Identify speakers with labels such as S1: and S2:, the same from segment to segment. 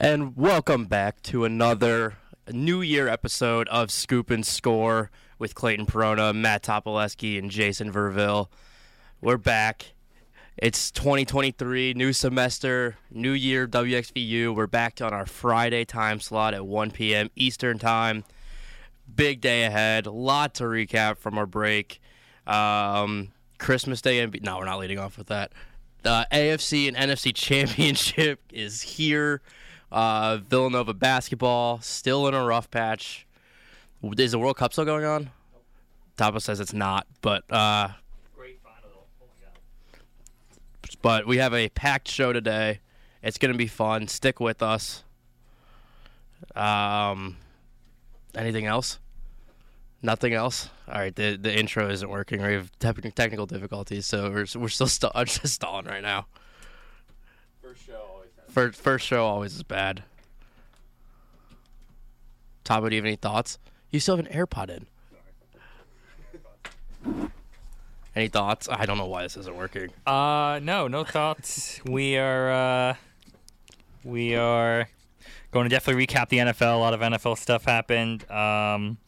S1: And welcome back to another New Year episode of Scoop and Score with Clayton Perona, Matt Topoleski, and Jason Verville. We're back. It's 2023, new semester, new year, WXVU. We're back on our Friday time slot at 1 p.m. Eastern Time. Big day ahead. Lot to recap from our break. Um, Christmas Day. And no, we're not leading off with that. The AFC and NFC Championship is here. Uh, Villanova basketball still in a rough patch. Is the World Cup still going on? Tapa says it's not, but uh,
S2: Great final. Oh my god.
S1: but we have a packed show today. It's gonna be fun. Stick with us. Um, anything else? Nothing else. All right. The the intro isn't working. We have tep- technical difficulties, so we're we're still st- I'm just stalling right now.
S2: First show always has.
S1: First first show always is bad. Tabo, do you have any thoughts? You still have an AirPod in. Any thoughts? I don't know why this isn't working.
S3: Uh, no, no thoughts. we are, uh, we are going to definitely recap the NFL. A lot of NFL stuff happened. Um,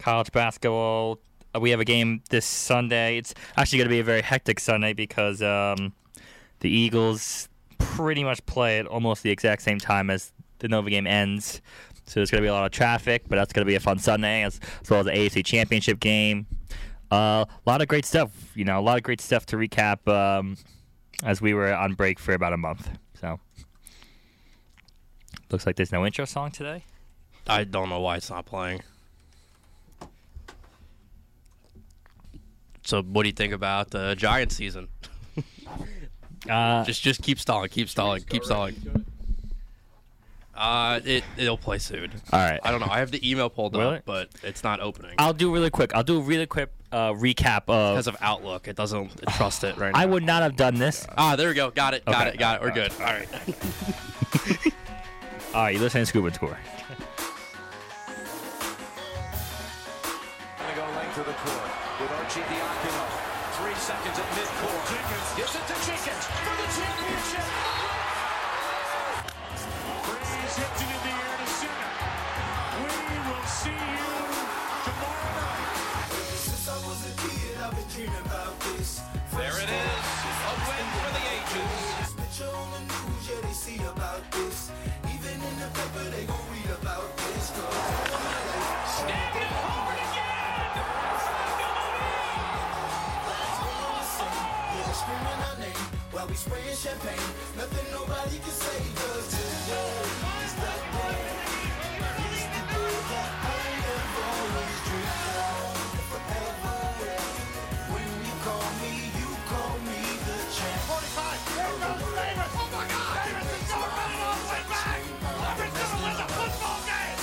S3: college basketball. Uh, We have a game this Sunday. It's actually going to be a very hectic Sunday because um, the Eagles pretty much play at almost the exact same time as the Nova game ends. So there's going to be a lot of traffic, but that's going to be a fun Sunday as, as well as the AFC Championship game. Uh, a lot of great stuff, you know, a lot of great stuff to recap um, as we were on break for about a month. So looks like there's no intro song today.
S1: I don't know why it's not playing. So, what do you think about the Giants season?
S3: Uh,
S1: Just, just keep stalling, keep stalling,
S2: Just go
S1: keep
S2: right
S1: stalling.
S2: into it.
S1: Uh, it it'll play soon.
S3: all right.
S1: I don't know. I have the email pulled
S3: Will
S1: up,
S3: it?
S1: but it's not opening
S3: I'll do really quick. I'll do a really quick uh, recap of.
S1: because of Outlook. It doesn't trust it right now.
S3: I would not have done this.
S1: Ah, there we go. Got it. Got
S3: Okay.
S1: it. Got it. We're good. All right.
S3: All right, you're listening to Scuba and Score.
S4: Going to go length of the court with Archie Diacono. Three seconds at midcourt. Jenkins gives it to Jenkins for the championship.
S5: Breeze hits it in the air to center. We will see you tomorrow night.
S6: Since I was a kid, I've been dreaming about this.
S4: There it is. A win for the ages.
S6: This picture on the news, yeah, they see about this. Even in the paper, they gon' read about this. 'Cause
S5: David Howard again.
S6: yeah, they screaming our name while we spraying champagne. Nothing nobody can say, 'cause this day is the day. It's the day that I have always dreamed of forever. When you call me, you call me the champ.
S5: 45. Here goes Davis. Oh my God. Davis is going to run it all the way back. Auburn's going to win the football game.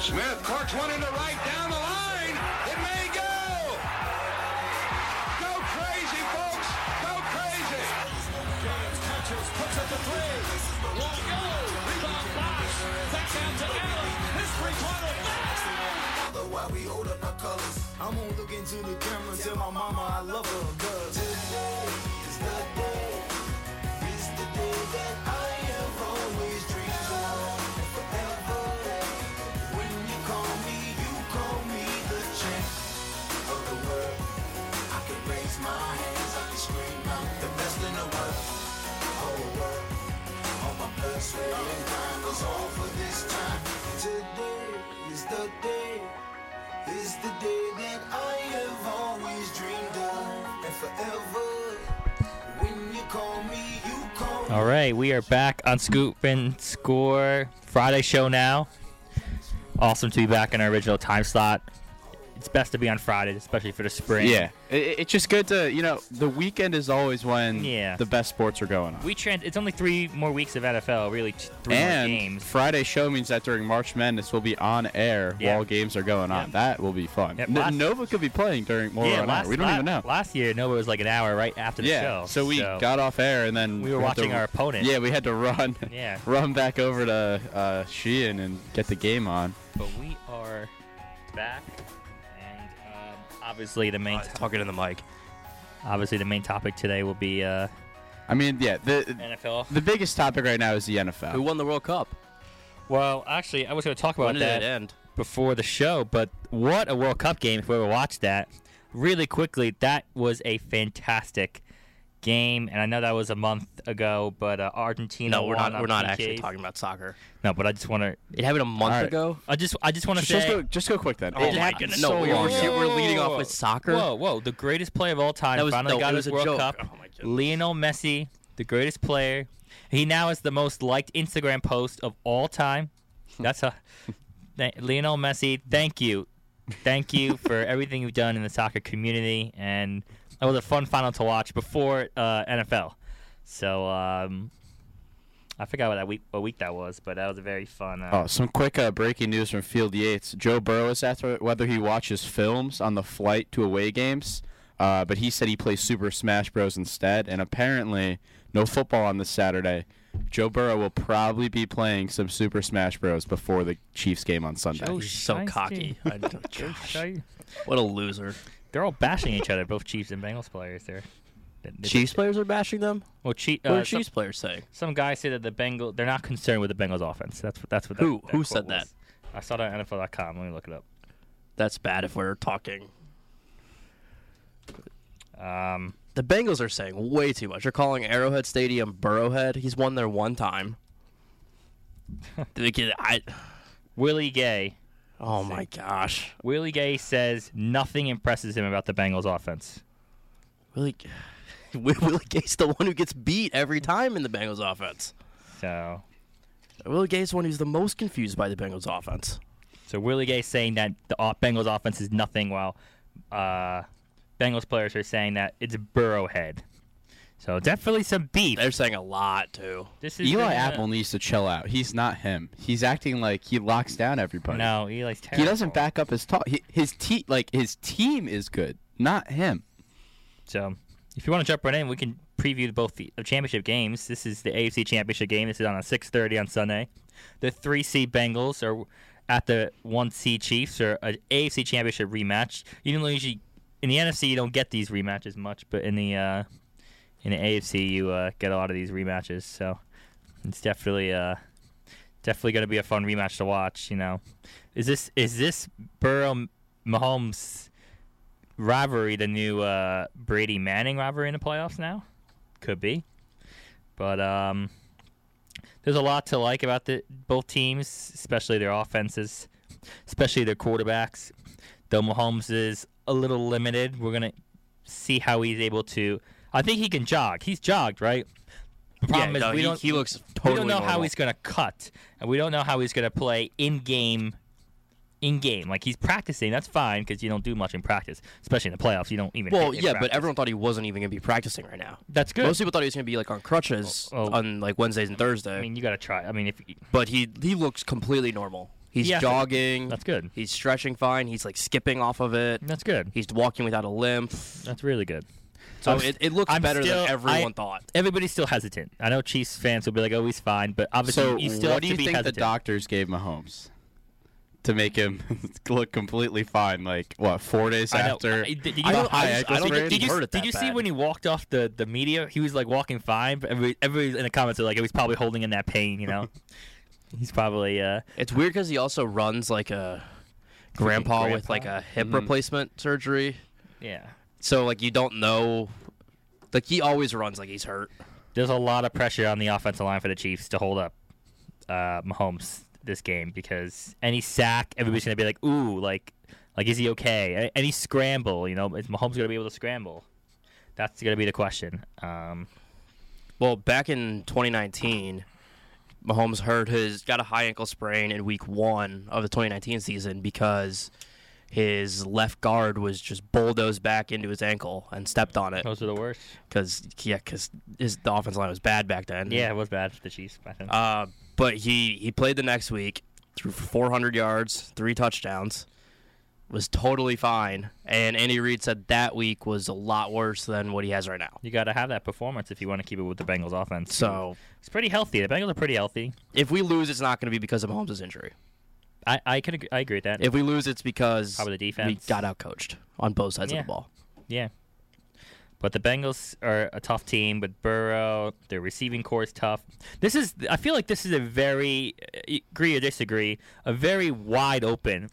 S4: Smith corks one into right down the line. It may go. Go crazy, folks. Go crazy.
S6: Although why we hold up our colors, I won't look into the camera. Tell my mama I love her. Cause today is the day. It's the day that I have always dreamed of. Forever. When you call me, you call me the champ of the world. I can raise my hands, I can scream out the best in the world. Whole world. All my blood, sweat, and time goes all for this time. Today is the day. It's the day that I have always dreamed of and forever. When you call me, you call me.
S3: All right, we are back on Scoop and Score Friday show now. Awesome to be back in our original time slot. It's best to be on Fridays, especially for the spring.
S7: Yeah, it, it- it's just good to you know the weekend is always when
S3: Yeah.
S7: the best sports are going on.
S3: We trans. It's only three more weeks of NFL, really. t- Three
S7: and
S3: more games.
S7: Friday show means that during March Madness we'll be on air
S3: Yeah.
S7: while games are going on.
S3: Yep.
S7: That will be fun.
S3: Yep,
S7: N-
S3: last-
S7: Nova could be playing during more on air. We don't
S3: la-
S7: even know.
S3: Last year, Nova was like an hour right after the
S7: yeah,
S3: show.
S7: so we got off air and then
S3: We were
S7: had to-
S3: watching our opponent.
S7: Yeah, we had to run,
S3: Yeah.
S7: run back over to uh, Sheehan and get the game on.
S3: But we are back, and um, obviously the main.
S1: Uh,
S3: to-
S1: talking in the mic.
S3: Obviously, the main topic today will be uh,
S7: I mean, yeah, the
S3: NFL.
S7: the biggest topic right now is the NFL.
S1: Who won the World Cup?
S3: Well, actually, I was going to talk about
S1: When did
S3: that
S1: it end?
S3: before the show, but what a World Cup game if we ever watched that. Really quickly, that was a fantastic game, and I know that was a month ago, but uh, Argentina.
S1: No, we're
S3: won
S1: not.
S3: on
S1: We're not
S3: PKs.
S1: actually talking about soccer.
S3: No, but I just want to.
S1: It happened a month
S7: All right.
S1: ago.
S3: I just, I just want to
S7: Just,
S3: say.
S7: just go, just go quick then.
S1: Oh
S7: It
S1: my
S7: happened
S1: goodness!
S7: So
S1: no, we
S7: long
S1: we're,
S7: ago.
S1: we we're leading off
S3: Whoa.
S1: with soccer.
S3: Whoa, whoa! The greatest player of all time
S1: That was-
S3: finally
S1: no,
S3: got
S1: it
S3: his
S1: was a joke.
S3: World Cup.
S1: Oh my goodness.
S3: Lionel Messi, the greatest player. He now is the most liked Instagram post of all time. That's a Th- Lionel Messi. Thank you, thank you for everything you've done in the soccer community, and that was a fun final to watch before uh, NFL. So um, I forgot what that week what week that was, but that was a very fun. Uh,
S7: Oh, some quick uh, breaking news from Field Yates. Joe Burrow is asked whether he watches films on the flight to away games, uh, but he said he plays Super Smash Bros. instead. And apparently, no football on this Saturday. Joe Burrow will probably be playing some Super Smash Bros. before the Chiefs game on Sunday.
S3: Oh,
S1: You're so
S3: Shiesty.
S1: cocky. I, gosh,
S3: Show you.
S1: what a loser.
S3: They're all bashing each other, both Chiefs and Bengals players. There,
S1: Chiefs players are bashing them.
S3: Well, Chief,
S1: What
S3: uh,
S1: are
S3: some,
S1: Chiefs players saying?
S3: some guys say that the Bengal they're not concerned with the Bengals offense. That's what that's what. That,
S1: Who-
S3: that
S1: who
S3: quote
S1: said that?
S3: was. I saw that on NFL.com. Let me look it up.
S1: That's bad if we're talking.
S3: Um,
S1: The Bengals are saying way too much. They're calling Arrowhead Stadium Burrowhead. He's won there one time. They get- I,
S3: Willie Gay.
S1: oh my gosh.
S3: Willie Gay says nothing impresses him about the Bengals offense.
S1: Willie, Willie Gay's the one who gets beat every time in the Bengals offense.
S3: So,
S1: Willie Gay's the one who's the most confused by the Bengals offense.
S3: so Willie Gay saying that the off- Bengals offense is nothing, while uh, Bengals players are saying that it's Burrowhead. So definitely some beef.
S1: They're saying a lot too.
S3: This is
S7: Eli
S3: gonna-
S7: Apple needs to chill out. He's not him. He's acting like he locks down everybody.
S3: No, Eli's terrible.
S7: he doesn't back up his talk. He, his te- like his team is good, not him.
S3: So, if you want to jump right in, we can preview both the uh, championship games. This is the AFC Championship game. This is on a 6:30 on Sunday. The three seed Bengals are at the one seed Chiefs or an AFC Championship rematch. You don't usually in the NFC you don't get these rematches much, but in the uh, in the AFC you uh, get a lot of these rematches. So it's definitely uh, definitely going to be a fun rematch to watch. You know, is this is this Burrow Mahomes? rivalry the new uh, Brady Manning rivalry in the playoffs now? Could be. But um, there's a lot to like about the both teams, especially their offenses, especially their quarterbacks. Though Mahomes is a little limited, we're gonna see how he's able to. I think he can jog. He's jogged, right? The problem
S1: yeah,
S3: is
S1: no,
S3: we
S1: he,
S3: don't.
S1: he looks
S3: we
S1: totally
S3: don't know how
S1: normal.
S3: he's gonna cut, and we don't know how he's gonna play in game in game. Like he's practicing, that's fine because you don't do much in practice, especially in the playoffs. You don't even.
S1: Well,
S3: hit in
S1: yeah, but
S3: practice.
S1: everyone thought he wasn't even going to be practicing right now.
S3: that's good.
S1: Most people thought he was going to be like on crutches
S3: Oh, oh.
S1: on like Wednesdays and Thursday.
S3: I mean, you gotta try. I mean, if
S1: but he he looks completely normal. He's
S3: Yeah.
S1: jogging.
S3: that's good,
S1: He's stretching fine. He's like skipping off of it.
S3: that's good.
S1: He's walking without a limp.
S3: That's really good.
S1: So
S3: I'm
S1: it, it looks
S3: I'm
S1: better
S3: still-
S1: than everyone
S3: I-
S1: thought.
S3: Everybody's still hesitant. I know Chiefs fans will be like, "Oh, he's fine," but obviously,
S7: So,
S3: you still have
S7: what do
S3: to
S7: you
S3: be
S7: think
S3: hesitant.
S7: the doctors gave Mahomes to make him look completely fine? Like what? Four days
S3: I know. I-
S7: after
S3: did, did
S7: the
S3: you,
S1: I
S3: know-
S7: high
S1: just- I
S7: ankle
S1: don't think
S7: sprain?
S1: he
S3: did you,
S1: hurt it
S3: did
S1: that
S3: you see
S1: bad.
S3: when he walked off the, the media? He was like walking fine, but every, everybody in the comments are like, "Oh, he's probably holding in that pain," you know. he's probably uh,
S1: It's weird because he also runs like a grandpa, with like a hip
S3: Mm-hmm.
S1: replacement surgery.
S3: yeah.
S1: So like you don't know. Like he always runs like he's hurt.
S3: there's a lot of pressure on the offensive line for the Chiefs to hold up uh, Mahomes this game because any sack, everybody's gonna be like, "Ooh, like, like is he okay?" A- Any scramble, you know, is Mahomes gonna be able to scramble? That's gonna be the question. Um,
S1: Well, back in 2019, Mahomes hurt his got a high ankle sprain in week one of the 2019 season because his left guard was just bulldozed back into his ankle and stepped on it
S3: those are the worst.
S1: because yeah, because his the offensive line was bad back then.
S3: Yeah, it was bad for the Chiefs. I think.
S1: Uh, but he he played the next week, threw for 400 yards, three touchdowns, was totally fine. And Andy Reid said that week was a lot worse than what he has right now.
S3: you got to have that performance if you want to keep it with the Bengals offense.
S1: So
S3: it's pretty healthy. The Bengals are pretty healthy.
S1: if we lose, it's not going to be because of Mahomes' injury.
S3: I I could agree, I agree with that.
S1: If we lose, it's because
S3: Probably the
S1: we
S3: defense.
S1: got outcoached on both sides
S3: Yeah.
S1: of the ball.
S3: yeah. But the Bengals are a tough team with Burrow. Their receiving core is tough. This is, I feel like this is a very, uh, agree or disagree, a very wide open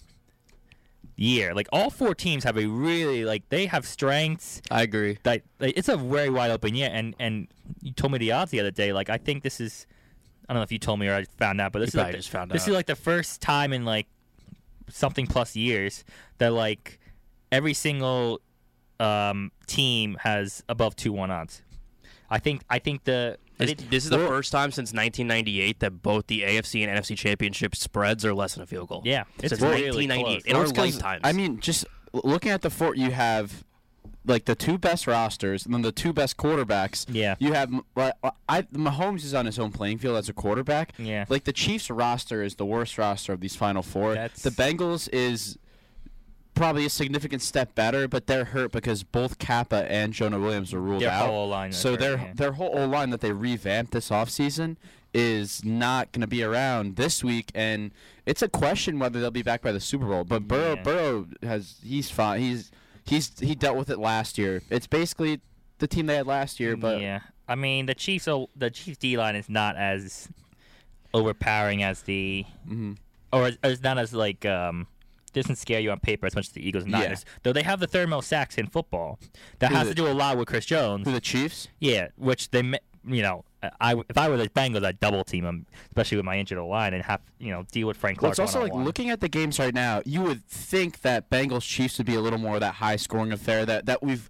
S3: year. Like all four teams have a really, like they have strengths.
S1: I agree.
S3: That like, it's a very wide open year. And and you told me the odds the other day. Like I think this is, I don't know if you told me or I found out, but this is
S1: probably
S3: like the-
S1: just found
S3: this
S1: out.
S3: is like the first time in like something plus years that like every single um, team has above two one odds. I think I think the I
S1: This,
S3: think-
S1: this is the first time since 1998 that both the AFC and NFC championship spreads are less than a field goal.
S3: Yeah, it's
S1: since
S3: really
S1: 1998
S3: close.
S1: in our
S7: Well, it's 'cause,
S1: lifetimes.
S7: I mean, just l- looking at the four, you have like the two best rosters and then the two best quarterbacks.
S3: Yeah.
S7: You have M- I, I Mahomes is on his own playing field as a quarterback.
S3: Yeah.
S7: Like the Chiefs roster is the worst roster of these final four.
S3: That's-
S7: The Bengals is probably a significant step better, but they're hurt because both Kappa and Jonah Williams were ruled
S3: Their
S7: out.
S3: whole O-line is
S7: so
S3: hurt,
S7: their
S3: yeah.
S7: their whole O line that they revamped this offseason is not going to be around this week, and it's a question whether they'll be back by the Super Bowl. But Burrow
S3: Yeah.
S7: Burrow has he's fine. He's he's he dealt with it last year. It's basically the team they had last year, but
S3: yeah, I mean the Chiefs o- the Chiefs D line is not as overpowering as the
S7: Mm-hmm.
S3: or as, as not as like um doesn't scare you on paper as much as the Eagles and
S7: Yeah.
S3: Niners. Though they have the third most sacks in football. That
S7: Who
S3: has
S7: the-
S3: to do a lot with Chris Jones.
S7: who the Chiefs.
S3: Yeah, which they, ma- you know, I if I were the Bengals, I'd double team them, especially with my injured line, and have you know deal with Frank
S7: Well,
S3: Clark.
S7: it's also like
S3: one-on-one.
S7: looking at the games right now, you would think that Bengals Chiefs would be a little more of that high scoring affair that, that we've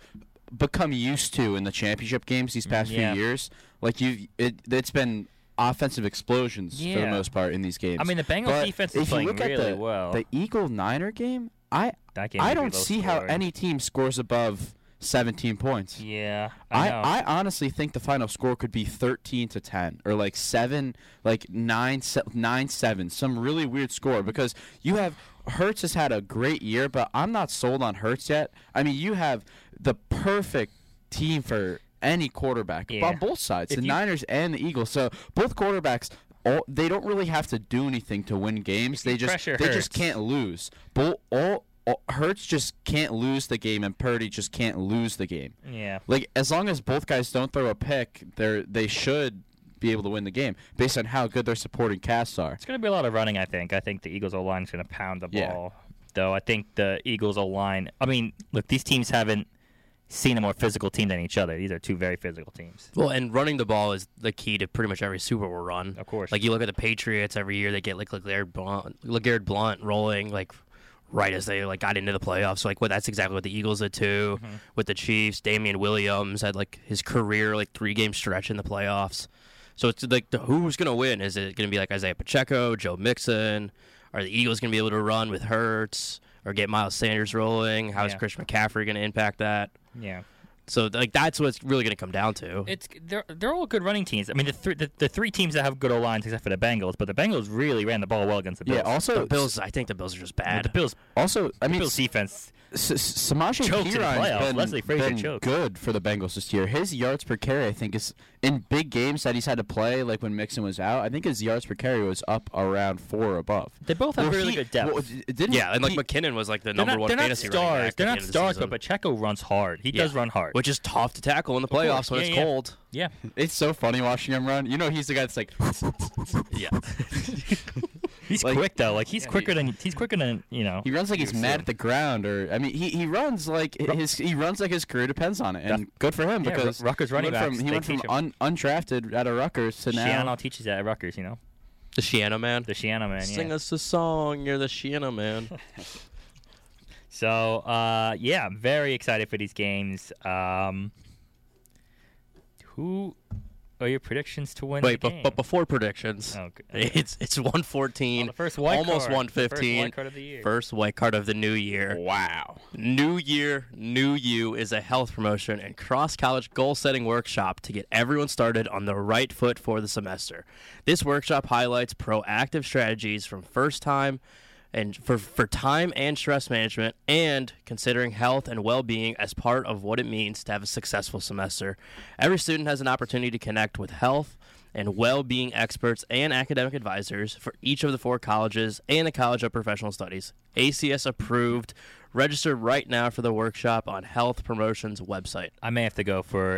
S7: become used to in the championship games these past
S3: yeah.
S7: few years. Like you, it, it's been offensive explosions for
S3: Yeah.
S7: the most part in these games.
S3: I mean, the Bengals
S7: But
S3: defense is
S7: if you
S3: playing
S7: look at
S3: really
S7: the,
S3: well.
S7: The Eagle Niner game, I
S3: That game would
S7: I
S3: be
S7: don't
S3: low
S7: see how
S3: scoring.
S7: any team scores above 17 points.
S3: Yeah, I,
S7: I,
S3: know.
S7: I honestly think the final score could be 13 to 10 or like 7 like 9 se- 9 7 some really weird score because you have Hertz has had a great year but I'm not sold on Hertz yet. I mean you have the perfect team for any quarterback
S3: Yeah.
S7: on both sides
S3: If
S7: the
S3: you-
S7: Niners and the Eagles. So both quarterbacks all, they don't really have to do anything to win games. They just
S3: pressure
S7: they
S3: Hurts.
S7: just can't lose. Both all, all Hertz just can't lose the game and Purdy just can't lose the game.
S3: yeah,
S7: Like as long as both guys don't throw a pick, they they should be able to win the game based on how good their supporting casts are.
S3: it's gonna be a lot of running. I think. I think the Eagles' O line's gonna pound the
S7: Yeah.
S3: ball. Though I think the Eagles' O line. I mean, look, these teams haven't seen a more physical team than each other. These are two very physical teams.
S1: Well, and running the ball is the key to pretty much every Super Bowl run.
S3: Of course.
S1: Like you look at the Patriots every year, they get like Legarrette Blunt, LeGarrette Blunt rolling like right as they like got into the playoffs. Like, well, that's exactly what the Eagles did too.
S3: Mm-hmm.
S1: With the Chiefs, Damian Williams had like his career like three game stretch in the playoffs. So it's like the, who's going to win? Is it going to be like Isaiah Pacheco, Joe Mixon? Are the Eagles going to be able to run with Hertz or get Miles Sanders rolling? How is
S3: Yeah.
S1: Chris McCaffrey going to impact that?
S3: Yeah.
S1: So like that's what it's really going to come down to.
S3: It's they're they're all good running teams. I mean, the three the, the three teams that have good O lines, except for the Bengals, but the Bengals really ran the ball well against the Bills.
S7: Yeah. Also,
S1: the Bills, I think the Bills are just
S3: But
S1: bad.
S3: the Bills,
S7: Also, I mean,
S3: Bills defense.
S7: Samaje
S3: Choked in the playoffs.
S7: Perine
S3: Leslie
S7: been,
S3: Frazier
S7: been
S3: choked.
S7: good for the Bengals this year. His yards per carry, I think, is in big games that he's had to play, like when Mixon was out. I think his yards per carry was up around four or above.
S3: They both have
S7: Well,
S3: really
S7: he-
S3: good depth.
S7: well, d- didn't
S1: yeah, and like
S7: he-
S1: McKinnon was like the
S3: they're
S1: number
S3: not,
S1: one
S3: they're not
S1: fantasy running
S3: stars.
S1: back at
S3: They're
S1: the
S3: not
S1: end of the
S3: stars,
S1: season.
S3: but Pacheco runs hard. He does
S1: Yeah.
S3: run hard.
S1: which is tough to tackle in the
S3: course,
S1: playoffs when
S3: yeah,
S1: it's
S3: yeah.
S1: cold.
S3: yeah,
S7: It's so funny watching him run. You know, he's the guy that's like,
S1: Yeah,
S3: he's
S7: Like-
S3: quick though. Like he's quicker than he's quicker than you know.
S7: He runs like he's mad at the ground, or I mean, he, he runs like his he runs like his career depends on it, and good for him
S3: yeah, Ru-
S7: because
S3: Rutgers
S7: he
S3: running
S7: went from,
S3: backs,
S7: he
S3: they
S7: went from
S3: teach
S7: un, undrafted out of Rutgers to now.
S3: Shiano teaches that at Rutgers. You know,
S1: the Shiano man.
S3: the Shiano man.
S1: Sing
S3: yeah.
S1: us a song. You're the Shiano man.
S3: So uh, yeah, I'm very excited for these games. Um, who are your predictions to win?
S1: Wait,
S3: the
S1: but,
S3: game?
S1: but before predictions,
S3: Oh, good.
S1: it's it's one
S3: Oh,
S1: fourteen.
S3: the first white
S1: almost
S3: card.
S1: one
S3: The first
S1: fifteen.
S3: white card of the year.
S1: First white card of the new year.
S7: Wow.
S1: New Year, New You is a health promotion and cross college goal setting workshop to get everyone started on the right foot for the semester. This workshop highlights proactive strategies from first time and for, for time and stress management and considering health and well-being as part of what it means to have a successful semester. Every student has an opportunity to connect with health and well-being experts and academic advisors for each of the four colleges and the College of Professional Studies. ACS approved Register right now for the workshop on Health Promotions website.
S3: I may have to go for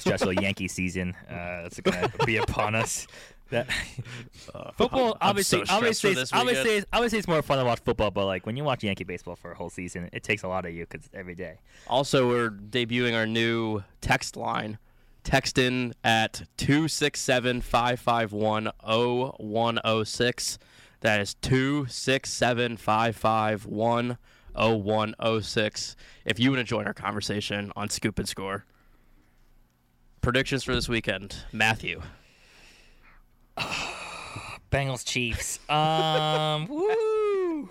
S3: stressful Yankee season. Uh, that's gonna be upon us. That, football,
S1: Uh, I'm
S3: obviously,
S1: so stressed
S3: obviously,
S1: for
S3: it's,
S1: this
S3: obviously,
S1: weekend.
S3: it's, obviously, it's more fun to watch football. But like when you watch Yankee baseball for a whole season, it takes a lot of you because every day.
S1: Also, we're debuting our new text line. Text in at 267 551 0106. That is 267 551 0106. If you want to join our conversation on Scoop and Score. Predictions for this weekend, Matthew.
S3: Bengals Chiefs. Um, woo,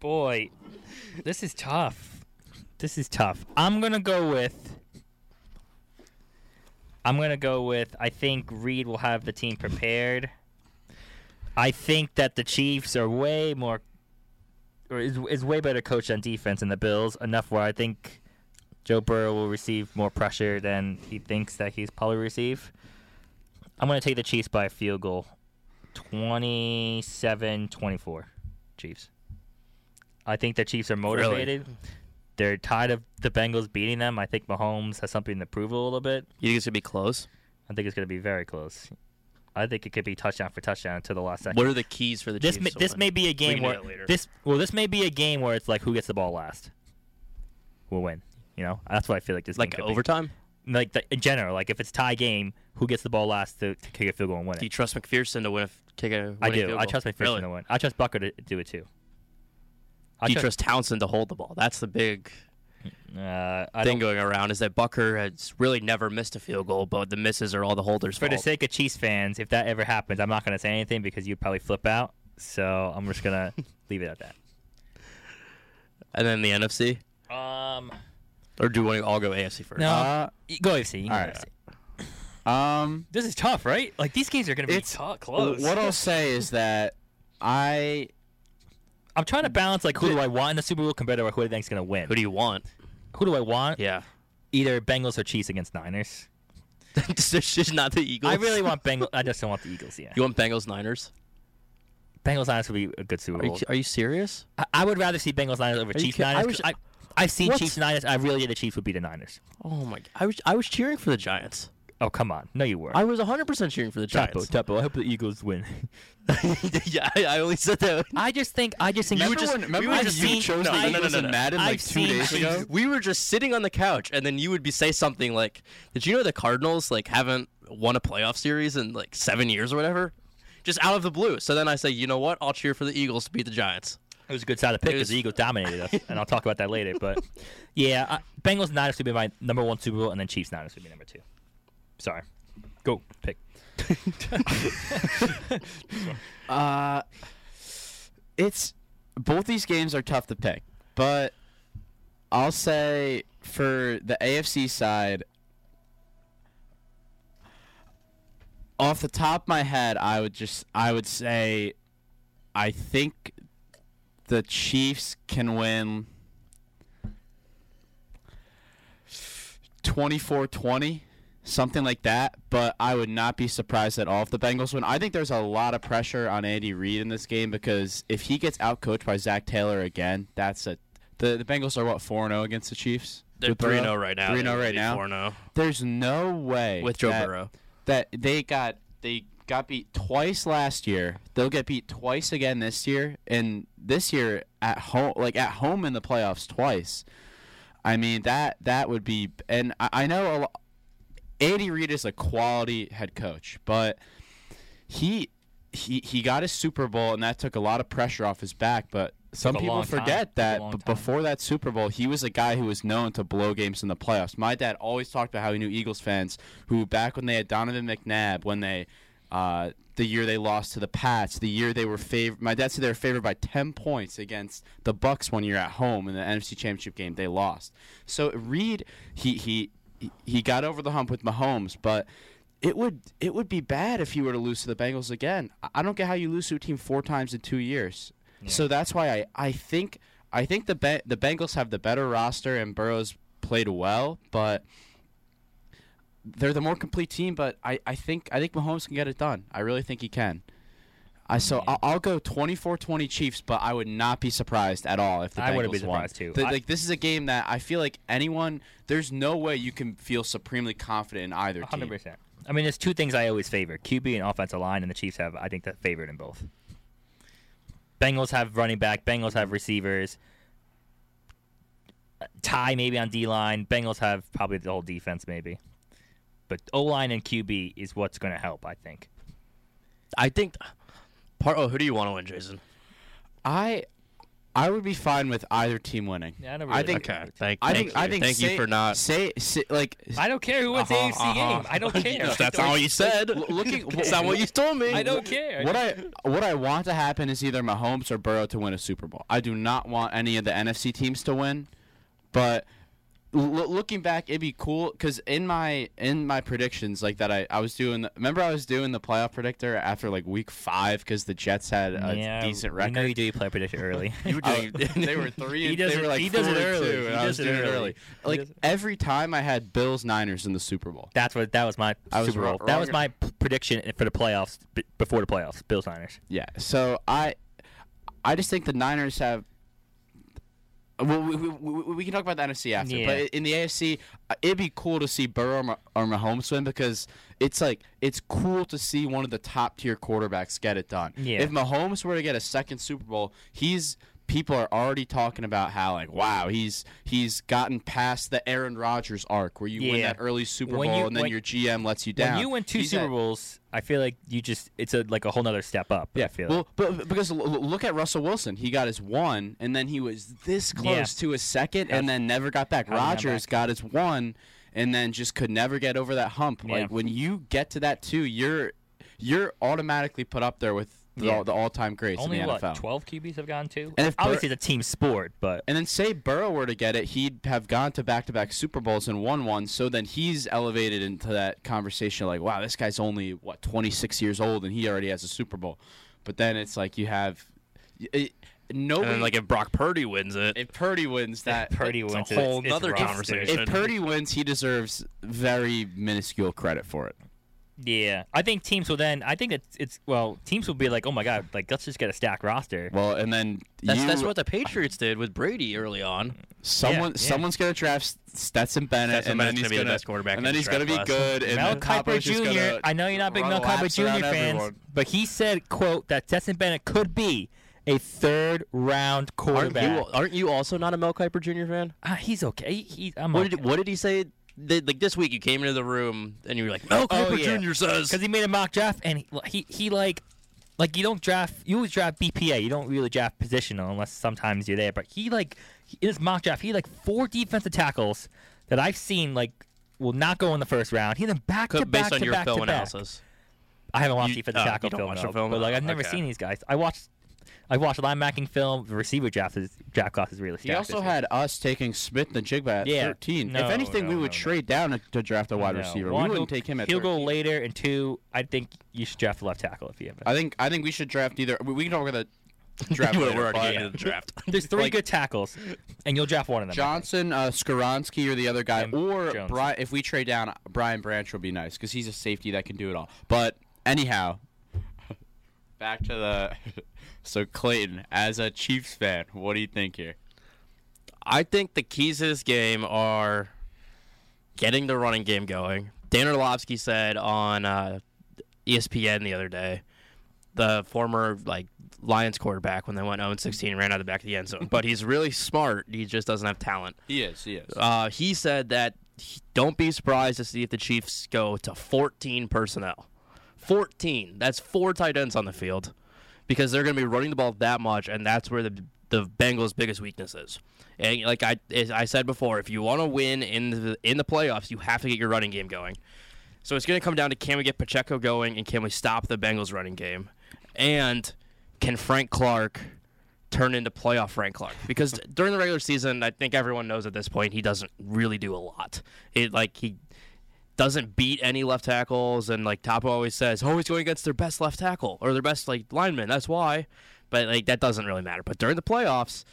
S3: boy, this is tough. This is tough. I'm gonna go with. I'm gonna go with. I think Reed will have the team prepared. I think that the Chiefs are way more, or is, is way better coached on defense than the Bills. Enough where I think Joe Burrow will receive more pressure than he thinks that he's probably receive. I'm gonna take the Chiefs by a field goal. 27 24 Chiefs. I think the Chiefs are motivated. They're tired of the Bengals beating them. I think Mahomes has something to prove a little bit.
S1: You think it's going to be close?
S3: I think it's going to be very close. I think it could be touchdown for touchdown until the last second.
S1: What are the keys for the
S3: this may,
S1: Chiefs? to
S3: this
S1: win?
S3: may be a
S1: can
S3: game
S1: do
S3: where
S1: that later.
S3: this well this may be a game where it's like who gets the ball last will win. You know that's what I feel like this
S1: like
S3: game could be.
S1: overtime?
S3: like the, in general like if it's tie game who gets the ball last to, to kick a field goal and win it.
S1: Do you trust McPherson to win a f- kick a winning
S3: I
S1: Field
S3: do.
S1: goal?
S3: I trust McPherson
S1: Really?
S3: to win. I trust Bucker to do it too. I
S1: Do you trust Townsend to hold the ball? That's the big
S3: Uh, I
S1: thing
S3: don't,
S1: going around is that Bucker has really never missed a field goal, but the misses are all the holders'
S3: for the
S1: fault.
S3: sake of Chiefs fans, if that ever happens, I'm not going to say anything because you'd probably flip out. So I'm just going to leave it at that.
S1: and then the NFC,
S3: Um,
S1: or do you want to all go AFC first?
S3: no,
S7: Uh,
S3: You go AFC. You go
S7: all right.
S3: AFC.
S7: Um,
S3: This is tough, right? Like these games are going to be
S7: It's-
S3: tough, close.
S7: what I'll say is that I
S3: I'm trying to balance like who do I want in the Super Bowl compared to who I think's going to win.
S1: Who do you want?
S3: Who do I want?
S1: Yeah,
S3: Either Bengals or Chiefs against Niners.
S1: It's just not the Eagles.
S3: I really want Bengals. I just don't want the Eagles. Yeah,
S1: You want Bengals Niners?
S3: Bengals Niners would be a good Super
S1: Are you,
S3: Bowl.
S1: are you serious?
S3: I, I would rather see Bengals Niners over
S1: you
S3: Chiefs
S1: kidding? I
S3: Niners.
S1: was-
S3: 'cause I, I've seen
S1: What?
S3: Chiefs Niners. I really think the Chiefs would be the Niners.
S1: Oh my! I was I was cheering for the Giants.
S3: Oh come on, no you were.
S1: I was 100 percent cheering for the Giants.
S3: Teppo. I hope the Eagles win.
S1: yeah, I, I only said that.
S3: I just think I just think
S7: remember when remember when you chose
S1: no,
S7: the
S1: no, no,
S7: Eagles
S1: no,
S7: in
S1: no.
S7: Madden like
S3: I've
S7: two
S3: seen
S7: days
S3: Chiefs-
S7: ago?
S1: We were just sitting on the couch, and then you would be say something like, "Did you know the Cardinals like haven't won a playoff series in like seven years or whatever?" Just out of the blue. So then I say, "You know what? I'll cheer for the Eagles to beat the Giants."
S3: It was a good side of the pick because the Eagles dominated us, and I'll talk about that later. But yeah, I, Bengals Niners would be my number one Super Bowl, and then Chiefs Niners would be number two. Sorry, go pick.
S7: Uh, it's both these games are tough to pick, but I'll say for the AFC side, off the top of my head, I would just I would say, I think the Chiefs can win. 24-20 something like that. But I would not be surprised at all if the Bengals win. I think there's a lot of pressure on Andy Reid in this game because if he gets outcoached by Zach Taylor again, that's it. The the Bengals are what four zero against the Chiefs.
S1: They're
S7: With Burrow?
S1: three zero right now.
S7: 3-0 right now.
S1: Four oh. zero
S7: There's no way
S1: with Joe
S7: that,
S1: Burrow.
S7: that they got they got beat twice last year. They'll get beat twice again this year, and this year at home, like at home in the playoffs twice. I mean that that would be, and I, I know a lo- Andy Reid is a quality head coach, but he he he got his Super Bowl, and that took a lot of pressure off his back, but. Some
S3: a
S7: people
S3: long time. Took
S7: forget
S3: a
S7: that
S3: long
S7: b-
S3: time.
S7: before that Super Bowl, he was a guy who was known to blow games in the playoffs. My dad always talked about how he knew Eagles fans who, back when they had Donovan McNabb, when they, uh, the year they lost to the Pats, the year they were favored. My dad said they were favored by ten points against the Bucks one year at home in the NFC Championship game. They lost. So Reed, he he he- he got over the hump with Mahomes, but. It would it would be bad if you were to lose to the Bengals again. I- I don't get how you lose to a team four times in two years. So that's why I, I think I think the be- the Bengals have the better roster and Burrow's played well, but they're the more complete team. But I, I think I think Mahomes can get it done. I really think he can. I so I'll, I'll go 24-20 Chiefs, but I would not be surprised at all if the
S3: I wouldn't
S7: Bengals
S3: be
S7: won.
S3: surprised, too.
S7: The-
S3: I-
S7: like this is a game that I feel like anyone. There's no way you can feel supremely confident in either
S3: Hundred
S7: team.
S3: percent. I mean, there's two things I always favor: QB and offensive line, and the Chiefs have, I think, that favored in both. Bengals have running back. Bengals have receivers. uh, Tie maybe on D line. Bengals have probably the whole defense maybe, but O line and QB is what's going to help. I think.
S1: I think. Part, oh, who do you want to win, Jason?
S7: I I would be fine with either team winning.
S3: Yeah, I don't
S7: I
S3: really-
S7: think.
S1: Okay, thank,
S7: I
S1: thank
S7: think.
S1: you.
S7: I think.
S1: thank
S7: say-
S1: you for not.
S7: say, say like.
S3: I don't care who wins
S7: Uh-huh,
S3: the AFC
S7: uh-huh.
S3: game. I don't care.
S1: If that's not what you said.
S7: L- looking-
S1: that's not what you told me.
S3: I don't care.
S7: What I what I want to happen is either Mahomes or Burrow to win a Super Bowl. I do not want any of the NFC teams to win, but l- looking back, it'd be cool because in my in my predictions like that, I, I was doing. The, remember, I was doing the playoff predictor after like week five because the Jets had a
S3: yeah,
S7: decent
S3: I know
S7: record.
S3: you do your player prediction early.
S1: You were doing.
S7: I- they were three.
S3: He
S7: And,
S3: does
S7: they
S3: it-
S7: were like
S3: he does it
S7: four and
S3: early.
S7: two, and
S3: He
S7: I was
S3: does it
S7: doing it
S3: early.
S7: early.
S3: He
S7: Like
S3: does it-
S7: every time I had Bills Niners in the Super Bowl.
S3: That's what that was my
S7: I was
S3: Super Bowl.
S7: wrong-
S3: that was
S7: wrong.
S3: my p- prediction for the playoffs b- before the playoffs. Bills Niners.
S7: Yeah. So I, I just think the Niners have. Well, we, we, we, we can talk about the NFC after,
S3: Yeah.
S7: but in the AFC, uh, it'd be cool to see Burrow or Ma- or Mahomes win because it's like it's cool to see one of the top tier quarterbacks get it done.
S3: Yeah.
S7: If Mahomes were to get a second Super Bowl, he's people are already talking about how like wow he's he's gotten past the Aaron Rodgers arc where you win
S3: Yeah.
S7: that early Super
S3: When
S7: Bowl
S3: you-
S7: and then
S3: when-
S7: your GM lets you down.
S3: When you win two
S7: He's
S3: Super
S7: at-
S3: Bowls, I feel like you just it's a like a whole nother step up. I feel
S7: well, but because l- l- look at Russell Wilson, he got his one, and then he was this close to his second, and then never got back.
S3: he not
S7: Rogers
S3: back?
S7: got his one, and then just could never get over that hump.
S3: Yeah.
S7: Like when you get to that two, you're you're automatically put up there with the,
S3: Yeah.
S7: all the all-time greats
S3: only
S7: in the
S3: what
S7: NFL.
S3: twelve QBs have gone to.
S7: And if Bur-
S3: Obviously, it's a team sport, but
S7: And then say Burrow were to get it, he'd have gone to back-to-back Super Bowls and won one. So then he's elevated into that conversation, like, wow, this guy's only what 26 years old and he already has a Super Bowl. But then it's like you have y- it,
S1: And
S7: nobody.
S1: then, like, if Brock Purdy wins it,
S7: if Purdy wins that,
S3: Purdy
S1: it's
S3: wins
S1: a whole
S3: it's, it's
S1: nother
S3: rough,
S1: conversation.
S3: dude.
S7: if Purdy wins, he deserves very minuscule credit for it.
S3: Yeah, I think teams will then. I think it's it's well, teams will be like, oh my god, like let's just get a stack roster.
S7: Well, and then
S1: that's,
S7: you,
S1: that's what the Patriots did with Brady early on.
S7: someone
S3: yeah.
S7: someone's gonna draft Stetson Bennett,
S1: Stetson
S7: and
S1: Bennett's
S7: then
S1: gonna
S7: he's
S1: be the
S7: gonna
S1: best quarterback in
S7: and then
S1: this
S7: he's gonna be
S1: draft class.
S7: good. And
S3: Mel
S7: then
S3: Kiper
S7: Capo's just
S3: Jr.
S7: gonna
S3: I know you're not big
S7: run
S3: Mel Kiper
S7: laps around
S3: Jr. fans,
S7: everyone.
S3: but he said, "quote that Stetson Bennett could be a third round
S1: Aren't
S3: quarterback."
S1: you, aren't you also not a Mel Kiper Jr. fan?
S3: Ah, he's okay. He, he- I'm
S1: What
S3: okay.
S1: did What did he say? That, like this week, you came into the room and you were like, "Mel Kiper
S3: Oh, yeah.
S1: Jr. says."
S3: because he made a mock draft and he, he he like like you don't draft you always draft BPA you don't really draft positional unless sometimes you're there but he like in his mock draft he had like four defensive tackles that I've seen like will not go in the first round he then back to
S1: Could-
S3: back
S1: based on
S3: to
S1: your
S3: back
S1: film
S3: to back.
S1: analysis.
S3: I haven't watched
S1: You-
S3: defensive
S1: oh,
S3: tackle
S1: you don't
S3: film,
S1: watch
S3: though,
S1: the film?
S3: but like I've never
S1: Okay.
S3: seen these guys I watched I watched linebacking film the receiver draft is draft class is really
S7: He
S3: stacked
S7: also
S3: this year.
S7: had us taking Smith and Jigba at
S3: Yeah.
S7: 13.
S3: No,
S7: if anything, we
S3: no,
S7: would
S3: no, no.
S7: trade down to draft a wide
S3: No.
S7: receiver.
S3: One,
S7: we wouldn't
S3: he'll-
S7: take him at
S3: he'll
S7: 13.
S3: go later and two I think you should draft a left tackle if you have a-
S7: I think I think we should draft either. We, we can talk about the draft.
S1: We're
S7: later,
S1: already
S7: but-
S1: into the draft.
S3: there's three
S7: like-
S3: good tackles and you'll draft one of them I think.
S7: Johnson, uh, Skaronski, or the other guy,
S3: And
S7: or
S3: Jones.
S7: Brian. If we trade down, Brian Branch will be nice because he's a safety that can do it all. But anyhow, back to the. so Clayton, as a Chiefs fan, what do you think here?
S1: I think the keys to this game are getting the running game going. Dan Orlovsky said on uh, ESPN the other day, the former like Lions quarterback when they went 0 16 ran out of the back of the end zone. but he's really smart. He just doesn't have talent.
S7: He is. He is.
S1: Uh, he said that he- don't be surprised to see if the Chiefs go to 14 personnel. 14. That's four tight ends on the field because they're going to be running the ball that much, and that's where the the Bengals' biggest weakness is. And like I as I said before, if you want to win in the in the playoffs, you have to get your running game going. So it's going to come down to can we get Pacheco going and can we stop the Bengals running game, and can Frank Clark turn into playoff Frank Clark? Because during the regular season, I think everyone knows at this point he doesn't really do a lot. It like he doesn't beat any left tackles, and like Topo always says, oh, he's going against their best left tackle or their best like lineman. That's why. But like that doesn't really matter. But during the playoffs.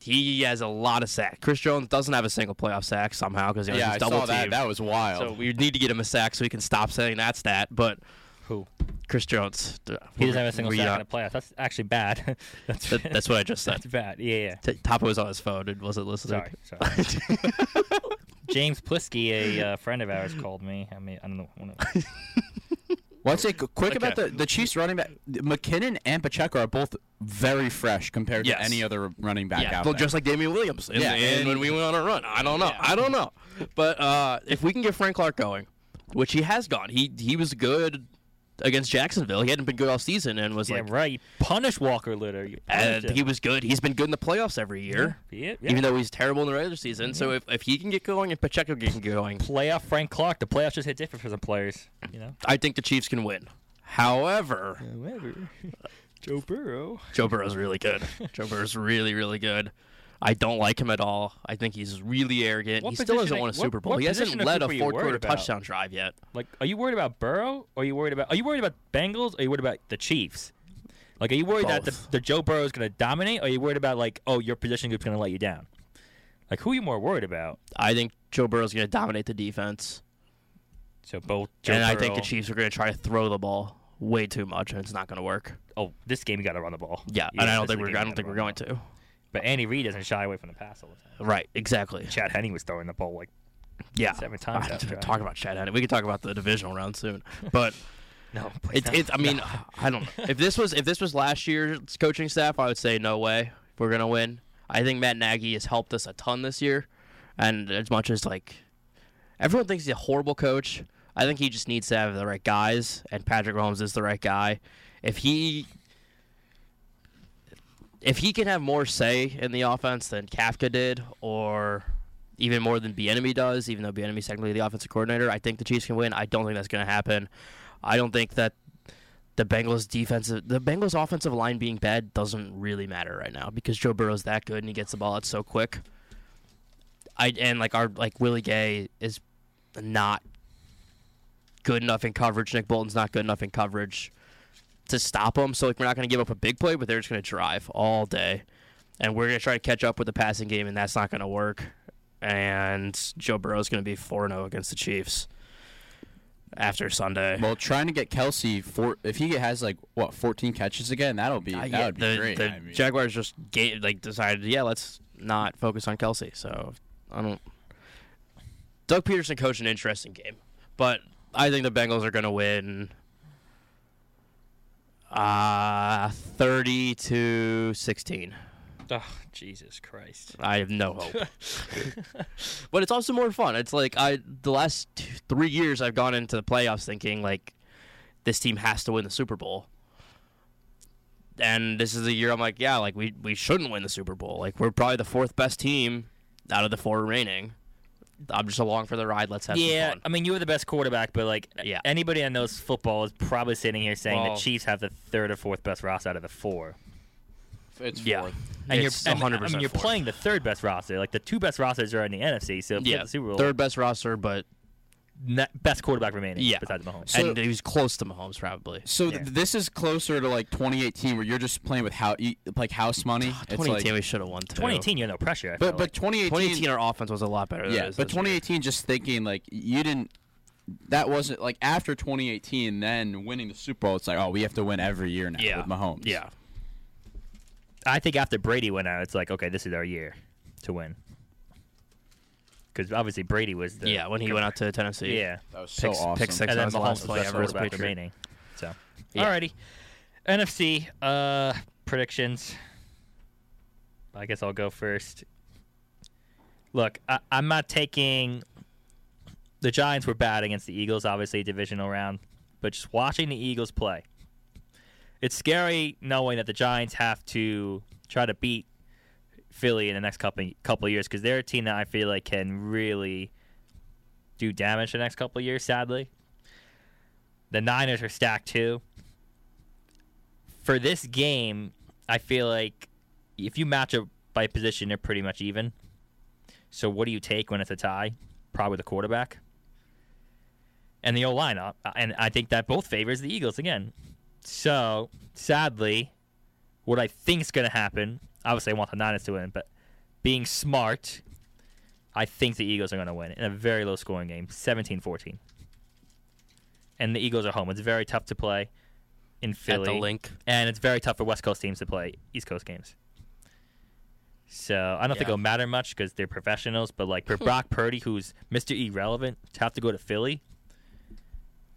S1: He has a lot of sacks. Chris Jones doesn't have a single playoff sack somehow because he was
S7: yeah, I
S1: double
S7: saw that.
S1: teamed.
S7: That was wild.
S1: So we need to get him a sack so we can stop saying that stat. But
S3: Who?
S1: Chris Jones.
S3: He doesn't have a single
S1: We,
S3: sack
S1: uh,
S3: in the playoffs. That's actually bad. that's,
S1: that- that's what I just said.
S3: that's bad. Yeah, yeah.
S1: T- Papa was on his phone and wasn't listening.
S3: Sorry, sorry. James Plisky, a uh, friend of ours, called me. I mean, I don't know. One of,
S7: Well, I'd say qu- quick about
S1: Okay.
S7: the, the Chiefs running back. McKinnon and Pacheco are both very fresh compared
S1: Yes.
S7: to any other running back
S1: yeah,
S7: out
S1: well,
S7: there.
S1: just like Damian Williams. And,
S7: Yeah,
S1: and
S7: and-
S1: when we went on a run, I don't know. I don't know. But uh, if we can get Frank Clark going, which he has gone, he he was good against Jacksonville. He hadn't been good all season and was
S3: yeah,
S1: like,
S3: right. You punish Walker Litter. You punish
S1: and
S3: him.
S1: he was good. He's been good in the playoffs every year,
S3: Yeah, yeah.
S1: even though he's terrible in the regular season. So if, if he can get going and Pacheco can get going,
S3: playoff Frank Clark. The playoffs just hit different for some players. You know.
S1: I think the Chiefs can win. However,
S3: However, Joe Burrow.
S1: Joe Burrow's really good. Joe Burrow's really, really good. I don't like him at all. I think he's really arrogant.
S3: What
S1: he still doesn't
S3: position are-
S1: won a
S3: what-
S1: Super Bowl.
S3: what
S1: He hasn't
S3: position of
S1: led a
S3: Cooper you worried
S1: four-quarter
S3: about?
S1: touchdown drive yet.
S3: Like, are you worried about Burrow? Or are you worried about? Are you worried about Bengals? Or are you worried about the Chiefs? Like, are you worried that
S1: Both.
S3: the, the Joe Burrow is going to dominate? Or are you worried about like, oh, your position group's going to let you down? Like, who are you more worried about?
S1: I think Joe Burrow's going to dominate the defense,
S3: So both. Joe
S1: and I think the
S3: Burrow-
S1: Chiefs are going to try to throw the ball way too much, and it's not going to work.
S3: Oh, this game you got to run the ball.
S1: Yeah, and I don't
S3: this
S1: think
S3: is
S1: we're.
S3: the game
S1: I
S3: you
S1: don't think
S3: gotta
S1: we're
S3: run
S1: going
S3: the ball.
S1: to.
S3: But Andy Reid doesn't shy away from the pass all the time.
S1: Right. Exactly.
S3: Chad Henney was throwing the ball like
S1: Yeah.
S3: seven times
S1: I'm
S3: that drive.
S1: talk about Chad Henne. We can talk about the divisional round soon, but.
S3: no. please
S1: It's,
S3: no.
S1: it's. I mean, I don't know. If this was if this was last year's coaching staff, I would say no way we're gonna win. I think Matt Nagy has helped us a ton this year, and as much as like everyone thinks he's a horrible coach, I think he just needs to have the right guys, and Patrick Mahomes is the right guy. If he if he can have more say in the offense than Kafka did, or even more than Bienemy does, even though Bienemy's technically the offensive coordinator, I think the Chiefs can win. I don't think that's going to happen. I don't think that the Bengals defensive, the Bengals offensive line being bad doesn't really matter right now because Joe Burrow's that good and he gets the ball out so quick. I and like our like Willie Gay is not good enough in coverage. Nick Bolton's not good enough in coverage to stop them. So like we're not going to give up a big play, but they're just going to drive all day, and we're going to try to catch up with the passing game, and that's not going to work. And Joe Burrow's going to be four zero against the Chiefs after Sunday.
S7: well, trying to get Kelsey for if he has like what 14 catches again, that'll be
S1: Uh,
S7: that
S1: yeah,
S7: would be
S1: the,
S7: great.
S1: The
S7: I mean,
S1: Jaguars just gave, like decided, yeah, let's not focus on Kelsey. So I don't. Doug Peterson coached an interesting game, but I think the Bengals are going to win. Uh, 30 to 16.
S3: oh, Jesus Christ.
S1: I have no hope. but it's also more fun. It's like I the last two, three years I've gone into the playoffs thinking like this team has to win the Super Bowl. And this is the year I'm like, yeah, like we we shouldn't win the Super Bowl. Like we're probably the fourth best team out of the four remaining. I'm just along for the ride. Let's have
S3: yeah,
S1: some
S3: I
S1: fun.
S3: mean, you were the best quarterback, but like
S1: Yeah.
S3: anybody that knows football is probably sitting here saying
S1: Well-
S3: the Chiefs have the third or fourth best roster out of the four.
S7: it's
S1: Yeah,
S7: fourth.
S3: And
S1: It's
S3: you're, I mean-
S1: 100%
S3: I mean, you're
S1: fourth.
S3: playing the third best roster. Like the two best rosters are in the NFC. So if you
S1: Yeah,
S3: have the Super Bowl,
S1: third best roster, but
S3: ne- best quarterback remaining.
S1: Yeah.
S3: besides Mahomes.
S7: So-
S1: and he was close to Mahomes probably.
S7: So
S3: Yeah.
S7: th- this is closer to like 2018 where you're just playing with how you- like house money.
S1: Ah,
S7: It's like,
S1: 2018 we should have won too.
S3: 2018, you have no pressure. I feel
S7: but but
S3: like.
S7: 2018
S1: 2018 our offense was a lot better. than it
S7: Yeah,
S1: is
S7: but
S1: this year.
S7: 2018, just thinking like you didn't. That wasn't like after 2018, then winning the Super Bowl. It's like, oh, we have to win every year now
S1: Yeah.
S7: with Mahomes.
S1: Yeah.
S3: I think after Brady went out, it's like okay, this is our year to win. Because obviously Brady was the
S1: yeah, when he went out to Tennessee.
S3: yeah,
S7: that was so
S1: Picks-
S7: awesome.
S1: picks six.
S3: and
S1: that
S3: then
S1: was the last
S3: Mahomes was
S1: play
S3: the best
S1: ever as
S3: quarterback
S1: pictured.
S3: remaining. So,
S1: Yeah.
S3: alrighty, NFC uh, predictions. I guess I'll go first. Look, I, I'm not taking. The Giants were bad against the Eagles, obviously divisional round, but just watching the Eagles play, it's scary knowing that the Giants have to try to beat Philly in the next couple couple years because they're a team that I feel like can really do damage the next couple years. Sadly, the Niners are stacked too. For this game, I feel like if you match up by position, they're pretty much even. So what do you take when it's a tie? Probably the quarterback and the O line, uh, and I think that both favors the Eagles again. So sadly, what I think is going to happen, obviously I want the Niners to win, but being smart, I think the Eagles are going to win in a very low scoring game, 17-14. and the Eagles are home. It's very tough to play in
S1: at
S3: Philly,
S1: the link.
S3: and it's very tough for West Coast teams to play East Coast games. So I don't think
S1: Yeah.
S3: it'll matter much because they're professionals. But like for Brock Purdy, who's Mister Irrelevant, to have to go to Philly,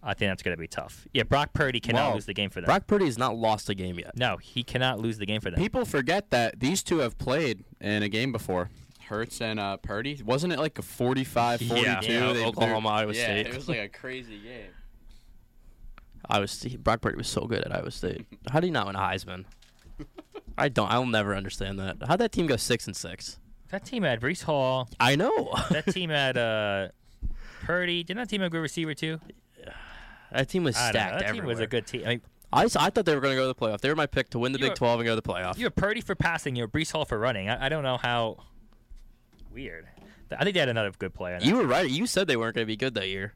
S3: I think that's going to be tough. Yeah, Brock Purdy cannot
S7: Well,
S3: lose the game for them.
S1: Brock Purdy has not lost a game yet.
S3: no, he cannot lose the game for them.
S7: People forget that these two have played in a game before. Hertz and uh, Purdy. Wasn't it like a 45 42?
S1: Yeah, yeah,
S7: they-
S1: Oklahoma,
S7: they're-
S1: Iowa State.
S7: Yeah, it was like a crazy game.
S1: Iowa State. Brock Purdy was so good at Iowa State. How do you not win a Heisman? I don't. I'll never understand that. How'd that team go six and six?
S3: that team had Brees Hall.
S1: I know.
S3: That team had uh, Purdy. Didn't that team have a good receiver too?
S1: That team was
S3: I
S1: stacked
S3: don't know. That
S1: everywhere.
S3: team was a good team. I mean,
S1: I, s- I thought they were going to go to the playoff. They were my pick to win the
S3: You
S1: Big
S3: were-
S1: 12 and go to the playoff.
S3: you have Purdy for passing. You have Brees Hall for running. I, I don't know how. Weird. Th- I think they had another good player.
S1: You were right. You said they weren't going to be good that year.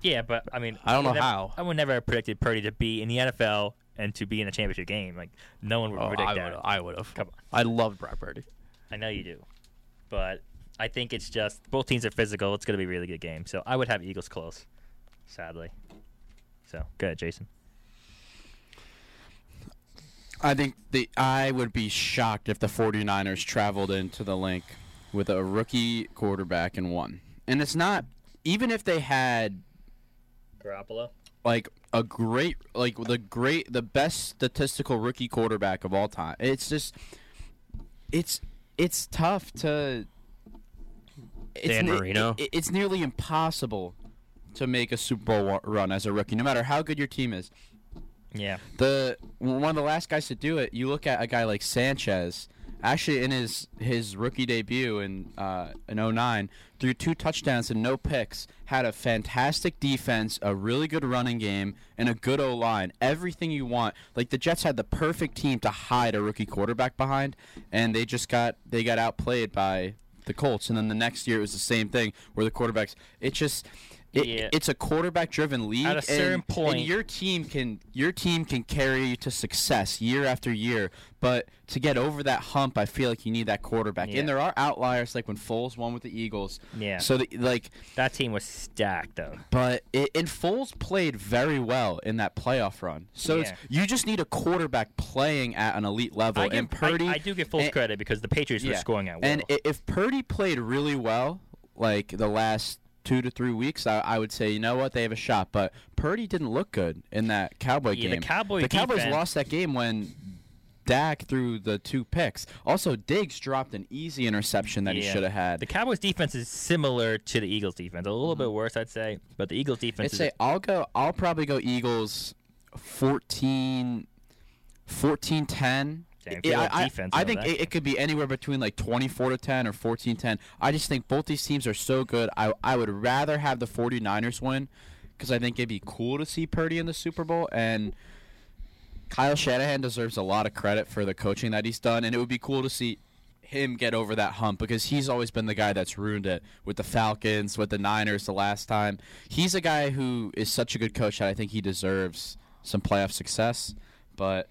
S3: yeah, but I mean,
S1: I don't
S3: would
S1: know
S3: never-
S1: how.
S3: I would never have predicted Purdy to be in the NFL and to be in a championship game. Like no one would
S1: Oh,
S3: predict
S1: I
S3: that.
S1: would. I would have.
S3: Come on.
S1: I love Brock Purdy.
S3: I know you do, but I think it's just both teams are physical. It's going to be a really good game. So I would have Eagles close, sadly. So go ahead, Jason.
S7: I think the I would be shocked if the 49ers traveled into the link with a rookie quarterback and won. And it's not even if they had
S3: Garoppolo.
S7: like a great like the great the best statistical rookie quarterback of all time. It's just it's it's tough to it's
S1: Dan
S7: ne-
S1: Marino.
S7: it- it's nearly impossible to make a Super Bowl wa- run as a rookie no matter how good your team is
S3: Yeah.
S7: the one of the last guys to do it. You look at a guy like Sanchez, actually in his his rookie debut in uh, in 09, threw two touchdowns and no picks. Had a fantastic defense, a really good running game, and a good O line. Everything you want. Like the Jets had the perfect team to hide a rookie quarterback behind, and they just got they got outplayed by the Colts. And then the next year it was the same thing where the quarterbacks. It just. It,
S3: Yeah.
S7: It's a quarterback-driven league.
S3: At a certain
S7: and- and
S3: point-
S7: your team can your team can carry you to success year after year, but to get over that hump, I feel like you need that quarterback.
S3: Yeah.
S7: And there are outliers, like when Foles won with the Eagles.
S3: Yeah.
S7: So the, like,
S3: That team was stacked though.
S7: but it, and Foles played very well in that playoff run. So it's, you just need a quarterback playing at an elite level.
S3: I, give,
S7: and Purdy,
S3: I, I do give full
S7: and-
S3: credit because the Patriots were
S7: yeah.
S3: scoring at will.
S7: And i- if Purdy played really well, like the last two to three weeks, I, I would say, you know what, they have a shot. But Purdy didn't look good in that Cowboy
S3: Yeah, the
S7: game.
S3: Cowboy
S7: the Cowboys
S3: defense-
S7: lost that game when Dak threw the two picks. Also, Diggs dropped an easy interception that he
S3: Yeah.
S7: should have had.
S3: the Cowboys defense is similar to the Eagles defense, a little bit worse, I'd say. But the Eagles defense
S7: I'd
S3: is
S7: say I'll go. I'll probably go Eagles, 14, 14 10.
S3: Damn, if
S7: I-
S3: you
S7: I,
S3: like
S7: I-
S3: defense,
S7: I
S3: you know
S7: think
S3: that.
S7: it, it could be anywhere between like 24 to 10 or 14 10. I just think both these teams are so good. I, I would rather have the 49ers win because I think it'd be cool to see Purdy in the Super Bowl. And Kyle Shanahan deserves a lot of credit for the coaching that he's done. And it would be cool to see him get over that hump because he's always been the guy that's ruined it with the Falcons, with the Niners the last time. He's a guy who is such a good coach that I think he deserves some playoff success. But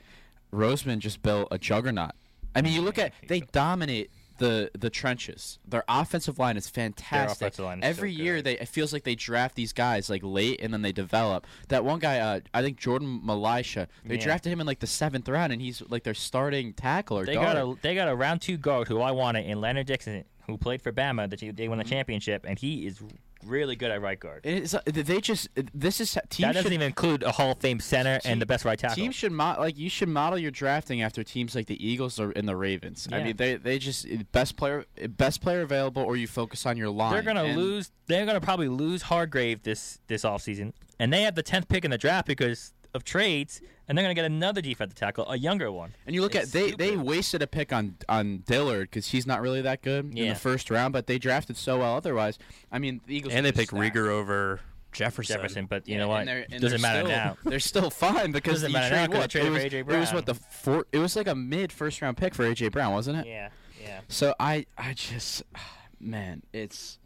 S7: Roseman just built a juggernaut. I mean, you look at they dominate the the trenches. Their offensive line is fantastic.
S3: offensive line is so
S7: Every year
S3: good.
S7: they it feels like they draft these guys like late and then they develop. That one guy, uh, I think Jordan Malisha, they
S3: Yeah.
S7: drafted him in like the seventh round and he's like their starting tackle or
S3: They
S7: guard.
S3: got a they got a round two guard who I wanted in Leonard Dixon, who played for Bama. That he- they
S7: Mm-hmm.
S3: won the championship, and he is really good at right guard.
S7: It's, uh, they just this is team
S3: that doesn't
S7: should,
S3: even include a Hall of Fame center
S7: team-
S3: and the best right tackle.
S7: Teams should mo- like you should model your drafting after teams like the Eagles or and the Ravens. I
S3: Yeah.
S7: mean, they they just eh, best player best player available, or you focus on your line.
S3: they're gonna
S7: And-
S3: lose. They're gonna probably lose Hargrave this this offseason. and they have the tenth pick in the draft because of trades, and they're gonna get another defensive tackle, a younger one.
S7: And you look
S3: It's
S7: at they, they
S3: stupid.
S7: wasted a pick on on Dillard because he's not really that good in
S3: Yeah.
S7: the first round, but they drafted so well otherwise. I mean, the Eagles
S1: And they
S7: are
S1: picked
S7: just stacked.
S1: Rieger over Jefferson.
S3: Jefferson, but you know
S7: And
S3: what?
S7: they're- and
S3: doesn't
S7: they're
S3: matter
S7: still-
S3: now.
S7: They're still fine because
S3: Doesn't
S7: you
S3: matter now
S7: trade
S3: 'cause they
S7: what?
S3: traded
S7: it,
S3: for
S7: was,
S3: A.J.
S7: it was what
S3: Brown.
S7: the four, It was like a mid first round pick for AJ Brown, wasn't it?
S3: Yeah, yeah.
S7: So I I just man, it's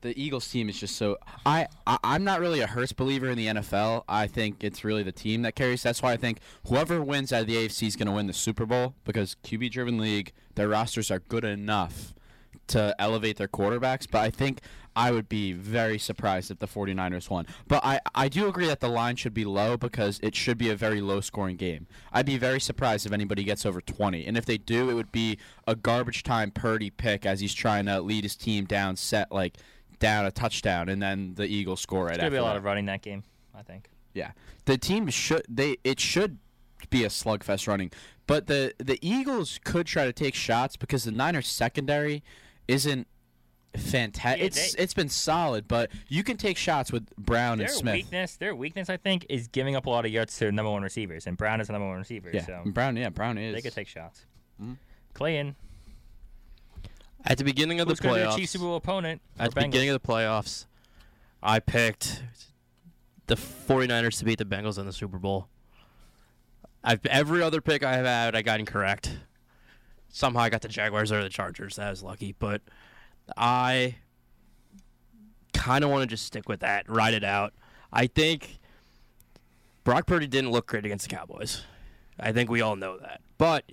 S7: the Eagles team is just so I, I I'm not really a Hurst believer in the NFL. I think it's really the team that carries. That's why I think whoever wins out of the AFC is going to win the Super Bowl because QB driven league, their rosters are good enough to elevate their quarterbacks, but I think I would be very surprised if the 49ers won. But I, I do agree that the line should be low because it should be a very low scoring game. I'd be very surprised if anybody gets over 20. And if they do, it would be a garbage time Purdy pick as he's trying to lead his team down, set like down a touchdown, and then the Eagles score right
S3: There's gonna
S7: after.
S3: be a lot
S7: that.
S3: of running that game. I think.
S7: Yeah, the team should they it should be a slugfest running, but the the Eagles could try to take shots because the Niners secondary isn't fantastic.
S3: Yeah,
S7: it's
S3: they-
S7: it's been solid, but you can take shots with Brown
S3: Their
S7: and Smith.
S3: weakness, their weakness, I think, is giving up a lot of yards to number one receivers, and Brown is the number one receiver.
S7: yeah,
S3: so
S1: Mm,
S7: and Brown. Yeah, Brown is.
S3: they could take shots. Clayton,
S1: At the beginning of
S3: who's
S1: the
S3: going to be a
S1: playoffs,
S3: Chiefs Super Bowl opponent?
S1: at the beginning of the playoffs, I picked the 49ers to beat the Bengals in the Super Bowl. I've every other pick I have had, I got incorrect. Somehow I got the Jaguars or the Chargers. That was lucky, but I kind of want to just stick with that, ride it out. I think Brock Purdy didn't look great against the Cowboys. I think we all know that. But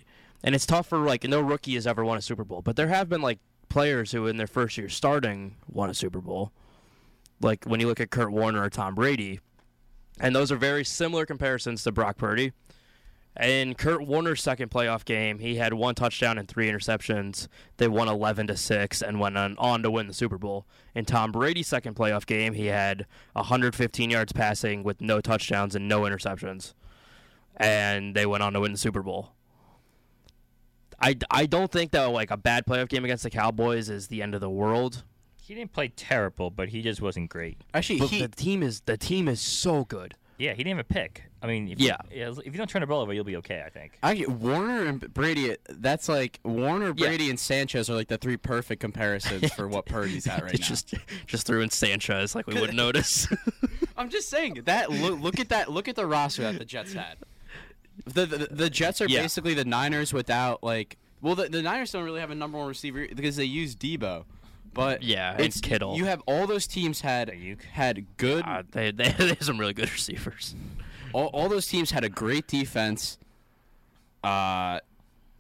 S1: and it's tough for like no rookie has ever won a Super Bowl, but there have been like players who in their first year starting won a Super Bowl. Like when you look at Kurt Warner or Tom Brady, and those are very similar comparisons to Brock Purdy. In Kurt Warner's second playoff game, he had one touchdown and three interceptions. They won 11 to 6 and went on, on to win the Super Bowl. In Tom Brady's second playoff game, he had 115 yards passing with no touchdowns and no interceptions. And they went on to win the Super Bowl. I, I don't think that like a bad playoff game against the Cowboys is the end of the world.
S3: he didn't play terrible, but he just wasn't great.
S7: Actually,
S1: But
S7: he,
S1: the team is the team is so good.
S3: Yeah, he didn't have a pick. I mean, if
S1: Yeah.
S3: you, if you don't turn the ball over, you'll be okay. I think.
S7: actually Warner and Brady. That's like Warner, Brady, and Sanchez are like the three perfect comparisons for what Purdy's at right
S1: It
S7: now.
S1: just just threw in Sanchez like we wouldn't notice.
S7: I'm just saying that. Look, look at that. Look at the roster that the Jets had. The the, the Jets are
S1: Yeah.
S7: basically the Niners without like. Well, the, the Niners don't really have a number one receiver because they use Debo, but
S1: Yeah, and Kittle.
S7: You have all those teams had
S3: Ayuk.
S7: had good.
S1: Uh, they, they, they have some really good receivers.
S7: all, all those teams had a great defense. Uh,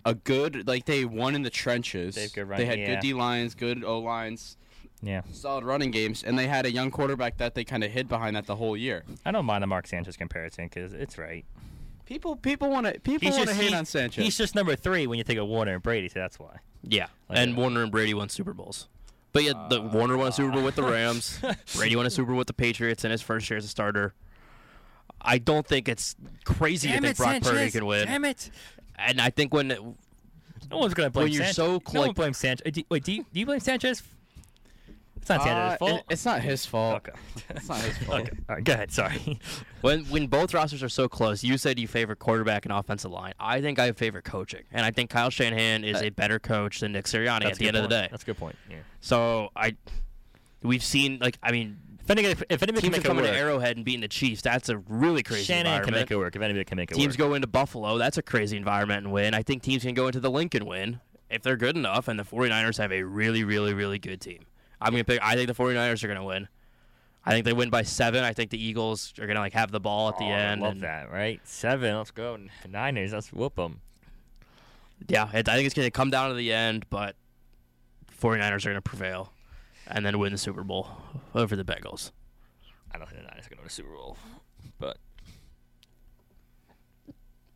S7: a good like they won in the trenches.
S3: They have good run-
S7: they had
S3: yeah.
S7: good D lines, good O lines,
S3: Yeah,
S7: solid running games, and they had a young quarterback that they kind of hid behind that the whole year.
S3: I don't mind the Mark Sanchez comparison because it's right.
S7: People people want to people want to hate on Sanchez.
S3: He's just number three when you think of Warner and Brady, so that's why.
S1: Yeah, Uh,
S3: Like,
S1: and
S3: uh,
S1: Warner and Brady won Super Bowls. But yeah, the Warner won a Super Bowl with the Rams. Brady won a Super Bowl with the Patriots in his first year as a starter. I don't think it's crazy to think Brock Purdy can win.
S3: it!
S1: And I think when
S3: No one's gonna blame
S1: When you're
S3: Sanchez.
S1: so
S3: no one
S1: like-
S3: blames Sanchez. Uh, do- Wait, do you, do you blame Sanchez? It's not Sanchez's
S7: Uh,
S3: fault.
S7: it- it's not his fault.
S3: okay.
S7: It's not his fault.
S3: okay. All right, go ahead. Sorry.
S1: when when both rosters are so close, you said you favor quarterback and offensive line. I think I favor coaching, and I think Kyle Shanahan is a better coach than Nick Sirianni at
S3: Uh, That's a
S1: the
S3: good
S1: end of the
S3: point.
S1: day.
S3: That's a good point. Yeah.
S1: So I, we've seen like I mean,
S3: If anybody, if, if anybody can
S1: teams are
S3: make it
S1: coming to
S3: work,
S1: Arrowhead and beating the Chiefs. That's a really crazy
S3: Shanahan can
S1: environment.
S3: make it work. If anybody can make it
S1: teams
S3: work.
S1: go into Buffalo. That's a crazy environment and win. I think teams can go into the Lincoln win if they're good enough, and the 49ers have a really, really, really good team. I'm gonna pick. I think the 49ers are gonna win. I think they win by seven. I think the Eagles are gonna like have the ball at the
S3: Oh, I
S1: end.
S3: love
S1: and-
S3: that. Right, seven. Let's go. Niners. Let's whoop them.
S1: Yeah, it, I think it's gonna come down to the end, but 49ers are gonna prevail and then win the Super Bowl over the Bengals.
S3: I don't think the Niners are going to win a Super Bowl, but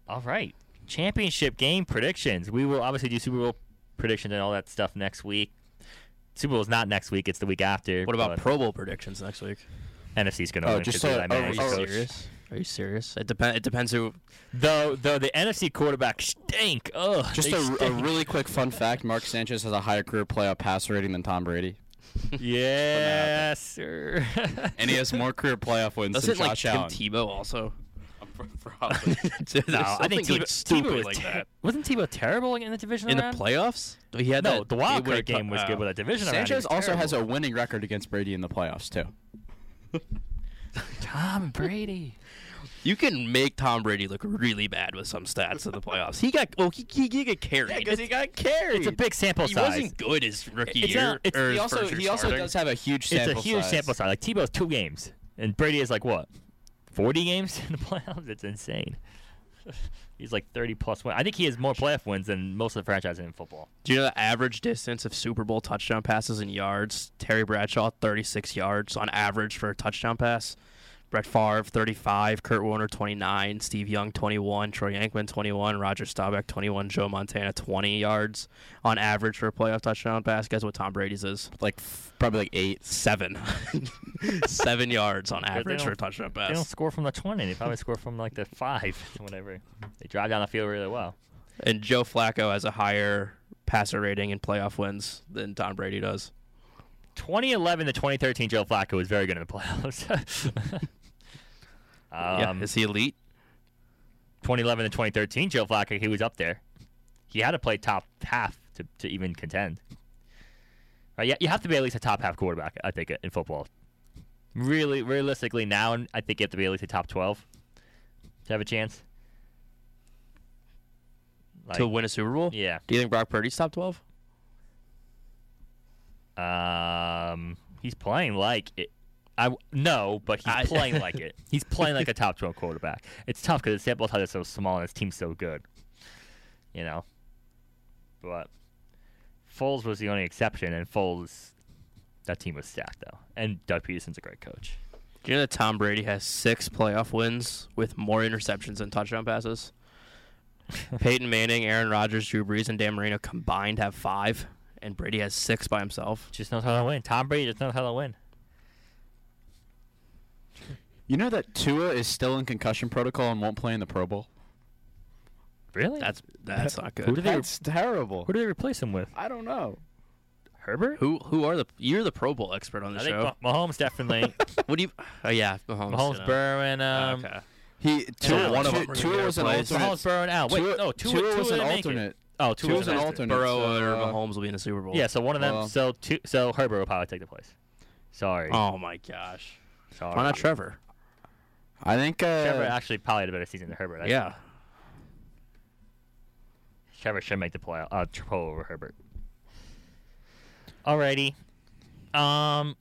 S3: all right, championship game predictions. We will obviously do Super Bowl predictions and all that stuff next week. Super Bowl is not next week; it's the week after.
S1: What about
S3: but
S1: Pro Bowl predictions next week?
S3: NFC's going to
S7: Oh,
S3: win?
S7: just
S3: 'cause they're
S7: so-
S3: that many
S7: oh,
S3: good
S7: oh,
S3: coaches.
S1: Are you serious? It depends. It depends who.
S3: Though, though the NFC quarterbacks stink. Ugh,
S7: Just
S3: they
S7: a, a
S3: stink.
S7: really quick fun fact: Mark Sanchez has a higher career playoff passer rating than Tom Brady,
S3: yes, sir.
S7: and he has more career playoff wins
S1: Doesn't
S7: than
S1: like
S7: Josh
S1: Tim
S7: Allen.
S1: Tebow also?
S7: Probably.
S3: no, I think Tebow, Tebow was ter- wasn't Tebow terrible in the division
S1: in the
S3: round?
S1: playoffs. He had
S3: No,
S1: that
S3: the wild
S1: eight-way
S3: card game
S1: cut-
S3: was
S1: oh.
S3: good, but the division round he was
S7: Sanchez also
S3: terrible.
S7: has a winning record against Brady in the playoffs too.
S3: Tom Brady.
S1: You can make Tom Brady look really bad with some stats in the playoffs. He got well, he he, he got carried.
S7: got carried.
S3: It's a big sample
S1: he
S3: size.
S1: wasn't good his rookie
S3: It's
S1: year.
S3: not- it's-
S1: or
S7: He
S1: his
S7: also
S1: first year
S7: he also
S1: starting.
S7: does have a huge
S3: it's
S7: sample.
S3: a huge
S7: size.
S3: sample size. Like Tebow's two games, and Brady is like what, forty games in the playoffs? It's insane. He's like 30 plus one. I think he has more playoff wins than most of the franchises in football.
S1: Do you know the average distance of Super Bowl touchdown passes in yards? Terry Bradshaw, 36 yards on average for a touchdown pass. Brett Favre, 35. Kurt Warner, 29. Steve Young, 21. Troy Aikman, 21. Roger Staubach, 21. Joe Montana, 20 yards on average for a playoff touchdown pass. Guess what Tom Brady's is?
S7: Like f- probably like eight.
S1: Seven. Seven yards on
S3: they
S1: average for a
S3: don't-
S1: touchdown
S3: They don't
S1: pass.
S3: score from the 20. They probably score from like the 5 or whatever. They drive down the field really well.
S1: And Joe Flacco has a higher passer rating in playoff wins than Tom Brady does.
S3: 2011 to 2013, Joe Flacco was very good in the playoffs.
S1: yeah.
S3: um,
S1: Is he elite?
S3: 2011 to 2013, Joe Flacco, he was up there. He had to play top half to, to even contend. Right? Yeah, you have to be at least a top half quarterback, I think, in football. Really, realistically, now I think you have to be at least a top 12 to have a chance. Like,
S1: to win a Super Bowl?
S3: Yeah.
S1: Do you think Brock Purdy's top 12?
S3: Um, he's playing like it. I w- no, but he's
S1: I-
S3: playing like it. He's playing like a top twelve quarterback. It's tough because the sample size is so small and his team's so good. You know, but Foles was the only exception, and Foles, that team was stacked though, and Doug Peterson's a great coach.
S1: Do you know that Tom Brady has six playoff wins with more interceptions than touchdown passes? Peyton Manning, Aaron Rodgers, Drew Brees, and Dan Marino combined have five, and Brady has six by himself.
S3: Just knows how to win. Tom Brady just knows how to win.
S7: You know that Tua is still in concussion protocol and won't play in the Pro Bowl.
S3: Really?
S1: That's that's not
S3: who
S1: good.
S3: did they re-
S7: That's terrible.
S3: who do they replace him with?
S7: I don't know.
S3: Herbert?
S1: Who who are the you're the Pro Bowl expert on the
S3: I think
S1: show?
S3: Mah- Mahomes definitely.
S1: What do you? Oh yeah, Mahomes.
S3: Mahomes,
S1: yeah.
S3: Burrow, and um,
S1: okay.
S7: He Tua,
S1: one of
S7: Tua-
S1: them-
S7: Tua was an
S1: Mahomes,
S3: Mahomes,
S7: alternate.
S3: Burrow, and Allen. Wait,
S7: Tua-
S3: no, Tua,
S7: Tua was an
S3: didn't make it.
S7: alternate.
S3: Oh, Tua,
S7: Tua
S3: was
S7: was an
S3: alternate.
S7: alternate.
S1: Burrow or
S7: so, uh,
S1: Mahomes will be in the Super Bowl.
S3: Yeah, so one of them.
S7: Well-
S3: so two. So Herbert will probably take the place. Sorry.
S1: Oh my gosh.
S3: Sorry.
S1: Why not Trevor?
S7: I think. Uh,
S3: Trevor actually probably had a better season than Herbert. actually.
S1: Yeah.
S3: Trevor should make the playoff. Uh, triple over Herbert. Alrighty. Um.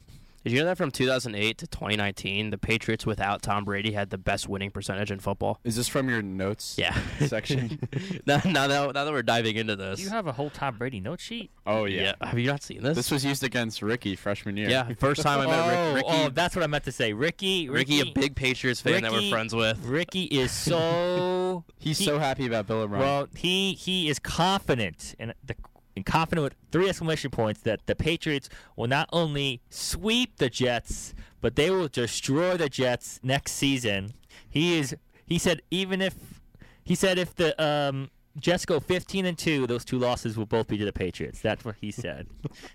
S1: Did you know that from 2008 to 2019, the Patriots without Tom Brady had the best winning percentage in football?
S7: is this from your notes?
S1: Yeah.
S7: Section.
S1: now, now that now that we're diving into this,
S3: Do you have a whole Tom Brady note sheet?
S7: oh
S1: yeah.
S7: yeah.
S1: Have you not seen this?
S7: This was used against Ricky freshman year.
S1: yeah, first time I met
S3: oh,
S1: Rick, Ricky.
S3: oh, that's what I meant to say. Ricky.
S1: Ricky,
S3: Oh, Ricky,
S1: a big Patriots fan that we're
S3: Ricky-
S1: friends with.
S3: Ricky is so.
S7: He's
S3: he-
S7: so happy about Bill O'Brien.
S3: Well, he he is confident and the and confident with three exclamation points that the Patriots will not only sweep the Jets, but they will destroy the Jets next season. He is he said even if he said if the um Jets go 15 and 2, those two losses will both be to the Patriots. That's what he said.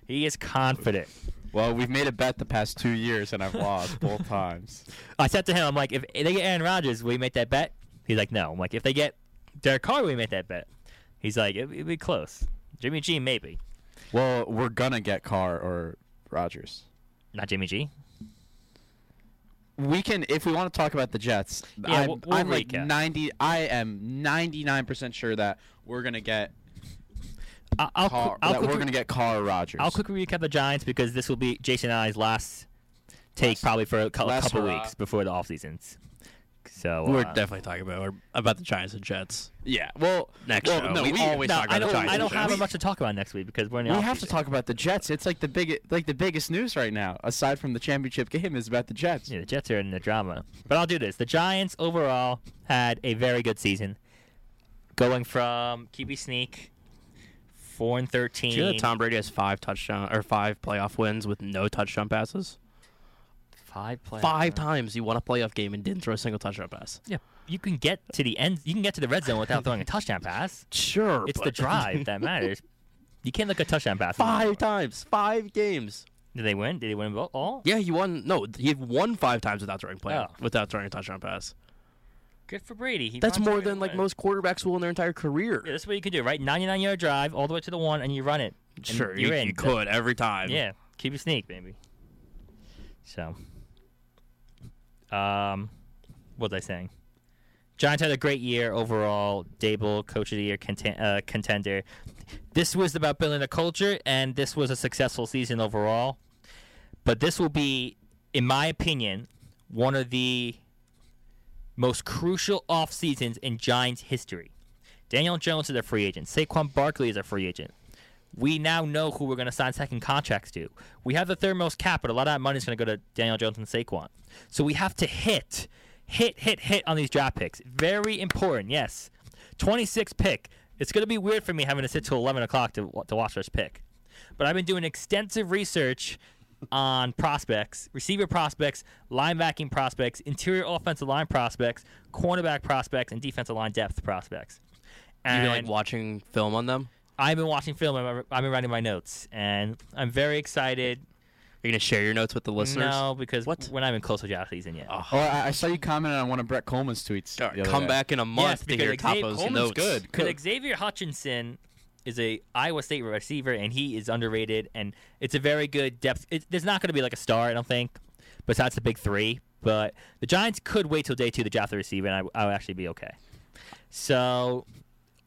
S3: he is confident.
S7: Well, we've made a bet the past two years, and I've lost both times.
S3: I said to him, I'm like, if they get Aaron Rodgers, will you make that bet? He's like, no. I'm like, if they get Derek Carr, will you make that bet? He's like, it, it'd be close. Jimmy G, maybe.
S7: Well, we're gonna get Carr or Rogers.
S3: Not Jimmy G.
S7: We can, if we want to talk about the Jets.
S3: Yeah,
S7: I'm,
S3: we'll- we'll
S7: I'm like
S3: recap.
S7: ninety. I am ninety nine percent sure that we're gonna get
S3: I- I'll, qu-
S7: Carr.
S3: I'll,
S7: that we're
S3: quickly,
S7: gonna get Carr or Rogers.
S3: I'll quickly recap the Giants because this will be Jason and I's last take probably for a cou-
S7: last
S3: couple
S7: hurrah.
S3: weeks before the off seasons. So
S1: We're
S3: uh,
S1: definitely talking about we're- about the Giants and Jets.
S7: Yeah. Well,
S1: Next
S7: well,
S1: show.
S7: no,
S1: we,
S7: we-
S1: always
S3: no,
S1: talk about
S3: I
S1: the
S3: don't,
S1: Giants.
S3: I
S1: and
S3: don't
S1: Jets.
S3: have much to talk about next week because we're in the
S7: we
S3: off
S7: have to talk about the Jets. It's like the big, like the biggest news right now, aside from the championship game, is about the Jets.
S3: Yeah, the Jets are in the drama. But I'll do this. The Giants overall had a very good season, going from QB sneak four and thirteen.
S1: Do you know that Tom Brady has five touchdown or five playoff wins with no touchdown passes?
S3: five playoff
S1: Five times he won a playoff game and didn't throw a single touchdown pass.
S3: Yeah, you can get to the end. You can get to the red zone without throwing a touchdown pass.
S1: Sure,
S3: It's the
S1: but-
S3: drive that matters. You can't look at touchdown pass.
S1: Five times, five games.
S3: Did they win? Did they win Oh, all?
S1: Yeah, he won. No, he won five times without throwing play,
S3: Oh.
S1: without throwing a touchdown pass.
S3: Good for Brady. He
S1: That's
S3: finds a
S1: more
S3: way to
S1: than like
S3: win.
S1: most quarterbacks will in their entire career.
S3: Yeah, that's what you could do, right? 99 yard drive all the way to the one, and you run it. And
S1: sure,
S3: you're
S1: you,
S3: in.
S1: you could every time.
S3: Yeah, keep a sneak, baby. So, um, what was I saying? Giants had a great year overall. Dable, coach of the year conten- uh, contender. This was about building a culture, and this was a successful season overall. But this will be, in my opinion, one of the most crucial off seasons in Giants history. Daniel Jones is a free agent. Saquon Barkley is a free agent. We now know who we're going to sign second contracts to. We have the third most cap, but a lot of that money is going to go to Daniel Jones and Saquon. So we have to hit, hit, hit, hit on these draft picks. Very important, yes. 26 pick. It's going to be weird for me having to sit till 11 o'clock to, to watch this pick. But I've been doing extensive research on prospects, receiver prospects, linebacking prospects, interior offensive line prospects, cornerback prospects, and defensive line depth prospects.
S1: You've
S3: And
S1: been like watching film on them.
S3: I've been watching film. I've, I've been writing my notes, and I'm very excited.
S1: You're gonna share your notes with the listeners.
S3: No, because
S1: What?
S3: we're not even close to draft season yet.
S7: Oh, I, I saw you comment on one of Brett Coleman's tweets.
S1: All right,
S7: the other
S1: come
S7: day.
S1: back in a month to
S3: because
S1: hear
S3: Xavier
S1: Tapo's
S3: Coleman's
S1: notes.
S7: good.
S3: Because Xavier Hutchinson is a Iowa State receiver, and he is underrated, and it's a very good depth. It, there's not going to be like a star, I don't think, besides the big three. But the Giants could wait till day two to draft the receiver, and I, I would actually be okay. So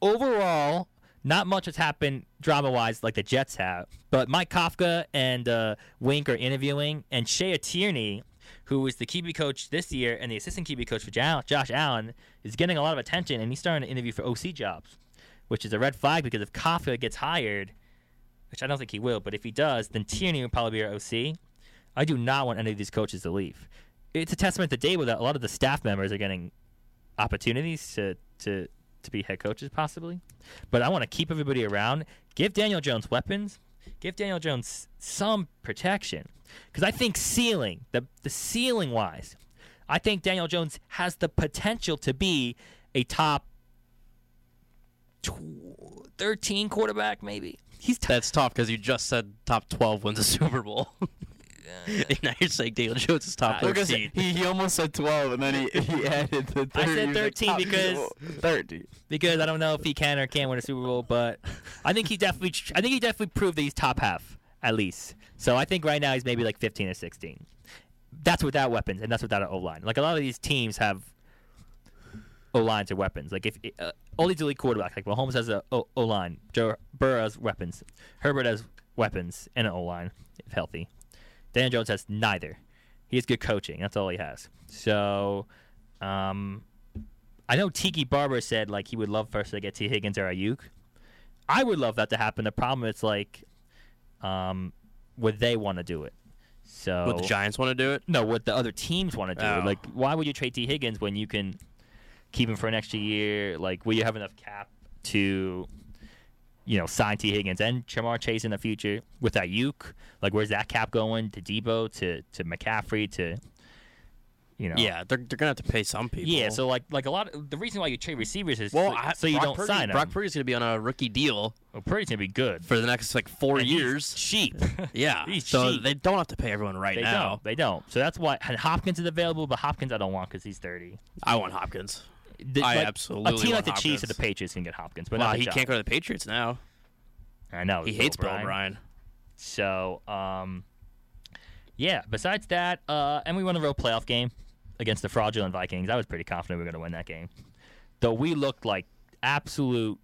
S3: overall, not much has happened drama wise like the Jets have. But Mike Kafka and uh, Wink are interviewing, and Shea Tierney, who is the QB coach this year and the assistant QB coach for Jo- Josh Allen, is getting a lot of attention, and he's starting to interview for OC jobs, which is a red flag because if Kafka gets hired, which I don't think he will, but if he does, then Tierney would probably be our OC. I do not want any of these coaches to leave. It's a testament to Dable that a lot of the staff members are getting opportunities to to to be head coaches possibly. But I want to keep everybody around. Give Daniel Jones weapons. Give Daniel Jones some protection because I think ceiling the the ceiling wise, I think Daniel Jones has the potential to be a top tw- thirteen quarterback maybe. He's top
S1: That's tough because you just said top 12 wins a Super Bowl. and now you're saying Daniel Jones is top
S7: Look, at
S1: 13.
S7: he he almost said twelve, and then he, he added the. 30,
S3: I said
S7: He was like,
S3: 13
S7: "Oh,
S3: because-
S7: thirty.
S3: because I don't know if he can or can't win a Super Bowl, but I think he definitely, I think he definitely proved that he's top half at least. So I think right now he's maybe like 15 or 16. That's without weapons, and that's without an O line. Like a lot of these teams have O lines or weapons. Like if uh, all these elite quarterbacks, like Mahomes has a O line, Joe Burrow has weapons, Herbert has weapons and an O line if healthy. Daniel Jones has neither. He has good coaching. That's all he has. So, um, I know Tiki Barber said like he would love for us to get T Higgins or Ayuk. I would love that to happen. The problem is like, um, would they want to do it? So
S1: Would the Giants want to do it?
S3: no, what the other teams want to do.
S1: Oh.
S3: Like, why would you trade T. Higgins when you can keep him for an extra year? Like, will you have enough cap to, you know, sign T. Higgins and Jamar Chase in the future with Ayuk? Like, where's that cap going to Debo to to McCaffrey to, you know?
S1: Yeah, they're, they're going to have to pay some people.
S3: Yeah, so like like a lot of the reason why you trade receivers is
S1: well,
S3: so,
S1: I,
S3: so you
S1: Brock
S3: don't
S1: Purdy,
S3: sign them.
S1: Brock Purdy's going to be on a rookie deal
S3: Well, Purdy's gonna be good.
S1: for the next like four
S3: And he's
S1: years.
S3: cheap.
S1: Yeah,
S3: he's
S1: so
S3: cheap.
S1: they don't have to pay everyone right
S3: They
S1: now.
S3: don't. They don't. So that's why and Hopkins is available, but Hopkins I don't want because he's thirty.
S1: I want Hopkins.
S3: The-
S1: I
S3: like,
S1: absolutely
S3: A team like
S1: want
S3: the Chiefs or the
S1: Hopkins.
S3: Patriots can get Hopkins, but
S1: Wow,
S3: not the
S1: he
S3: Giants.
S1: can't go to the Patriots now.
S3: I know
S1: He
S3: Bill
S1: hates Bill
S3: O'Brien.
S1: O'Brien.
S3: So, um, yeah. Besides that, uh, and we won a real playoff game against the fraudulent Vikings. I was pretty confident we were going to win that game, though we looked like absolute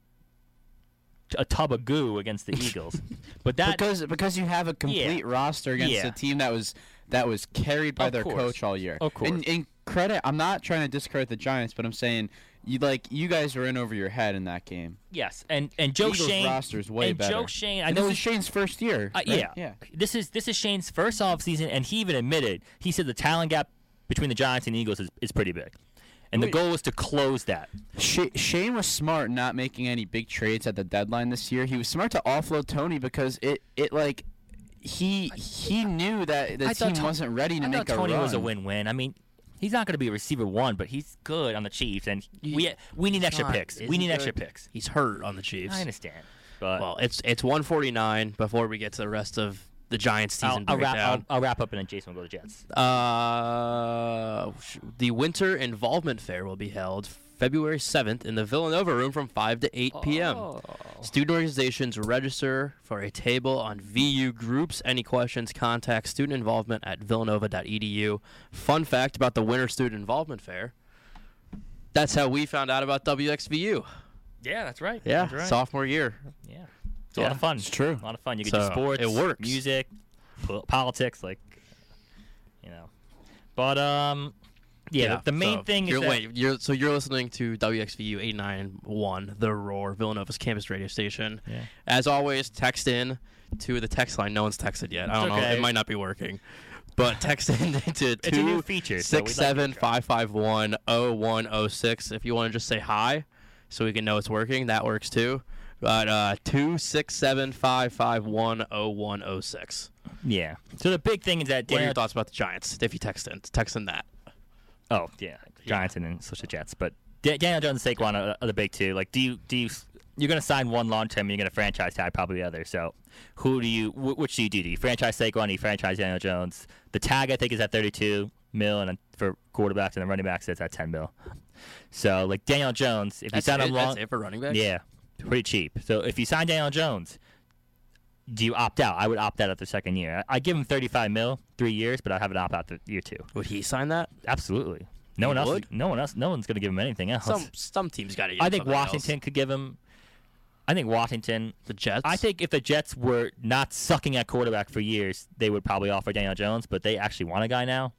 S3: a tub of goo against the Eagles. but that
S7: because because you have a complete roster against
S3: Yeah.
S7: a team that was that was carried by
S3: Of
S7: their
S3: course.
S7: coach all year.
S3: Of course.
S7: And, and credit, I'm not trying to discredit the Giants, but I'm saying you like you guys were in over your head in that game.
S3: yes, and and Joe
S7: Eagles
S3: Shane
S7: roster is way
S3: and
S7: better.
S3: Joe Shane. I
S7: and
S3: know
S7: this is
S3: he-
S7: Shane's first year.
S3: Uh,
S7: right?
S3: yeah.
S7: yeah.
S3: This is this is Shane's first offseason, and he even admitted he said the talent gap between the Giants and Eagles is, is pretty big, and the goal is to close that.
S7: Sh- Shane was smart not making any big trades at the deadline this year. He was smart to offload Tony because it it like he he knew that the
S3: I thought
S7: team
S3: Ton-
S7: wasn't ready to
S3: I
S7: make
S3: thought
S7: a
S3: Tony
S7: run.
S3: was a win-win. I mean, he's not going to be a receiver one, but he's good on the Chiefs, and we we need extra
S1: not-
S3: picks. We
S1: isn't
S3: need extra
S1: good.
S3: picks.
S1: He's hurt on the Chiefs.
S3: I understand, but
S1: Well, it's it's 149 before we get to the rest of the Giants
S3: I'll,
S1: season
S3: I'll wrap I'll,
S1: breakdown.
S3: I'll wrap up and then Jason will go to Jets.
S1: Uh, sh- the Winter Involvement Fair will be held February 7th in the Villanova Room from 5 to 8 p.m.
S3: Oh.
S1: Student organizations register for a table on VU groups. Any questions, contact student involvement at villanova.edu. Fun fact about the Winter Student Involvement Fair. That's how we found out about WXVU.
S3: Yeah, that's right.
S1: Yeah, sophomore year.
S3: Yeah, it's a lot
S1: Yeah,
S3: of fun.
S7: it's true.
S3: A lot of fun. You can do
S1: So,
S3: sports.
S1: it works.
S3: Music, po- politics, like you know. But um, yeah, the, the main
S1: so
S3: thing is
S1: you're,
S3: that
S1: wait, you're, so you're listening to WXVU 891, The Roar, Villanova's campus radio station.
S3: Yeah.
S1: As always, text in to the text line. No one's texted yet. I don't know.
S3: okay.
S1: It might not be working. But text in to
S3: It's a new feature, so we'd like to
S1: 267-551-0106 if you want to just say hi so we can know it's working. That works too. But uh, 267-551-0106.
S3: yeah. So the big thing is that
S1: What are your
S3: Dan-
S1: thoughts about the Giants if you text in? Text in that.
S3: Oh yeah, Giants and then switch to Jets. But Da- Daniel Jones and Saquon are, are the big two. Like, do you do you you're going to sign one long term? You're going to franchise tag probably the other. So, who do you wh- which do you do? Do you franchise Saquon? Do you franchise Daniel Jones? The tag I think is at 32 mil, and then for quarterbacks and the running backs it's at 10 mil. So like Daniel Jones, if
S1: That's
S3: you sign
S1: it,
S3: him long,
S1: that's it for running backs?
S3: yeah, pretty cheap. So if you sign Daniel Jones, do you opt out? I would opt out after the second year. I I'd give him 35 mil, three years, but I'd have an opt out the year two.
S1: Would he sign that?
S3: Absolutely. No one else.
S1: would?
S3: No one else. No one's going to give him anything else.
S1: Some some teams got to.
S3: I think Washington could give him. I think Washington.
S1: the Jets.
S3: I think if the Jets were not sucking at quarterback for years, they would probably offer Daniel Jones. But they actually want a guy now,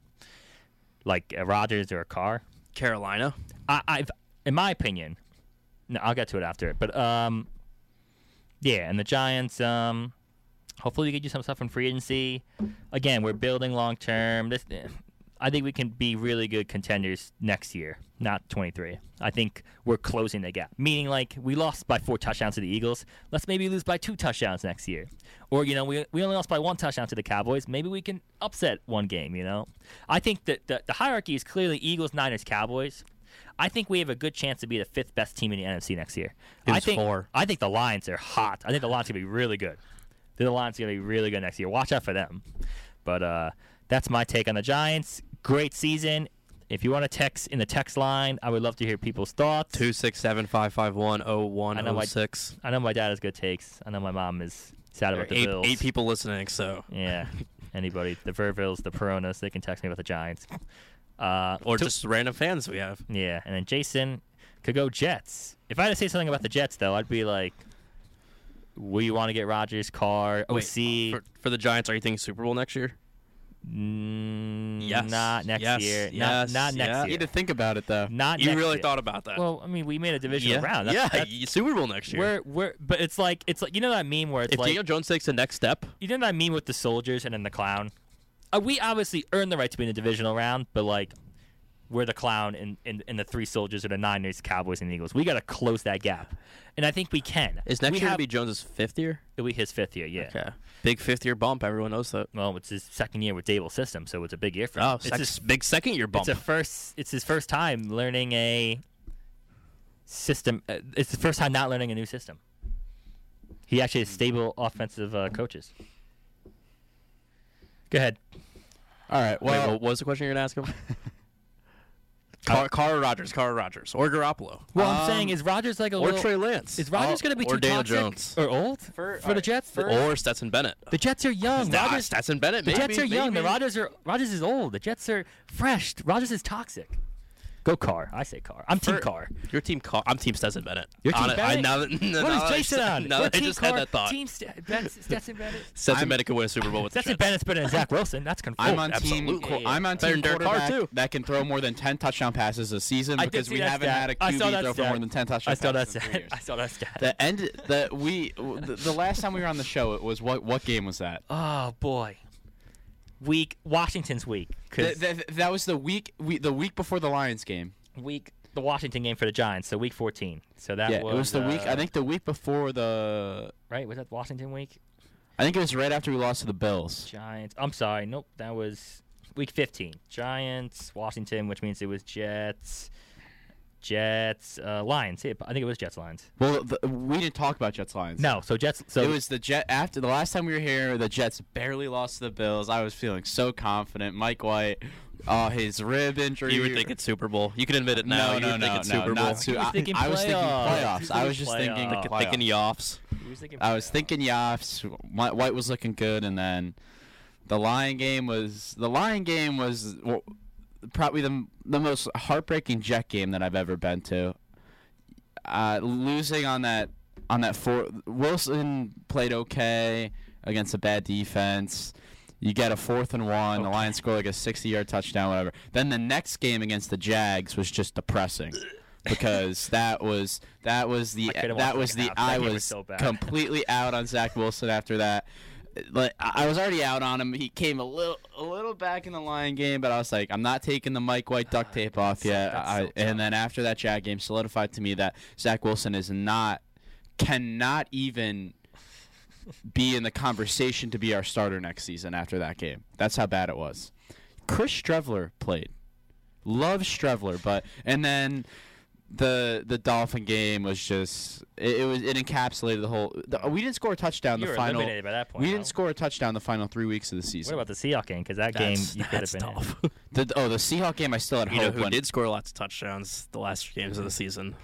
S3: like a Rodgers or a Carr.
S1: Carolina.
S3: I, I've, in my opinion, no, I'll get to it after it. But um, yeah, and the Giants. Um, hopefully we could do some stuff in free agency. Again, we're building long term. This, eh, I think we can be really good contenders next year, not 23. I think we're closing the gap. Meaning, like we lost by four touchdowns to the Eagles. Let's maybe lose by two touchdowns next year, or you know, we we only lost by one touchdown to the Cowboys. Maybe we can upset one game. You know, I think that the, the hierarchy is clearly Eagles, Niners, Cowboys. I think we have a good chance to be the fifth best team in the NFC next year. I
S1: Who's
S3: think
S1: four?
S3: I think the Lions are hot. I think the Lions are gonna be really good. The Lions are gonna be really good next year. Watch out for them. But uh, that's my take on the Giants. Great season. If you want to text in the text line, I would love to hear people's thoughts.
S1: Two six seven five five one zero one zero six.
S3: I know my dad has good takes. I know my mom is sad about the
S1: Eight,
S3: Bills.
S1: eight people listening, so
S3: Yeah. Anybody, the Vervilles, the Peronas, they can text me about the Giants. Uh,
S1: or
S3: to-
S1: just random fans we have.
S3: yeah, and then Jason could go Jets. If I had to say something about the Jets, though, I'd be like, "Will you want to get Rogers, Carr, OC?"
S1: for, for the Giants, are you thinking Super Bowl next year?
S3: Mm,
S1: Yes,
S3: Not next
S1: yes,
S3: year.
S1: yes,
S3: not, not next
S1: yeah.
S7: Need
S3: year.
S7: to think about it though.
S3: Not
S1: You
S3: next
S1: really
S3: year.
S1: thought about that?
S3: Well, I mean, we made a divisional
S1: yeah,
S3: round. That's,
S1: yeah,
S3: that's-
S1: y- Super Bowl next year.
S3: we're we're, but it's like it's like you know that meme where it's
S1: if
S3: like
S1: Daniel Jones takes the next step,
S3: you know that meme with the soldiers and then the clown. Uh, we obviously earned the right to be in the divisional round, but like we're the clown and, and, and the three soldiers are the Niners, Cowboys, and Eagles. We got to close that gap, and I think we can.
S1: is next
S3: we
S1: year
S3: have,
S1: to be Jones's fifth year?
S3: it'll be his fifth year? Yeah.
S1: Okay, big fifth year bump. Everyone knows that.
S3: Well, it's his second year with Dable system, so it's a big year for him.
S1: Oh,
S3: it's
S1: sec-
S3: his
S1: big second year bump.
S3: It's a first. It's his first time learning a system. Uh, it's the first time not learning a new system. He actually has stable offensive uh, coaches. Go ahead.
S7: All right.
S1: Wait,
S7: Well,
S1: what was the question you're gonna ask him? Car, Carl Rogers, Carl Rogers, or Garoppolo,
S3: Well, I'm saying is Rogers like a
S1: Um, or
S3: little,
S1: Trey Lance. Oh,
S3: is Rogers going to be
S1: or
S3: too
S1: Daniel
S3: toxic
S1: Jones,
S3: or old
S2: For-
S3: for,
S2: all
S3: the
S2: right,
S3: Jets?
S2: for-
S3: the,
S1: or Stetson Bennett?
S3: the Jets are young.
S1: Nah,
S3: Rogers,
S1: Stetson Bennett.
S3: the
S1: maybe,
S3: Jets are young. The
S1: maybe.
S3: Rogers are Rogers is old. The Jets are fresh. Rogers is toxic. Go Carr. I say Carr. I'm team
S1: For-
S3: Carr.
S1: Your team Carr. I'm team Stetson Bennett.
S3: Your team
S1: Hon- I,
S3: Bennett?
S1: now that, now
S3: What
S1: that
S3: is
S1: I
S3: Jason
S1: said-
S3: on?
S1: Now
S3: We're
S1: that I
S3: team
S1: just
S3: Carr-
S1: had that thought.
S3: Team St- Ben- Stetson Bennett.
S1: Stetson
S7: I'm-
S1: Bennett could win a Super Bowl with
S3: That's
S1: the
S3: a
S1: Jets.
S3: better spin than Zach Wilson. That's confirmed.
S7: I'm on team.
S1: absolutely.
S7: qu- I'm on
S1: Better than
S7: team
S1: Derek Carr,
S7: quarterback
S1: too.
S7: that can throw more than ten touchdown passes a season
S3: I did
S7: because
S3: see
S7: we
S3: that
S7: haven't
S3: stat.
S7: had a
S3: I saw
S7: QB
S3: that
S7: throw for
S3: stat.
S7: more than ten touchdown
S3: I saw that
S7: passes in three
S3: stat.
S7: years.
S3: I saw that stat.
S7: The end. The we. The, the last time we were on the show, it was what? What game was that?
S3: oh boy, week Washington's week. 'Cause
S7: Th- th- that was the week. We, the week before the Lions game.
S3: week the Washington game for the Giants. So week 14. So that
S7: yeah,
S3: was
S7: it was the week.
S3: uh,
S7: I think the week before the.
S3: right was that Washington week
S7: I think it was right after we lost to the Bills.
S3: Giants. I'm sorry. Nope, that was week 15. Giants Washington, which means it was Jets. Jets, uh, Lions. Yeah, I think it was Jets, Lions.
S7: Well, the, we didn't talk about Jets Lions.
S3: No, so Jets. So
S7: it was the Jet after the last time we were here. The Jets barely lost to the Bills. I was feeling so confident. Mike White, uh, his rib injury.
S1: You were thinking Super Bowl. You can admit it now.
S7: no,
S1: you
S7: no,
S1: were
S7: no,
S1: thinking
S7: no,
S1: Super Bowl.
S7: not su-
S3: was
S7: I,
S3: thinking
S7: I was thinking
S3: playoffs.
S7: playoffs. I was just thinking
S3: Playoffs.
S7: playoffs.
S1: thinking Yoffs.
S3: He was thinking
S7: I was
S3: playoff.
S7: thinking Yoffs. White White was looking good, and then the Lion game was the Lion game was well, probably the the most heartbreaking Jet game that I've ever been to. Uh, losing on that on that four Wilson played okay against a bad defense. You get a fourth and one. The Lions score like a 60 yard touchdown, whatever. Then the next game against the Jags was just depressing. Because that was that was the e,
S3: I couldn't watch
S7: that
S3: the
S7: was
S3: second
S7: the
S3: half. That
S7: I
S3: game was
S7: was,
S3: so bad.
S7: completely out on Zach Wilson after that. Like I I was already out on him. He came a little a little back in the Lion game, but I was like, I'm not taking the Mike White duct tape off yet.
S3: Ah, that's
S7: I,
S3: so
S7: and then after that Jag game solidified to me that Zach Wilson is not cannot even be in the conversation to be our starter next season after that game. That's how bad it was. Chris Strevler played. Love Strevler, but and then the the Dolphin game was just it, it was it encapsulated the whole. The, we didn't score a touchdown
S3: You
S7: the
S3: were
S7: final.
S3: eliminated by that point.
S7: we
S3: though.
S7: didn't score a touchdown the final three weeks of the
S3: What
S7: season.
S3: about the Seahawks game? Because that game
S1: That's-
S3: you could have
S1: that's
S3: been. in.
S1: tough.
S7: the, oh, the Seahawk game, I still had
S1: you know
S7: hope.
S1: who
S7: when-
S1: did score lots of touchdowns the last few games of the season?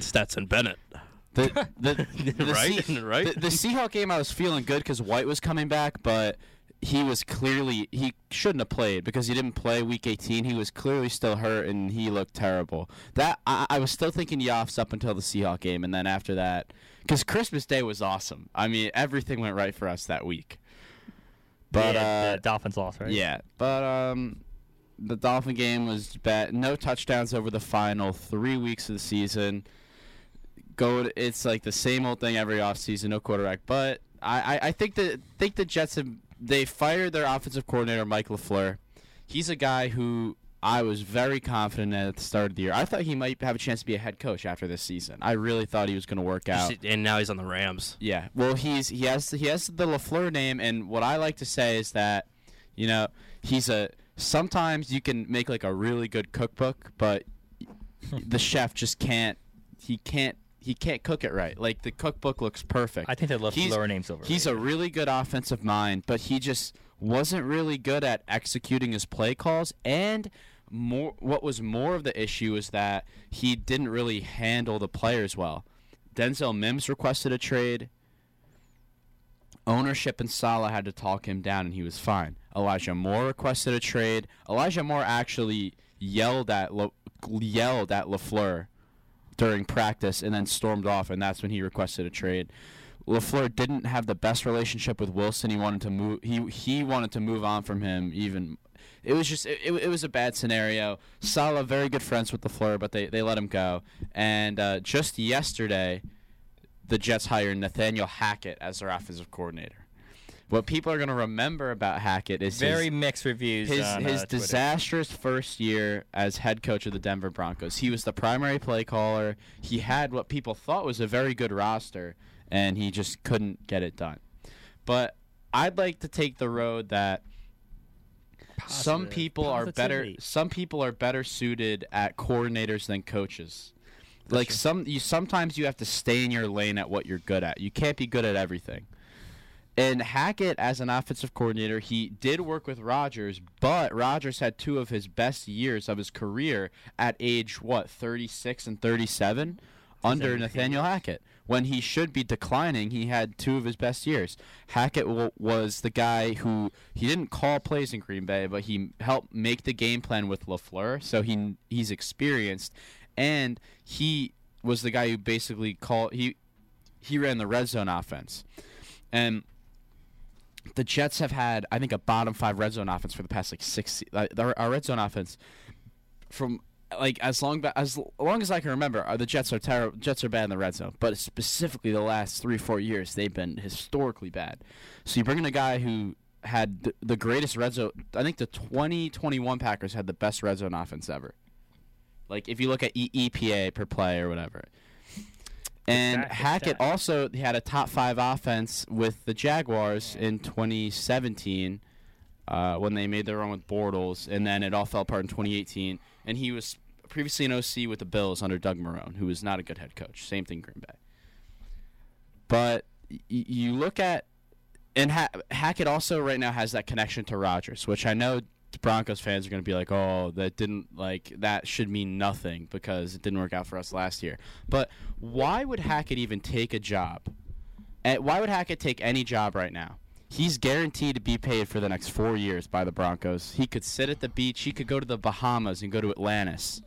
S1: Stetson Bennett.
S7: The, the, the
S1: Right?
S7: Se-
S1: Right?
S7: The, the Seahawk game, I was feeling good because White was coming back, but he was clearly he shouldn't have played because he didn't play Week 18. He was clearly still hurt and he looked terrible. That I, I was still thinking Yoff's up until the Seahawk game, and then after that, because Christmas Day was awesome. I mean, everything went right for us that week. But
S3: yeah,
S7: uh,
S3: the Dolphins lost, right?
S7: yeah, but um, the Dolphin game was bad. No touchdowns over the final three weeks of the season. Go, to, it's like the same old thing every offseason, no quarterback. But I, I, I think the think the Jets have they fired their offensive coordinator Mike LaFleur. He's a guy who I was very confident at the start of the year. I thought he might have a chance to be a head coach after this season. I really thought he was going to work out.
S1: And now he's on the Rams.
S7: Yeah. Well, he's he has he has the Lafleur name, and what I like to say is that, you know, he's a. Sometimes you can make like a really good cookbook, but the chef just can't. He can't. He can't cook it right. Like the cookbook looks perfect.
S3: I think they left
S7: He's-
S3: lower names over.
S7: He's a really good offensive mind, but he just wasn't really good at executing his play calls. And more, what was more of the issue is that he didn't really handle the players well. Denzel Mims requested a trade. Ownership and Salah had to talk him down, and he was fine. Elijah Moore requested a trade. Elijah Moore actually yelled at La- yelled at Lafleur during practice and then stormed off, and that's when he requested a trade. Lafleur didn't have the best relationship with Wilson. He wanted to move. He he wanted to move on from him. Even it was just it, it, it was a bad scenario. Salah very good friends with Lafleur, but they they let him go. And uh, just yesterday, the Jets hired Nathaniel Hackett as their offensive coordinator. What people are going to remember about Hackett is his-
S3: very mixed reviews.
S7: his
S3: on,
S7: his
S3: uh, Twitter.
S7: disastrous first year as head coach of the Denver Broncos. He was the primary play caller. He had what people thought was a very good roster, and he just couldn't get it done. But I'd like to take the road that some
S3: Positive.
S7: people are better.
S3: Positivity.
S7: Some people are better suited at coordinators than coaches. Like some, you sometimes you have to stay in your lane at what you're good at. You can't be good at everything. And Hackett, as an offensive coordinator, he did work with Rodgers, but Rodgers had two of his best years of his career at age what, 36 and 37, under Nathaniel Hackett. When he should be declining, he had two of his best years. Hackett w- was the guy who he didn't call plays in Green Bay, but he helped make the game plan with Lafleur, so he he's experienced, and he was the guy who basically called he he ran the red zone offense. And the Jets have had, I think, a bottom five red zone offense for the past like six. se- Like, our, our red zone offense from like as long ba- as l- long as I can remember, uh, the Jets are terrible. Jets are bad in the red zone, but specifically the last three four years, they've been historically bad. So you bring in a guy who had th- the greatest red zone. I think the 2021 Packers had the best red zone offense ever. Like if you look at e- EPA per play or whatever. And
S3: that, it's
S7: Hackett
S3: that.
S7: also had a top five offense with the Jaguars in 2017 uh, when they made their run with Bortles, and then it all fell apart in 2018. And he was previously an OC with the Bills under Doug Marone, who was not a good head coach. Same thing, Green Bay. But y- y- you look at and ha- Hackett also right now has that connection to Rodgers, which I know Broncos fans are going to be like, "Oh, that didn't like that should mean nothing because it didn't work out for us last year." But why would Hackett even take a job? And why would Hackett take any job right now? He's guaranteed to be paid for the next four years by the Broncos. He could sit at the beach. He could go to the Bahamas and go to Atlantis.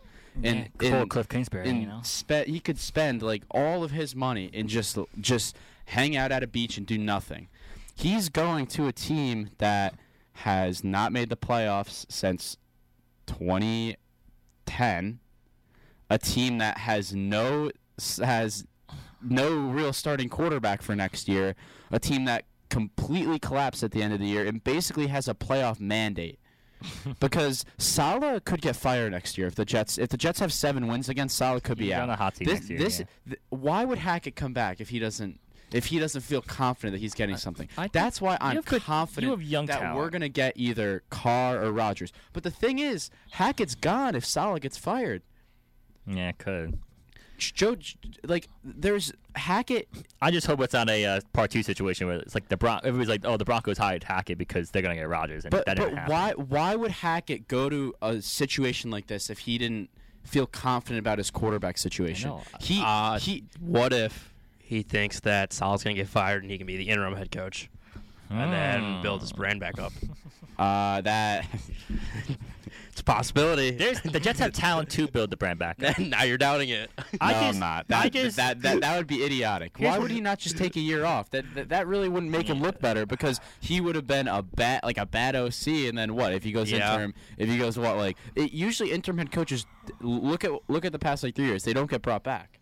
S7: And,
S3: Poor
S7: and-
S3: Cliff Kingsbury,
S7: and
S3: you know.
S7: spe- he could spend like all of his money and just just hang out at a beach and do nothing. He's going to a team that has not made the playoffs since 2010. A team that has no has no real starting quarterback for next year. A team that completely collapsed at the end of the year and basically has a playoff mandate. because Salah could get fired next year if the Jets if the Jets have seven wins against Salah could be
S3: He's
S7: out.
S3: on a hot seat
S7: This-
S3: next year,
S7: this-
S3: yeah.
S7: th- why would Hackett come back if he doesn't if he doesn't feel confident that he's getting something?
S3: I think
S7: That's why I'm
S3: have good- you
S7: confident
S3: have young
S7: that we're
S3: talent.
S7: gonna get either Carr or Rogers. But the thing is, Hackett's gone if Salah gets fired.
S3: Yeah, it could.
S7: J- Joe, J- like there's Hackett.
S3: I just hope it's not a uh, part two situation where it's like the Bron- everybody's like, oh, the Broncos hired Hackett because they're gonna get Rodgers, and
S7: But
S3: that
S7: but
S3: didn't happen.
S7: why why would Hackett go to a situation like this if he didn't feel confident about his quarterback situation?
S3: know.
S7: He
S1: Uh,
S7: he
S1: What if he thinks that Sal's going to get fired and he can be the interim head coach and then build his brand back up?
S7: uh, that.
S1: It's a possibility.
S3: There's the Jets have talent to build the brand back. up.
S1: now you're doubting it.
S3: I
S7: no,
S3: just,
S7: I'm not. That,
S3: I just
S7: that, that that would be idiotic. Why would he not just take a year off? That that, that really wouldn't make him look better because he would have been a bad like a bad OC. And then what if he goes
S1: Yeah.
S7: interim? If he goes what like it, usually interim head coaches look at look at the past like three years. They don't get brought back.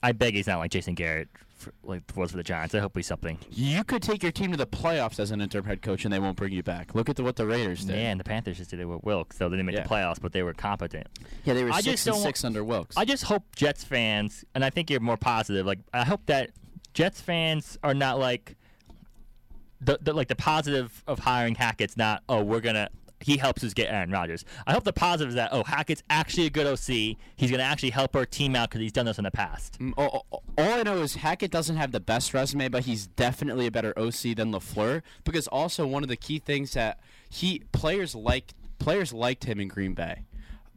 S3: I beg he's not like Jason Garrett, for, like was for the Giants. I hope he's something.
S7: You could take your team to the playoffs as an interim head coach, and they won't bring you back. Look at the, what the Raiders did.
S3: Yeah, and the Panthers just did it with Wilkes, so they didn't make
S7: Yeah.
S3: the playoffs, but they were competent.
S7: yeah, they were
S3: I
S7: six
S3: just
S7: and
S3: don't-
S7: six under Wilkes.
S3: I just hope Jets fans, and I think you're more positive. Like I hope that Jets fans are not like the, the like the positive of hiring Hackett's not. Oh, we're gonna he helps us get Aaron Rodgers. I hope the positive is that oh Hackett's actually a good OC. He's gonna actually help our team out because he's done this in the past.
S7: Mm, All, all- all I know is Hackett doesn't have the best resume, but he's definitely a better OC than Lafleur. Because also one of the key things that he players like players liked him in Green Bay.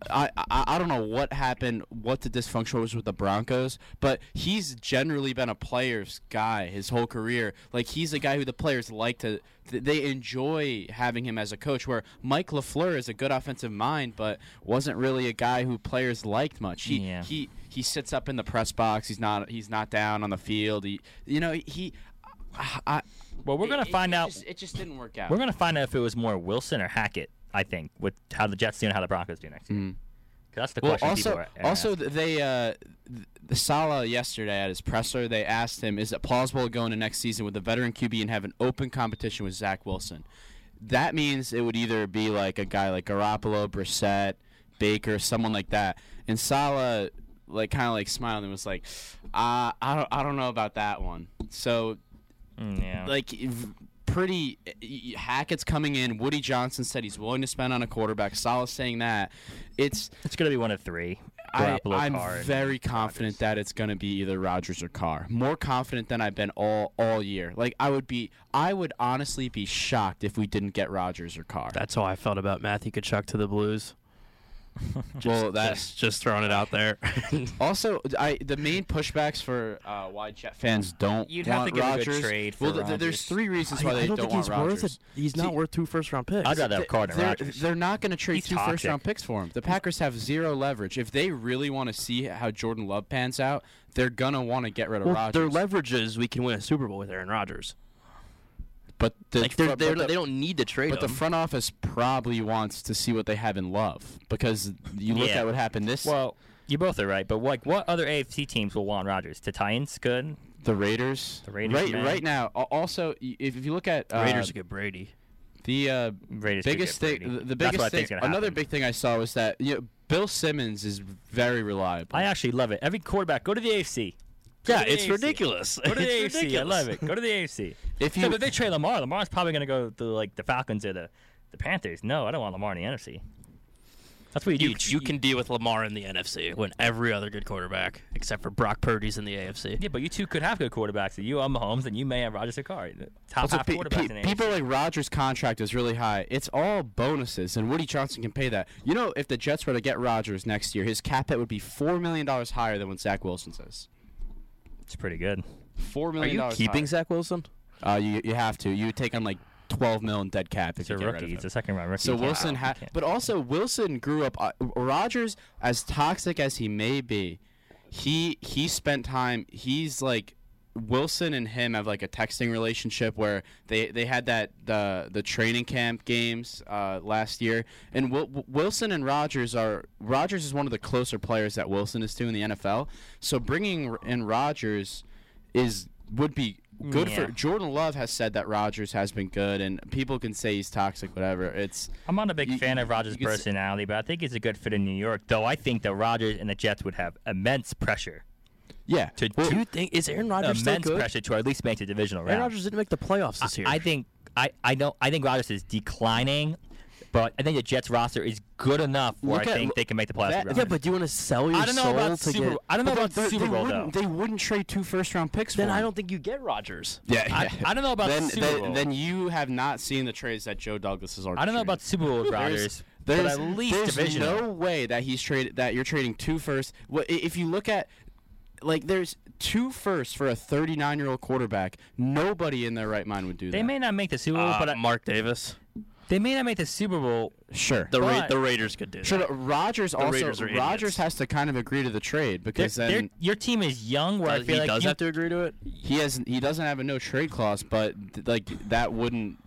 S7: I, I I don't know what happened, what the dysfunction was with the Broncos, but he's generally been a player's guy his whole career. Like he's a guy who the players like to, th- they enjoy having him as a coach. Where Mike Lefleur is a good offensive mind, but wasn't really a guy who players liked much. He
S3: Yeah.
S7: he he sits up in the press box. He's not he's not down on the field. He you know he. I, I,
S3: Well, we're gonna
S7: it- it-
S3: find
S7: it
S3: out.
S7: just- it just didn't work out.
S3: we're gonna find out if it was more Wilson or Hackett. I think with how the Jets do and how the Broncos do next year.
S7: Mm.
S3: 'Cause That's the
S7: Well,
S3: question. people
S7: also,
S3: are- are
S7: also
S3: asking.
S7: th- they uh, th- the Sala yesterday at his presser, they asked him, "Is it plausible going to next season with a veteran QB and have an open competition with Zach Wilson?" That means it would either be like a guy like Garoppolo, Brissett, Baker, someone like that. And Sala, like, kind of like smiled and was like, uh, "I don't, I don't know about that one." So
S3: Mm, yeah.
S7: like v- pretty eh, y- Hackett's coming in. Woody Johnson said he's willing to spend on a quarterback. Sala's saying that it's.
S3: it's gonna be one of three.
S7: I,
S3: Garoppolo,
S7: I'm
S3: Carr, and-
S7: very confident that it's going to be either Rodgers or Carr. More confident than I've been all all year. Like I would be, I would honestly be shocked if we didn't get Rodgers or Carr.
S1: That's how I felt about Matthew Kachuk to the Blues.
S7: well,
S1: That's just throwing it out there.
S7: also I the main pushbacks for uh, why Jet fans don't
S3: You'd have to
S7: want
S3: give a good
S7: Rodgers.
S3: trade for
S7: well, th- th- there's
S3: Rodgers.
S7: three reasons why they want Rodgers.
S1: He's
S7: not
S1: not worth two first round picks.
S3: I'd rather have Carr than
S7: they're,
S3: Rodgers.
S7: they're not going to trade
S3: He's
S7: two
S3: toxic.
S7: round picks for him. The Packers have zero leverage. If they really want to see how Jordan Love pans out, they're going to want to get rid of
S1: Well,
S7: Rodgers.
S1: their leverage is we can win a Super Bowl with Aaron Rodgers.
S7: but the,
S1: Like they're,
S7: but
S1: they're,
S7: the-
S1: they don't need to trade
S7: But the
S1: him.
S7: front office probably wants to see what they have in Love because you look
S3: Yeah.
S7: at what happened this.
S3: Well, you both are right, but like, what other AFC teams will want Rodgers? The Titans, good.
S7: the Raiders,
S3: The Raiders,
S7: right,
S3: man.
S7: right now. al- Also, y- if, if you look at uh,
S1: Raiders get Brady.
S7: the uh,
S3: Raiders could
S7: biggest
S3: get
S7: thing,
S3: Brady.
S7: the, the
S3: That's what I
S7: biggest thing,
S3: think's gonna
S7: another
S3: happen.
S7: big thing I saw was that you know, Bill Simmons is very reliable.
S3: I actually love it. Every quarterback, go to the AFC. Go
S1: Yeah,
S3: to the
S1: it's
S3: AFC.
S1: ridiculous.
S3: Go to the
S1: It's
S3: AFC. I
S1: ridiculous.
S3: love it. Go to the AFC.
S7: if you
S3: No, but if they trade Lamar, Lamar's probably going to go to like the Falcons or the, the Panthers. No, I don't want Lamar in the NFC. That's what you do.
S1: You, you can deal with Lamar in the NFC when every other good quarterback, except for Brock Purdy's in the AFC.
S3: Yeah, but you two could have good quarterbacks. You are Mahomes, and you may have Rodgers or Carr. Top
S7: Also,
S3: half
S7: pe-
S3: quarterbacks
S7: pe-
S3: in the
S7: people
S3: AFC.
S7: like Rogers' contract is really high. It's all bonuses, and Woody Johnson can pay that. You know, if the Jets were to get Rogers next year, his cap hit would be four million dollars higher than what Zach Wilson says.
S3: It's pretty good.
S7: Four million. dollars higher.
S1: Zach Wilson?
S7: Uh, you you have to. You would take on like twelve mil in dead cap if
S3: It's a
S7: you get rid of
S3: rookie. It's
S7: him.
S3: a second round rookie.
S7: So
S3: You can't-
S7: Wilson,
S3: you
S7: ha-
S3: can't-
S7: but also Wilson grew up. Uh, Rogers, as toxic as he may be, he he spent time. He's like Wilson and him have like a texting relationship where they, they had that the the training camp games uh, last year, and Wil- Wilson and Rogers are Rogers is one of the closer players that Wilson is to in the NFL. So bringing in Rogers is would be good
S3: Yeah.
S7: for Jordan Love has said that Rogers has been good, and people can say he's toxic, whatever. It's
S3: I'm not a big
S7: You-
S3: fan of Rogers'
S7: you can s-
S3: personality, but I think he's a good fit in New York. Though I think that Rogers and the Jets would have immense pressure
S7: yeah.
S3: to
S1: Do you
S3: to-
S1: think is Aaron Rodgers still
S3: immense
S1: good?
S3: pressure to at least make the divisional
S1: Aaron
S3: round.
S1: Rodgers didn't make the playoffs
S3: I,
S1: this year.
S3: I think I, I don't I think Rodgers is declining, but I think the Jets roster is good enough where
S7: Look
S3: I
S7: at-
S3: think they can make the playoffs.
S7: that-
S3: with
S1: yeah,
S3: Rodgers.
S1: but do you want to sell your
S3: I don't know
S1: soul
S3: about
S1: to
S3: Super.
S1: get?
S3: I don't know
S7: But
S3: about
S7: they-
S3: Super
S7: they
S3: Bowl though.
S7: wouldn't, They wouldn't trade two first round picks.
S1: Then
S7: for him.
S1: I don't think you get Rodgers.
S7: Yeah,
S3: I- I don't know about
S7: then,
S3: Super
S7: then,
S3: Bowl.
S7: Then you have not seen the trades that Joe Douglas has already.
S3: I don't know about
S7: traded.
S3: Super Bowl with Rodgers,
S7: There's,
S3: but
S7: there's-
S3: at least
S7: there's
S3: division.
S7: no way that he's traded that you're trading two first. Well, i- if you look at like there's two firsts for a 39 year old quarterback. Nobody in their right mind would do
S3: They
S7: that.
S3: may not make the Super Bowl,
S1: Uh,
S7: Ah.
S3: but I,
S1: Mark Davis,
S3: they may not make the Super Bowl.
S7: sure.
S1: the Ra-
S3: But-
S1: the Raiders could do.
S7: Sure,
S1: that.
S7: Rogers uh, also
S1: Raiders are idiots.
S7: Rogers has to kind of agree to the trade because
S3: They're-
S7: then
S3: your team is young. Where I
S1: Does-
S3: feel
S1: he
S3: like
S1: does
S3: you-
S1: have to agree to it.
S7: he has he doesn't have a no trade clause, but th- like that wouldn't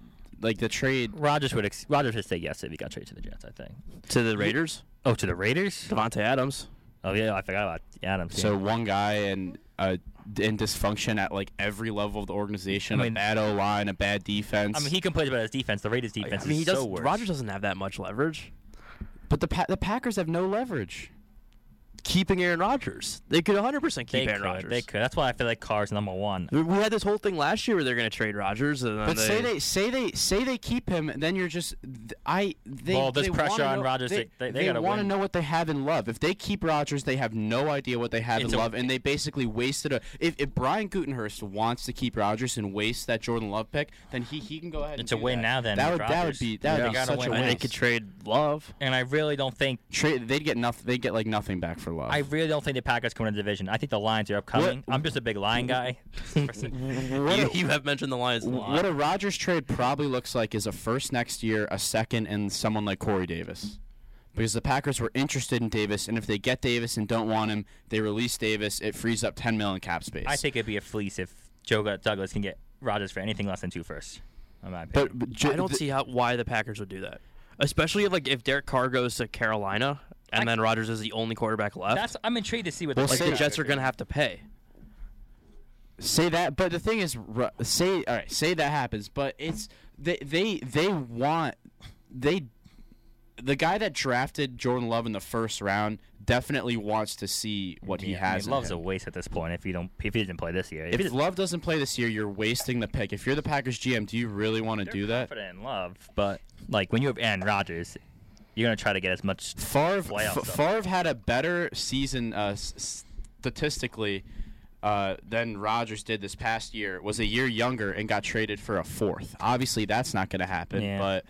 S7: like the trade
S3: Rodgers would ex- Rodgers would say yes if he got traded to the Jets. I think.
S1: To the Raiders,
S3: Oh, to the Raiders?
S1: Devonte Adams.
S3: Oh yeah, I forgot about Adams.
S7: So
S3: yeah.
S7: one guy and uh, in dysfunction at like every level of the organization,
S3: I mean-
S7: a bad O line, a bad defense.
S3: I mean, he complains about his defense. The
S7: Oh,
S3: Raiders'
S1: I
S3: defense
S1: mean, he
S3: is
S1: does.
S3: so worse.
S1: Rodgers doesn't have that much leverage.
S7: but the pa- the Packers have no leverage.
S1: Keeping Aaron Rodgers, they could 100 percent
S3: they
S1: keep Aaron
S3: could,
S1: Rodgers.
S3: They could. That's why I feel like Carr's number one.
S1: We- We had this whole thing last year where they're going to trade Rodgers, and then
S7: But say they say they say they keep him, then you're just th- I. They,
S3: Well, there's
S7: they
S3: pressure
S7: wanna
S3: on
S7: know-
S3: Rodgers.
S7: They,
S3: They- they- they gotta
S7: want to
S3: win.
S7: know what they have in Love. If they keep Rodgers, they have no idea what they have
S3: It's
S7: in
S3: a-
S7: Love, and they basically wasted a. If, if Brian Gutenhurst wants to keep Rodgers and waste that Jordan Love pick, then he, he can go ahead.
S3: It's
S7: and
S3: a
S7: do
S3: win
S7: that.
S3: now then
S7: that
S3: with
S7: would that
S3: Rodgers.
S7: would be that
S3: They
S7: would be
S3: gotta
S7: such
S3: win
S7: a
S3: now.
S1: and
S7: waste.
S1: they could trade Love.
S3: And I really don't think.
S7: Trade, they'd get nothing. They'd get like nothing back for love.
S3: I really don't think the Packers come in the division. I think the Lions are upcoming.
S7: What-
S3: I'm just a big Lion guy.
S1: You, you have mentioned the Lions a lot.
S7: what a Rodgers trade probably looks like is a first next year, a second, and someone like Corey Davis, because the Packers were interested in Davis, and if they get Davis and don't want him, they release Davis. It frees up 10 million cap space.
S3: I think it'd be a fleece if Joe Gut- Douglas can get Rodgers for anything less than two firsts. In my opinion.
S7: but, but J-
S1: I don't
S7: th-
S1: see how why the Packers would do that, especially if, like if Derek Carr goes to Carolina and
S3: I-
S1: then Rodgers is the only quarterback left.
S3: That's I'm intrigued to see what
S7: We'll
S1: like
S3: the
S7: see.
S1: the
S7: that.
S1: Jets are going to have to pay.
S7: say that, but the thing is, Ro- say all right, say that happens, but it's they they they want they the guy that drafted Jordan Love in the first round definitely wants to see what he
S3: Yeah, I mean,
S7: has. in
S3: Love's
S7: him.
S3: a waste at this point if he don't if he didn't play this year. he
S7: If
S3: didn't-
S7: Love doesn't play this year, you're wasting the pick. If you're the Packers GM, do you really want to
S3: they're
S7: do that?
S3: confident in Love, but like when you have Aaron Rodgers, you're gonna try to get as much.
S7: Favre,
S3: Playoff
S7: F-
S3: stuff.
S7: Favre had a better season uh, s- statistically uh, than Rodgers did this past year. Was a year younger and got traded for a fourth. Obviously, that's not going to happen.
S3: Yeah.
S7: But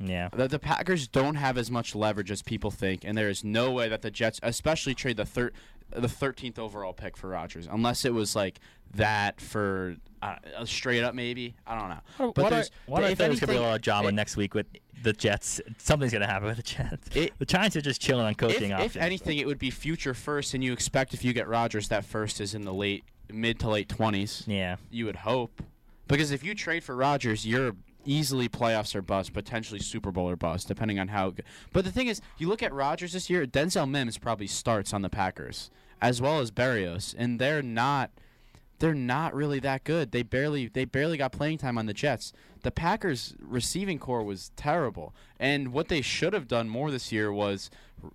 S3: Yeah.
S7: the, the Packers don't have as much leverage as people think, and there is no way that the Jets, especially trade the thir- the thirteenth overall pick for Rodgers, unless it was like that for uh, uh, straight up maybe. I don't know. but
S3: what
S7: there's,
S3: what
S7: if
S3: if there's gonna be a
S7: anything-
S3: lot of drama
S7: i-
S3: next week with the Jets? Something's gonna happen with the Jets.
S7: It-
S3: the Giants are just chilling on
S7: If,
S3: coaching. options,
S7: if
S3: but-
S7: anything, it would be future first, and you expect if you get Rodgers, that first is in the late mid to late twenties.
S3: yeah.
S7: You would hope, because if you trade for Rodgers, you're easily playoffs or bust, potentially Super Bowl or bust, depending on how. It go- but the thing is, you look at Rodgers this year. Denzel Mims probably starts on the Packers as well as Barrios, and they're not. They're not really that good. They barely they barely got playing time on the Jets. The Packers receiving core was terrible. And what they should have done more this year was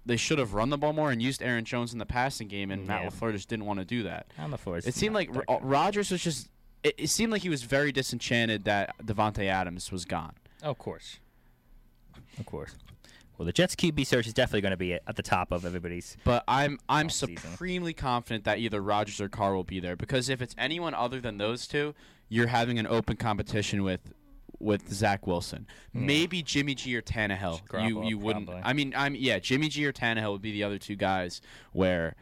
S7: they should have run the ball more and used Aaron Jones in the passing game and
S3: Yeah.
S7: Matt LaFleur just didn't want to do that.
S3: On the floor.
S7: It seemed like Ro- Rodgers was just. It, it seemed like he was very disenchanted that Devonte Adams was gone.
S3: Of course. Of course. Well, the Jets QB search is definitely going to be at the top of everybody's.
S7: But I'm I'm
S3: season.
S7: supremely confident that either Rodgers or Carr will be there because if it's anyone other than those two, you're having an open competition with with Zach Wilson. Maybe Jimmy G or Tannehill. you
S3: Garoppolo,
S7: you wouldn't.
S3: probably.
S7: I mean I'm yeah Jimmy G or Tannehill would be the other two guys where.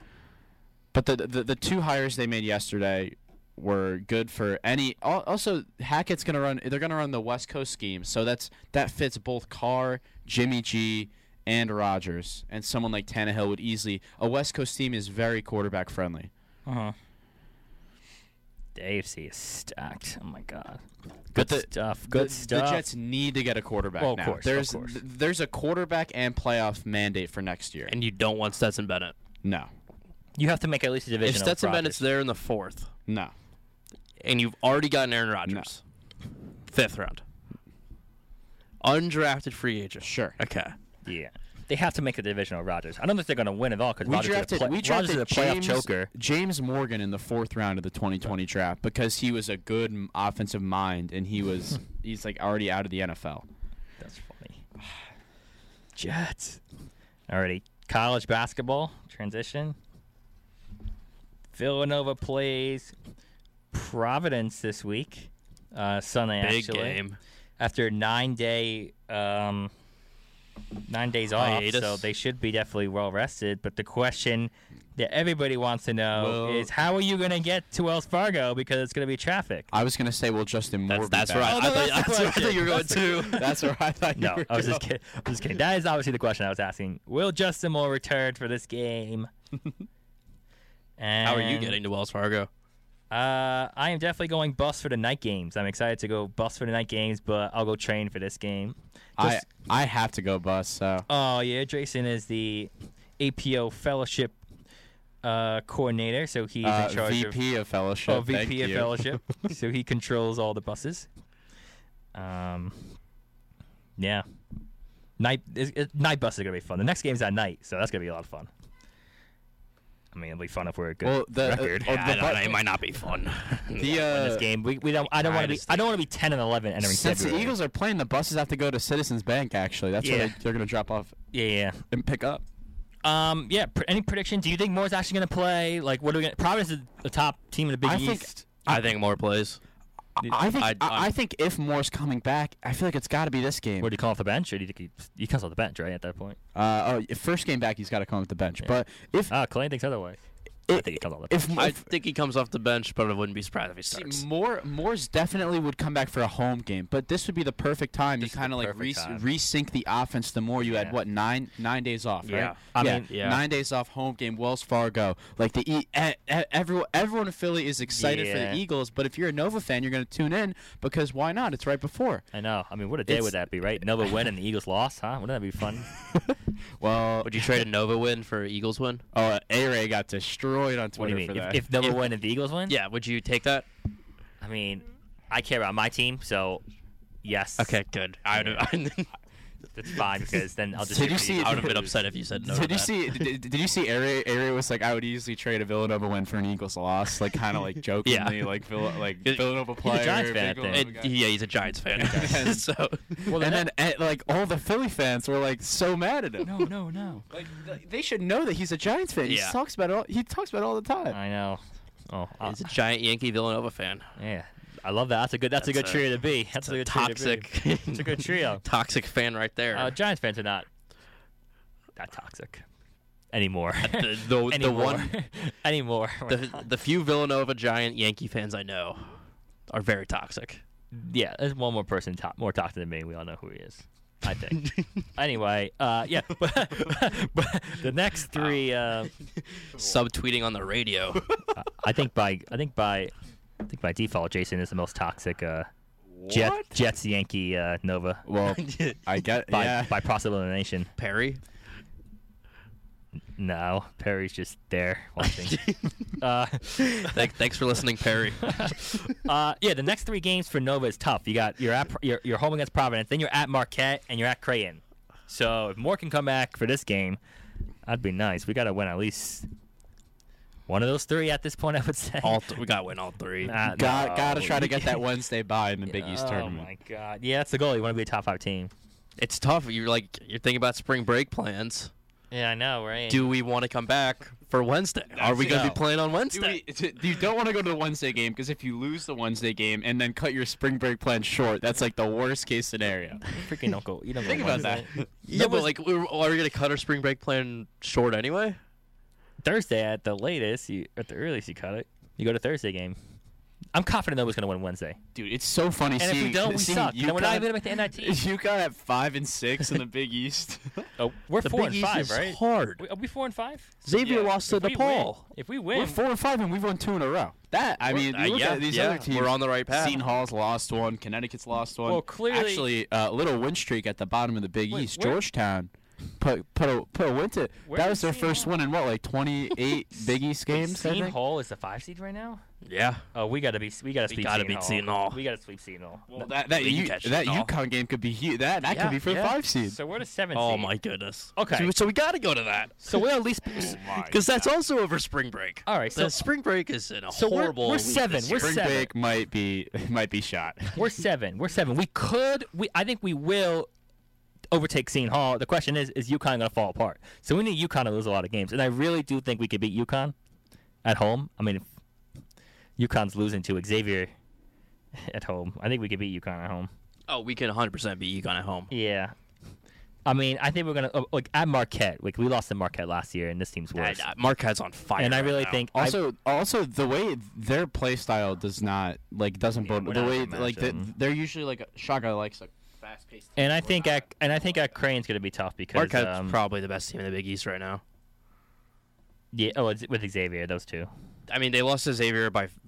S7: But the, the the two hires they made yesterday were good for any. al- Also, Hackett's gonna run. They're gonna run the West Coast scheme, so that's that fits both Carr, Jimmy G, and Rogers, and someone like Tannehill would easily. A West Coast team is very quarterback friendly.
S3: Uh huh. The AFC is stacked. Oh my god.
S7: But
S3: Good
S7: the-
S3: stuff. Good
S7: the,
S3: stuff.
S7: The Jets need to get a quarterback
S3: Well, of
S7: now.
S3: course, of
S7: there's
S3: course.
S7: th- there's a quarterback and playoff mandate for next year.
S1: and you don't want Stetson Bennett.
S7: No,
S3: You have to make at least a division.
S1: If Stetson Bennett's there in the fourth,
S7: no.
S1: and you've already gotten Aaron Rodgers, fifth round, undrafted free agent.
S7: Sure.
S1: Okay.
S3: yeah, they have to make a division of Rodgers. I don't think they're going to win at all because
S7: We
S3: Rodgers
S7: drafted,
S3: is a, play-
S7: we
S3: Rodgers
S7: drafted
S3: is a playoff
S7: James,
S3: choker.
S7: James Morgan in the fourth round of the 2020 draft because he was a good m- offensive mind and he was he's like already out of the NFL.
S3: That's funny. Jets. Alrighty, college basketball transition. Villanova plays Providence this week, uh, Sunday
S1: Big
S3: actually.
S1: game.
S3: After nine day, um, nine days off,
S1: Hiatus.
S3: so they should be definitely well rested. But the question that everybody wants to know
S7: Well-
S3: is, how are you going to get to Wells Fargo because it's going to be traffic?
S7: I was gonna say, well, Justin Moore.
S1: That's, that's
S7: back.
S1: right.
S3: Oh, no,
S1: I, thought,
S3: that's the
S1: Oh, that's where I thought
S3: question.
S1: you were going to.
S7: That's where I thought. you
S3: No,
S7: were
S3: I was just
S7: going.
S3: kidding. I'm just kidding. That is obviously the question I was asking. Will Justin Moore return for this game? and,
S1: How are you getting to Wells Fargo?
S3: Uh, I am definitely going bus for the night games. I'm excited to go bus for the night games, but I'll go train for this game.
S7: I I have to go bus. So
S3: Oh yeah, Drayson is the APO fellowship uh, coordinator, so he's
S7: uh,
S3: in charge of
S7: VP of fellowship.
S3: oh,
S7: thank
S3: VP of
S7: you.
S3: fellowship. so he controls all the buses. Um, yeah. Night is, is- night bus is gonna be fun. The next game's at night, so that's gonna be a lot of fun. I mean, it'll be fun if we're a good
S7: Well, the- uh,
S3: record.
S7: oh,
S1: I don't
S7: but-
S1: know, it might not be fun.
S7: The
S3: in
S7: uh,
S3: this game, we, we don't. I don't want to be. I don't want to be ten and eleven entering
S7: since the
S3: February.
S7: Eagles are playing, the buses have to go to Citizens Bank. Actually, that's where
S3: Yeah.
S7: they, they're gonna drop off
S3: Yeah,
S7: and pick up.
S3: yeah. Um, yeah. Pr- any prediction? Do you think Moore's actually gonna play? Like, what are we gonna? Providence is the top team in the Big
S7: I think-
S3: East.
S1: I think more plays.
S7: I think I,
S1: I-
S7: I,
S1: I-
S7: think if Moore's coming back, I feel like it's got to be this game.
S3: What do you call off the bench, or do you think he, he comes off the bench right at that point?
S7: Uh, oh, first game back, he's got to come up the bench. But if
S3: Ah, Clay thinks otherwise. I think he comes off the bench.
S7: if,
S1: I
S7: if
S1: think he comes off the bench, but I wouldn't be surprised if he starts.
S7: See, Moore Moore's definitely would come back for a home game, but this would be the perfect time
S3: This is
S7: to
S3: the
S7: kind of like
S3: perfect
S7: re-
S3: time.
S7: resync the offense. The more you
S3: Yeah.
S7: had what nine nine days off,
S3: Yeah.
S7: right?
S3: I mean,
S1: yeah.
S7: nine days off, home game, Wells Fargo. Like the e- e- e- everyone everyone in Philly is excited for
S3: Yeah.
S7: the Eagles, but if you're a Nova fan, you're going to tune in because why not? It's right before.
S3: I know. I mean, what a day
S7: It's-
S3: would that be, right? Nova win and the Eagles lost, huh? Wouldn't that be fun?
S7: Well,
S1: Would you trade a Nova win for Eagles win?
S7: oh, A Ray got destroyed on
S3: What do
S7: Twitter
S3: you mean?
S7: for that.
S3: If, if Nova
S1: If-
S3: win and the Eagles win?
S1: Yeah, would you take that?
S3: I mean, I care about my team, so yes.
S1: Okay, good. I would have.
S3: That's fine because then I'll just. root
S7: Did you
S3: for the
S7: see-
S3: Eagles.
S1: I would have been upset if you said no. to
S7: did you
S1: that.
S7: see? Did, did you see? Area Area was like, I would easily trade a Villanova win for an Eagles loss, like kind of like jokingly, like Vill- like
S1: He's a
S7: Villanova player.
S3: Giants
S7: big
S3: fan, I think.
S7: Villanova
S1: And-
S7: guy.
S1: yeah, he's a Giants fan. so
S3: Well,
S7: and then eh, like all the Philly fans were like so mad at him.
S3: no, no, no.
S7: Like th- they should know that he's a Giants fan.
S1: Yeah.
S7: He talks about it all. He talks about it all the time.
S3: I know. Oh, uh,
S1: he's a giant Yankee Villanova fan.
S3: yeah. I love that. That's a good. That's, a
S1: That's
S3: good
S1: a-
S3: trio to be. That's a good trio to be.
S1: Toxic.
S3: It's a good trio.
S1: Toxic fan right there.
S3: Uh, Giants fans are not that toxic anymore.
S1: the, the, the
S3: anymore.
S1: one,
S3: anymore.
S1: the, the few Villanova giant Yankee fans I know are very toxic.
S3: yeah, there's one more person top, more toxic than me. We all know who he is. I think. anyway, uh, yeah, but, but the next three, uh,
S1: Subtweeting on the radio.
S3: I think by I think by I think by default, Jason is the most toxic. Uh, Jet, Jets, Yankee, uh, Nova.
S7: Well, I get
S3: By,
S7: yeah.
S3: by possible elimination.
S1: Perry.
S3: No, Perry's just there watching. uh,
S1: Thank, thanks for listening, Perry.
S3: uh, yeah, the next three games for Nova is tough. You got you're at Pro- you're, you're home against Providence, then you're at Marquette, and you're at Creighton. So if Moore can come back for this game, that'd be nice. We got to win at least one of those three at this point. I would say.
S1: all th- we got to win all three.
S3: Nah,
S7: Got
S3: no.
S7: gotta try to get that Wednesday bye in the Big East
S3: oh
S7: tournament.
S3: my god! Yeah, that's the goal. You want to be a top five team.
S1: It's tough. You're like you're thinking about spring break plans.
S3: Yeah, I know, right?
S1: Do we want to come back for Wednesday? Are we
S7: it.
S1: going to
S7: No.
S1: be playing on
S7: Do
S1: Wednesday?
S7: we, d- you don't want to go to the Wednesday game because if you lose the Wednesday game and then cut your spring break plan short, that's like the worst case scenario.
S3: freaking don't go. You don't
S7: Think
S3: go
S7: about that.
S3: Wednesday.
S1: yeah, but like, we're, are we going to cut our spring break plan short anyway?
S3: Thursday at the latest, you at the earliest you cut it. You go to Thursday game. I'm confident nobody's going to win Wednesday.
S7: Dude, it's so funny
S3: And if
S7: seeing
S3: we don't, we
S7: seeing
S3: suck. And we're not
S7: UConn-
S3: even going to make the NIT.
S7: UConn at five and six in the Big East.
S3: Oh, we're
S1: The
S3: four
S1: Big
S3: and
S1: East
S3: five,
S1: is
S3: right?
S1: hard.
S3: Are we four and five?
S1: Xavier
S7: Yeah.
S1: lost to
S3: If we
S1: DePaul.
S3: win- If we
S7: we're
S3: win,
S7: four and five, and we've won two in a row. That I mean,
S1: Uh,
S7: you look
S1: yeah,
S7: at these
S1: yeah,
S7: other teams.
S1: we're on the right path.
S7: Seton Hall's lost one. Connecticut's lost one.
S3: Well, clearly-
S7: actually, a little win streak at the bottom of the Big
S3: Wait,
S7: East.
S3: where-
S7: Georgetown put put a put a win to.
S3: Where
S7: That
S3: is
S7: was their
S3: Seton
S7: first
S3: Hall?
S7: win in what, like twenty eight Big East games? I
S3: Seton
S7: think?
S3: Hall is the five seed right now.
S1: Yeah.
S3: Oh, we gotta be. We gotta
S1: We
S3: sweep.
S1: gotta
S3: Seton
S1: beat
S3: Hall.
S1: Seton Hall.
S3: We gotta sweep Seton Hall.
S7: Well, that that,
S1: they can
S7: U-
S1: catch
S7: that
S1: Seton Hall.
S7: UConn game could be huge. That that
S1: Yeah,
S7: could be for the
S1: yeah.
S7: five seed.
S3: So we're the seven
S1: Oh
S3: seed. Oh
S1: my goodness.
S3: Okay.
S1: So, so we got to go to that.
S3: So we're at least.
S1: Because that's also over spring break.
S3: All right, so-
S1: The spring break is in a
S3: So we're-
S1: horrible.
S3: we're
S1: week this
S3: seven, we're
S1: year.
S7: Spring
S3: seven.
S7: break might be might be shot.
S3: We're seven. We're seven. We could. We. I think we will overtake Seton Hall. The question is, is UConn gonna fall apart? So we need UConn to lose a lot of games, and I really do think we could beat UConn at home. I mean, if UConn's losing to Xavier at home, I think we could beat UConn at home.
S1: Oh, we can 100% beat UConn at home.
S3: Yeah. I mean, I think we're gonna oh, like at Marquette. Like we lost to Marquette last year, and this team's
S1: I,
S3: worse.
S1: I, Marquette's on fire.
S3: and I
S1: right
S3: really
S1: now.
S3: think I-
S7: Also, also the way their play style does not like doesn't
S3: Yeah,
S7: bode
S3: we're
S7: the
S3: not
S7: way
S3: gonna
S7: like
S3: match
S7: the,
S3: 'em.
S7: they're usually like Shaka likes a fast paced.
S3: and I think at, and I think at Crane's gonna be tough because
S1: Marquette's
S3: um,
S1: probably the best team in the Big East right now.
S3: yeah. Oh, it's with Xavier, those two.
S1: I mean, they lost to Xavier by f-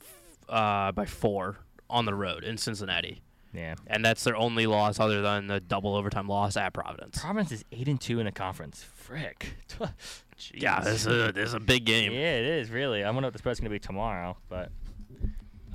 S1: uh, by four on the road in Cincinnati,
S3: Yeah.
S1: and that's their only loss other than the double overtime loss at Providence.
S3: Providence is eight and two in a conference. Frick.
S1: yeah, this is a, this is a big
S3: yeah,
S1: game.
S3: it is really. I wonder what the spread's gonna be tomorrow, but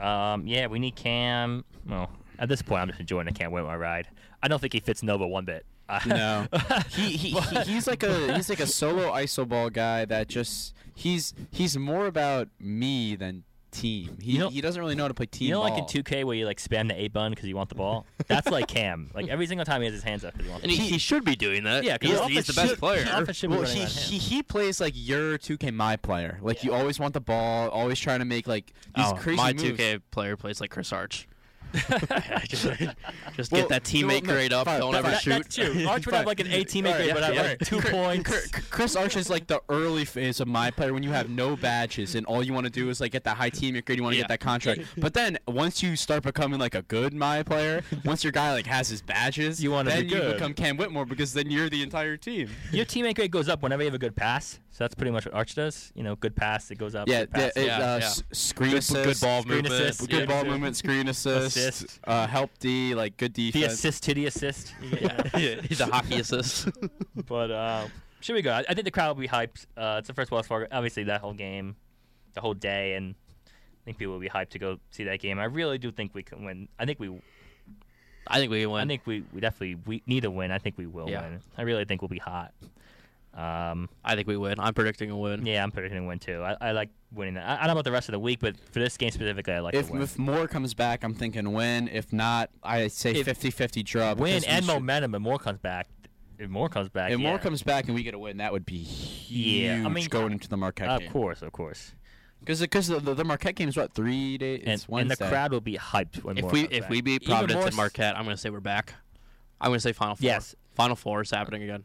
S3: um, yeah, we need Cam. Well, at this point, I'm just enjoying. I can't wait my ride. I don't think he fits Nova one bit.
S7: No, he, he, he he's like a he's like a solo iso ball guy that just he's he's more about me than team. He
S3: You know-
S7: he doesn't really know how to play team.
S3: You know, like in
S7: ball.
S3: 2K where you like spam the A button because you want the ball. That's like Cam. Like every single time he has his hands up because he wants.
S1: And he,
S3: the
S1: he should be doing that.
S3: Yeah, 'cause
S1: he's,
S3: the
S1: he's the
S3: offense
S1: best
S3: should-
S1: player.
S3: ball. Offense should be
S7: Well,
S3: running
S7: he,
S3: on him.
S7: he he plays like your 2K my player. Like you always want the ball, always trying to make like these
S1: Oh,
S7: crazy
S1: my
S7: moves.
S1: 2K player plays like Chris Arch. just just
S7: Well,
S1: get that
S7: well,
S1: teammate
S7: no,
S1: grade up.
S7: fine,
S1: don't
S7: fine,
S1: ever
S7: that-
S1: shoot.
S3: That's true. Arch would have like an 18 make grade, but I have like two points.
S7: Chris Arch is like the early phase of my player when you have no badges and all you want to do is like get that high team grade, you want to
S1: Yeah.
S7: get that contract. But then once you start becoming like a good my player, once your guy like has his badges,
S3: You wanna
S7: then
S3: be
S7: you
S3: good.
S7: become Cam Whitmore because then you're the entire team.
S3: Your teammate grade goes up whenever you have a good pass. So that's pretty much what Arch does. You know, good pass, it goes up.
S7: Yeah,
S3: good pass,
S7: yeah,
S3: goes
S7: it,
S1: yeah,
S3: up.
S7: uh,
S1: yeah.
S7: s- screen
S1: Good-
S7: assist,
S1: good ball
S7: screen
S1: movement.
S7: assist, good
S3: Yeah.
S7: ball movement, screen assist,
S3: Assist.
S7: Uh, help D, like good
S3: the
S7: defense.
S3: assist to the assist. You get-
S1: Yeah, yeah, he's a hockey assist.
S3: But uh, should we go? I I think the crowd will be hyped. Uh, it's the first Wells Fargo. Obviously, that whole game, the whole day, and I think people will be hyped to go see that game. I really do think we can win. I think we.
S1: I think we can win.
S3: I think we, we definitely we need to win. I think we will
S1: Yeah.
S3: win. I really think we'll be hot. Um,
S1: I think we win. I'm predicting a win.
S3: yeah, I'm predicting win too. I, I like winning that. I, I don't know about the rest of the week, but for this game specifically, I like
S7: if,
S3: to win.
S7: if Moore comes back, I'm thinking win. If not, I say
S3: If-
S7: 50-50 draw.
S3: win
S7: because we
S3: and
S7: should-
S3: momentum, and Moore comes back. If Moore comes back,
S7: If
S3: yeah.
S7: Moore comes back and we get a win, that would be huge
S3: Yeah, I mean, uh,
S7: going into the Marquette
S3: of
S7: game.
S3: course, of course,
S7: Because the, the, the Marquette game is what three days.
S3: and,
S7: it's
S3: and the
S7: Wednesday.
S3: crowd will be hyped when
S1: If
S3: Moore
S1: we
S3: comes
S1: if
S3: back.
S1: we beat
S3: Even
S1: Providence
S3: more
S1: and
S3: s-
S1: Marquette, I'm gonna say we're back. I'm gonna say Final Four.
S3: Yes.
S1: Final Four is happening again.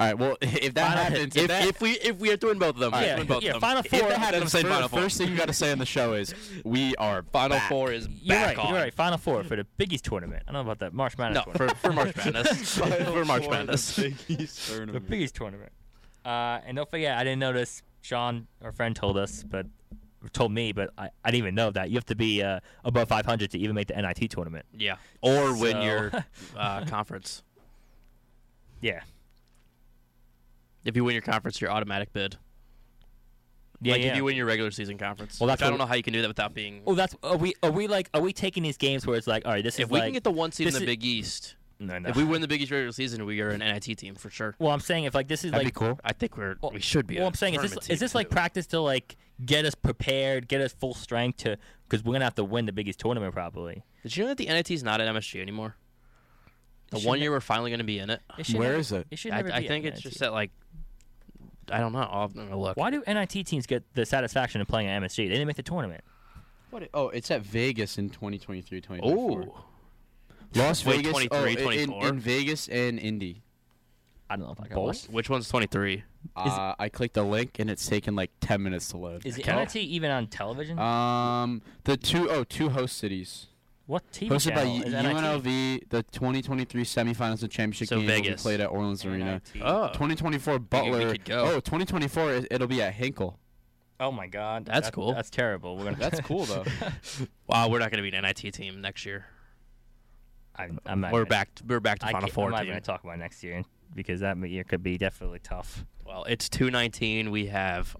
S7: All right. Well, if that
S3: Final-
S7: happens,
S1: If,
S7: that,
S1: if we if we are doing both of them,
S3: Yeah,
S1: we're doing both
S3: yeah,
S1: of them.
S3: Final
S1: If
S3: Four-
S1: that
S3: if that
S1: happens,
S7: happens, fir-
S1: then Final Four.
S7: first thing you got to say on the show is we are
S1: Final
S7: back.
S1: Four is
S3: You're
S1: back
S3: right.
S1: on.
S3: You're right. Final four for the Big East tournament. I don't know about that March Madness.
S1: No, for,
S3: tournament.
S1: for March Madness. for March Madness.
S3: the Big East tournament. Uh, and don't forget, I didn't notice. Sean, our friend, told us, but or told me, but I, I didn't even know that you have to be uh, above 500 to even make the NIT tournament.
S1: Yeah. Or win
S3: So-
S1: your uh, conference.
S3: Yeah.
S1: If you win your conference, you're automatic bid.
S3: Yeah.
S1: like
S3: yeah.
S1: if you win your regular season conference.
S3: Well,
S1: Well,
S3: that's
S1: I don't
S3: what-
S1: know how you can do that without being.
S3: Oh, that's are we are we like are we taking these games where it's like all right this
S1: if
S3: is
S1: we
S3: like
S1: can get the one seed in
S3: this
S1: the
S3: is-
S1: Big East,
S3: no, no.
S1: if we win the Big East regular season, we are an NIT team for sure.
S3: well I'm saying if like this is
S7: That'd
S3: like
S7: be cool.
S1: I think we're
S3: Well-
S1: we should be.
S3: well
S1: a
S3: I'm saying is
S1: tournament
S3: this is
S1: team,
S3: this like
S1: too.
S3: practice to like get us prepared get us full strength to because we're gonna have to win the biggest tournament probably
S1: Did you know that the NIT is not at MSG anymore? The
S3: shouldn't
S1: one year we're finally going to be in it.
S3: It should
S7: Where
S3: never-
S7: is it?
S3: should
S1: I,
S3: never
S1: I
S3: be
S1: think
S3: at
S1: it's
S3: NIT.
S1: just at like I don't know. I'll have to look.
S3: Why do NIT teams get the satisfaction of playing at MSG? They didn't make the tournament.
S7: What? Oh, it's at Vegas in 2023, 2024.
S1: Oh,
S7: Las
S1: Wait,
S7: Vegas,
S1: 23,
S7: oh, in- in,
S1: 24?
S7: Vegas and Indy.
S3: I don't know if I got
S1: Bowl?
S3: watched.
S1: Which one's 23?
S7: Uh, I clicked the link and it's taken like 10 minutes to load.
S3: Is the
S1: Cal-
S3: NIT even on television?
S1: Uh,
S7: Um, the two oh two host cities
S3: what TV
S7: hosted by
S3: channel
S7: U-
S3: is NIT?
S1: Oh.
S7: UNLV. The 2023 semifinals and championship
S1: So
S7: game will be
S1: Vegas.
S7: played at Orleans Arena.
S8: NIT.
S1: Oh,
S7: 2024 Butler.
S1: could go.
S7: Oh, 2024 it- it'll be at Hinkle.
S3: Oh my God,
S1: That's
S3: that-
S1: cool.
S3: That's terrible. We're gonna.
S7: That's cool though.
S1: wow, we're not going to be an NIT team next year.
S3: I'm, I'm not
S1: We're
S3: gonna-
S1: back. We're back to
S3: I
S1: Final
S3: can't-
S1: Four
S3: I'm not
S1: team.
S3: going to talk about next year because that year could be definitely tough.
S1: Well, it's 219. We have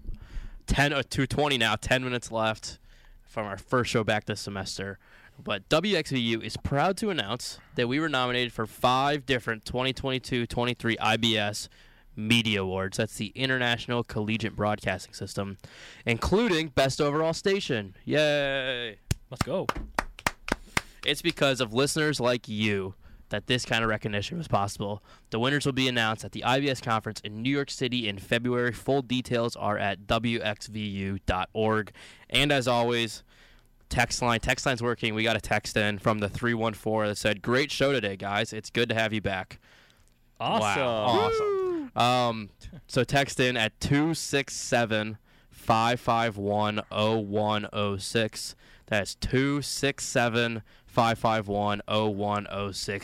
S1: 10 or 220 now, 10 minutes left from our first show back this semester. But WXVU is proud to announce that we were nominated for five different 2022 23 IBS Media Awards. That's the International Collegiate Broadcasting System, including Best Overall Station. Yay!
S3: Let's go.
S1: It's because of listeners like you that this kind of recognition was possible. The winners will be announced at the IBS conference in New York City in February. Full details are at wxvu.org. And as always, text line. Text line's working. We got a text in from the 314 that said, "Great show today, guys. It's good to have you back."
S3: Awesome.
S1: Awesome. Um, so text in at 267 551 0106. That's 267 551 0106.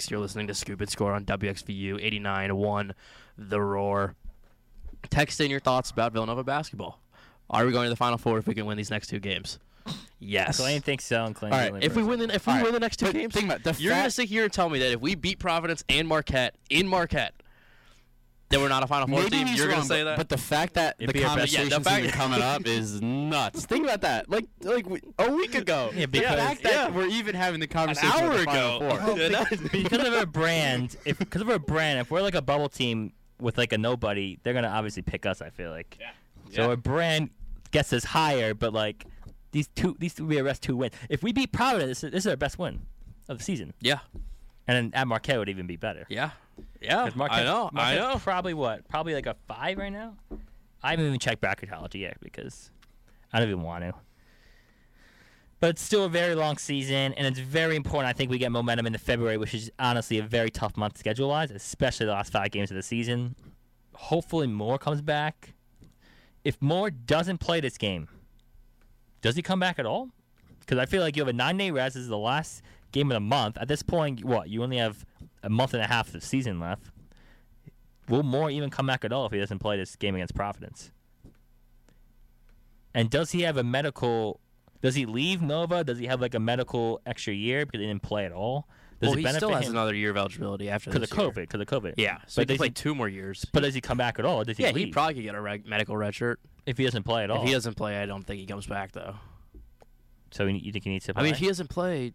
S1: You're listening to Scoop and Score on WXVU 89.1 The Roar. Text in your thoughts about Villanova basketball. Are we going to the Final Four if we can win these next two games? Yes.
S3: Clayton thinks so, and Clayton.
S7: All right,
S3: really
S1: If we
S3: believes
S1: win, the, if we
S7: All right.
S1: win the next two
S7: But
S1: games,
S7: think about it, the
S1: you're gonna
S7: fact-
S1: sit here and tell me that if we beat Providence and Marquette in Marquette, that we're not a Final Four
S7: Maybe
S1: team.
S7: he's
S1: You're gonna
S7: wrong,
S1: say
S7: but-
S1: that?
S7: But the fact that
S3: It'd
S7: the
S3: be our best-
S1: yeah, the
S7: conversation's
S1: fact-
S7: even coming up is nuts. Think about that. Like like we, a week ago. Yeah,
S3: because-
S7: the fact that
S1: yeah.
S7: we're even having the conversation
S1: hour
S7: with the Final
S1: ago.
S7: Four.
S1: Yeah, that-
S3: it. because of our brand. If because of our brand, if we're like a bubble team with like a nobody, they're gonna obviously pick us. I feel like. Yeah. So our brand gets us higher, but like these two, these two would be our best two wins. If we beat Providence, this, this is our best win of the season,
S1: yeah,
S3: and then at Marquette would even be better.
S1: yeah, yeah.
S3: 'Cause Marquette,
S1: I know. I
S3: Marquette's
S1: know.
S3: Probably what? Probably like a five right now. I haven't even checked bracketology yet because I don't even want to. But it's still a very long season, and it's very important. I think we get momentum into February, which is honestly a very tough month schedule wise, especially the last five games of the season. Hopefully, Moore comes back. If Moore doesn't play this game, does he come back at all? Because I feel like you have a nine day rest. This is the last game of the month. At this point, what? You only have a month and a half of season left. Will Moore even come back at all if he doesn't play this game against Providence? And does he have a medical? Does he leave Nova? Does he have like a medical extra year because he didn't play at all? Does
S1: Well,
S3: it
S1: he
S3: benefit
S1: still has
S3: him
S1: another year of eligibility after
S3: because
S1: this
S3: of COVID? Because of COVID.
S1: Year. Yeah, so
S3: but
S1: he
S3: does
S1: could play
S3: he,
S1: two more years.
S3: but does he come back at all? Or does he
S1: yeah,
S3: leave?
S1: he Oh. probably could get a reg- medical red shirt.
S3: if he doesn't play at all.
S1: If he doesn't play, I don't think he comes back though.
S3: so he- you think he needs to
S1: I
S3: play?
S1: mean, if he doesn't play,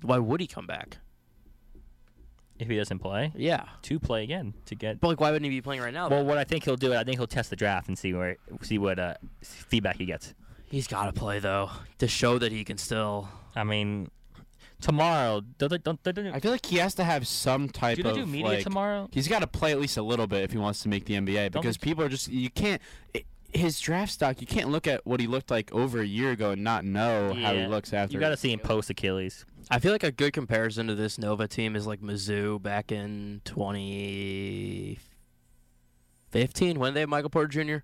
S1: why would he come back?
S3: if he doesn't play,
S1: Yeah,
S3: to play again to get
S1: but like, why wouldn't he be playing right now?
S3: Well, what I think he'll do, I think he'll test the draft and see where see what uh, feedback he gets.
S1: He's got to play though to show that he can still.
S3: I mean, tomorrow don't they, don't, don't,
S7: I feel like he has to have some type
S3: Do they
S7: of
S3: do media
S7: like,
S3: tomorrow?
S7: He's got to play at least a little bit if he wants to make the NBA
S3: Don't
S7: because
S3: they-
S7: people are just you can't i his draft stock. You can't look at what he looked like over a year ago and not know how he looks after.
S3: You got to see him post Achilles.
S1: I feel like a good comparison to this Nova team is like Mizzou back in 2015 when they had Michael Porter Jr.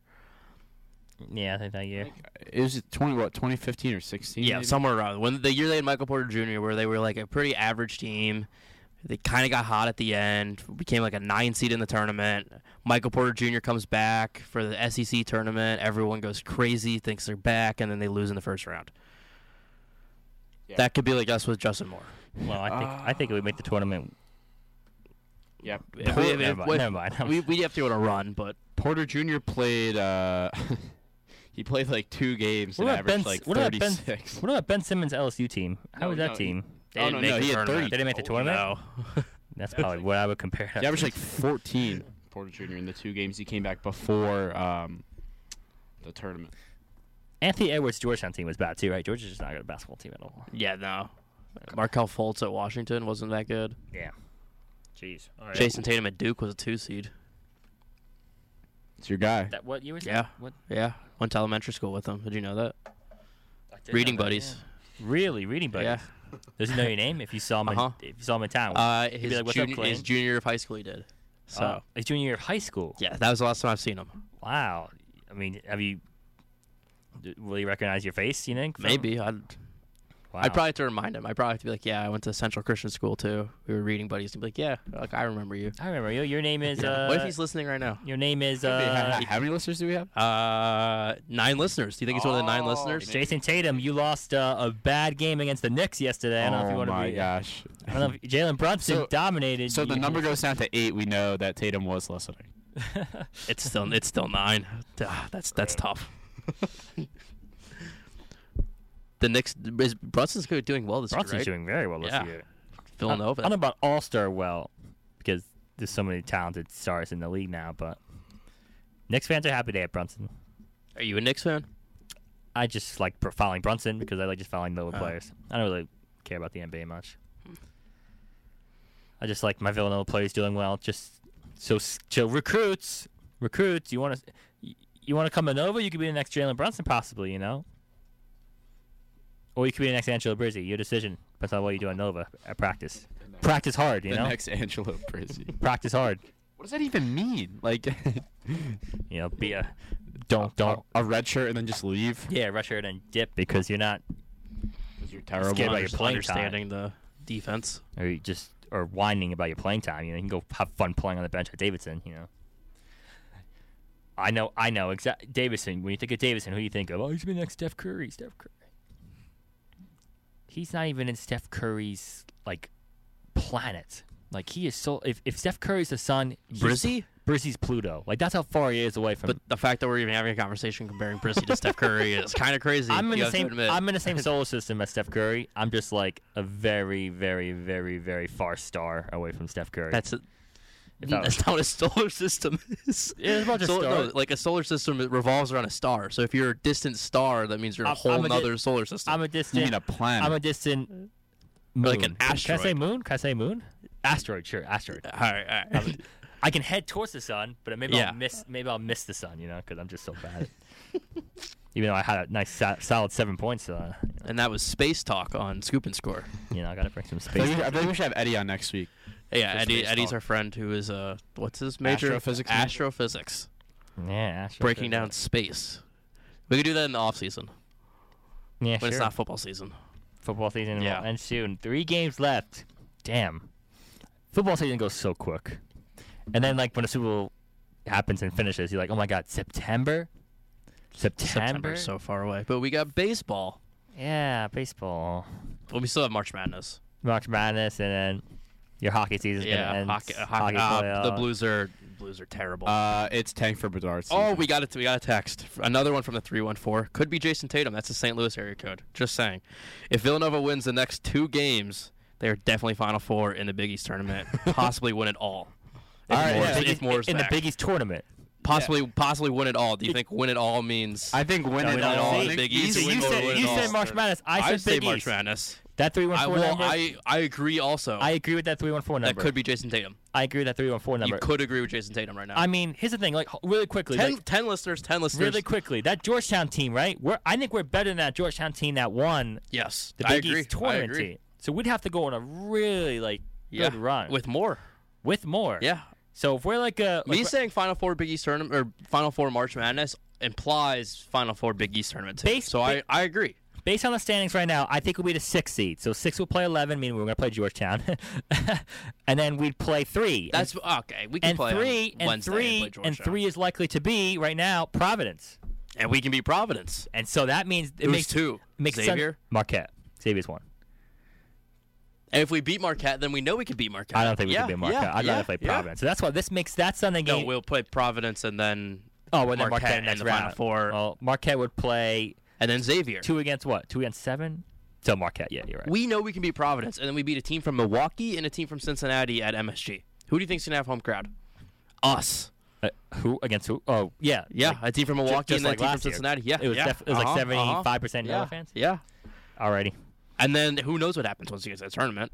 S3: Yeah, I think that year.
S7: it was twenty what twenty fifteen or sixteen.
S1: Yeah,
S7: maybe?
S1: somewhere around when the year they had Michael Porter Jr. where they were like a pretty average team. They kind of got hot at the end, became like a nine seed in the tournament. Michael Porter Jr. comes back for the SEC tournament. Everyone goes crazy, thinks they're back, and then they lose in the first round. That could be like us with Justin Moore.
S3: Well, I think I think it would make the tournament.
S7: yeah.
S1: If
S3: Poor-
S1: we- if-
S3: never mind,
S1: if-
S3: never mind.
S1: We we have to go on a run, but
S7: Porter Jr. played. uh He played like two games
S3: What
S7: and
S3: about Ben?
S7: averaged like
S3: what about Ben?
S7: thirty six.
S3: What about Ben Simmons' LSU team? How was that
S7: no,
S3: team?
S1: they
S7: Oh,
S1: didn't
S7: no,
S1: make
S7: no,
S1: the
S7: he had
S1: tournament.
S7: 30.
S3: They didn't make the tournament.
S1: No.
S3: That's probably what I would compare. That
S7: He averaged
S3: to.
S7: like fourteen. Porter Jr. in the two games he came back before um, the tournament.
S3: Anthony Edwards' Georgetown team was bad too, right? Georgia's just not a good basketball team at all.
S1: yeah, no. Markel Fultz at Washington wasn't that good.
S3: Yeah. Jeez. All right.
S1: Jason Tatum at Duke was a two seed.
S7: It's your guy.
S3: That what you were saying?
S1: Yeah.
S3: What?
S1: Yeah. Went to elementary school with him. Did you know that?
S3: I did know
S1: Reading
S3: that,
S1: buddies.
S3: Really, reading buddies.
S1: Yeah.
S3: Does he know your name? If you saw him, in-
S1: Uh-huh.
S3: if you saw him in town,
S1: Uh,
S3: he'd
S1: his,
S3: be like, "What's up,
S1: jun-
S3: Clayton?"
S1: his junior year of high school, he did. So
S3: Uh, his junior year of high school.
S1: yeah, that was the last time I've seen him.
S3: Wow. I mean, have you? d- Will he recognize your face? You think? from-
S1: Maybe I'd
S3: Wow.
S1: I'd probably have to remind him. I'd probably have to be like, yeah, I went to Central Christian School too. We were reading buddies. He'd be like, yeah, like I remember you.
S3: I remember you. Your name is. Uh,
S1: what if he's listening right now?
S3: Your name is. Uh,
S7: How many listeners do we have?
S1: Uh, nine listeners. Do you think he's one of the nine
S7: Oh,
S1: listeners?
S3: Jason Tatum. You lost uh, a bad game against the Knicks yesterday. I don't know if you
S7: oh
S3: want to
S7: my
S3: be. uh,
S7: gosh.
S3: I don't know. If, Jalen Brunson
S7: So-
S3: dominated.
S7: So the
S3: you.
S7: number goes down to eight. We know that Tatum was listening.
S1: It's still it's still nine. Ah, that's that's tough. the Knicks is Brunson's good- doing well this
S3: Brunson's
S1: year, right?
S3: doing very well this
S1: Yeah.
S3: year.
S1: Villanova.
S3: I don't know about All Star well because there's so many talented stars in the league now, but Knicks fans are happy to have Brunson.
S1: Are you a Knicks fan?
S3: I just like pr- following Brunson because I like just following Villanova players. I don't really care about the NBA much. I just like my Villanova players doing well. Just so s- so recruits, recruits. You want to you want to come in over? You could be the next Jalen Brunson, possibly. You know. Or you could be the next Angelo Brizzi. Your decision depends on what you do at Nova at practice. Practice hard, you
S7: The
S3: know.
S7: next Angelo Brizzi.
S3: practice hard.
S7: what does that even mean? Like,
S3: You know, be a don't don't
S7: a red shirt and then just leave?
S3: yeah rush it and dip because you're not
S7: Because you're terrible.
S3: Scared about your
S1: Under-
S3: playing
S1: understanding the defense.
S3: or you just or whining about your playing time. You know, you can go have fun playing on the bench at Davidson. You know, I know, I know. Exact Davidson. When you think of Davidson, who do you think of? Oh, he's been next Steph Curry. Steph Curry. He's not even in Steph Curry's like planet. Like he is so. If if Steph Curry's the sun, he's-
S1: Brizzy?
S3: Brizzy's Pluto. Like that's how far he is away from.
S1: But the fact that we're even having a conversation comparing Prissy to Steph Curry is kind of crazy.
S3: I'm
S1: you
S3: in the
S1: have to
S3: same.
S1: admit.
S3: I'm in the same solar system as Steph Curry. I'm just like a very, very, very, very far star away from Steph Curry.
S1: That's a,
S3: that
S1: that's not what a solar system is.
S3: it's about just
S1: Sol- no,
S3: stars.
S1: like a solar system it revolves around a star. So if you're a distant star, that means you're a
S3: I'm-
S1: whole
S3: I'm a di-
S1: nother solar system.
S3: I'm a
S7: You
S3: distant.
S7: mean a planet?
S3: I'm a distant. Moon.
S1: like an
S3: Can I say
S1: asteroid.
S3: moon? Can I say moon? Asteroid, sure, asteroid.
S1: all right, all right.
S3: I can head towards the sun, but maybe
S1: Yeah.
S3: I'll miss. Maybe I'll miss the sun, you know, because I'm just so bad. at it. Even though I had a nice so- solid seven points, uh,
S1: and that was space talk on Scoop and Score.
S3: you know, I gotta bring some
S7: I
S3: space.
S7: think we- I think we should have Eddie on next week.
S1: Yeah,
S7: For
S1: Eddie,
S7: space
S1: Eddie's
S7: talk.
S1: our friend who is uh, what's his major?
S7: Astrophysics major?
S1: Astrophysics.
S3: yeah, asteroid.
S1: Breaking down space. We could do that in the off season
S3: Yeah,
S1: when it's
S3: sure.
S1: not football season.
S3: football season
S1: Yeah.
S3: will end soon. Three games left. Damn. Football season goes so quick. And then like when the Super Bowl happens and finishes, you're like, oh my god, September? September?
S1: September's so far away, but we got baseball.
S3: yeah, baseball.
S1: But we still have March Madness.
S3: March Madness and then your hockey season's
S1: yeah,
S3: gonna end.
S1: hockey,
S3: s-
S1: hockey, uh, the
S3: playoff.
S1: Blues are Blues are terrible.
S7: Uh, it's tank for Bedard.
S1: oh,
S7: season.
S1: we got it. We got a text. Another one from the three one four. Could be Jason Tatum. That's a St. Louis area code. Just saying. If Villanova wins the next two games, they are definitely Final Four in the Big East tournament. possibly win it all. If
S7: All right,
S1: Moore's-
S7: yeah.
S3: Big- E
S1: if Moore's
S3: in
S1: back.
S3: the Big East tournament.
S1: possibly possibly win it all. Do you think win it all means?
S7: I think winning
S1: we
S7: it
S1: don't
S7: all.
S1: see.
S7: I think
S1: Big
S7: you
S1: East,
S7: said-
S1: we
S7: you
S1: don't
S7: said-
S1: win
S7: you
S1: it all.
S7: said-
S3: March Madness. I said
S1: I'd say
S3: Big
S1: March
S3: East.
S1: Madness.
S3: That three one
S1: I,
S3: four
S1: well,
S3: number.
S1: I I agree also.
S3: I agree with that three one four
S1: that
S3: number.
S1: could be Jason Tatum.
S3: I agree with that three one four number.
S1: You could agree with Jason Tatum right now.
S3: I mean, here's the thing, like h- really quickly.
S1: ten,
S3: like,
S1: 10 listeners, ten listeners.
S3: really quickly, that Georgetown team, right? We're I think we're better than that Georgetown team that won
S1: Yes,
S3: the
S1: I
S3: Big
S1: agree.
S3: East tournament
S1: I agree.
S3: team. So we'd have to go on a really like
S1: Yeah,
S3: good run
S1: with more.
S3: with more.
S1: Yeah,
S3: So if we're like a
S1: me
S3: like,
S1: saying Final Four Big East tournament or Final Four March Madness implies Final Four Big East tournament. Too.
S3: Base-
S1: so I,
S3: ba-
S1: I agree.
S3: based on the standings right now, I think we'll be the sixth seed. So six will play eleven, meaning we're gonna play Georgetown, and then we'd play three.
S1: That's okay. We can
S3: and,
S1: play
S3: and
S1: on
S3: three and
S1: Wednesday
S3: three
S1: and, play
S3: and
S1: Georgetown.
S3: three is likely to be right now Providence,
S1: and we can be Providence.
S3: and so that means it
S1: Who's
S3: makes
S1: two?
S3: it makes
S1: Xavier.
S3: sense. Marquette. Xavier's one.
S1: And if we beat Marquette, then we know we could beat Marquette.
S3: I don't think we
S1: yeah,
S3: could be Marquette.
S1: Yeah,
S3: I'd
S1: yeah,
S3: rather play
S1: yeah.
S3: Providence. So that's why this makes that Sunday
S1: No,
S3: game.
S1: we'll play Providence and then
S3: oh, and then
S1: Marquette
S3: Marquette,
S1: in
S3: next
S1: the
S3: round.
S1: Final Four.
S3: Well, Marquette would play
S1: and then Xavier.
S3: two against what? Two against seven. So Marquette, yeah, you're right.
S1: We know we can beat Providence, and then we beat a team from Milwaukee and a team from Cincinnati at MSG. Who do you think's gonna have home crowd? Us.
S3: Uh, who against who? Oh, yeah,
S1: Yeah,
S3: Like,
S1: a team from Milwaukee and
S3: just
S1: then a team
S3: like
S1: from
S3: last year.
S1: Cincinnati. Yeah,
S3: It was
S1: yeah.
S3: def- it was like
S1: uh-huh,
S3: 75%
S1: uh-huh.
S3: Noah
S1: yeah,
S3: fans.
S1: Yeah,
S3: alrighty.
S1: and then who knows what happens once you get to the tournament?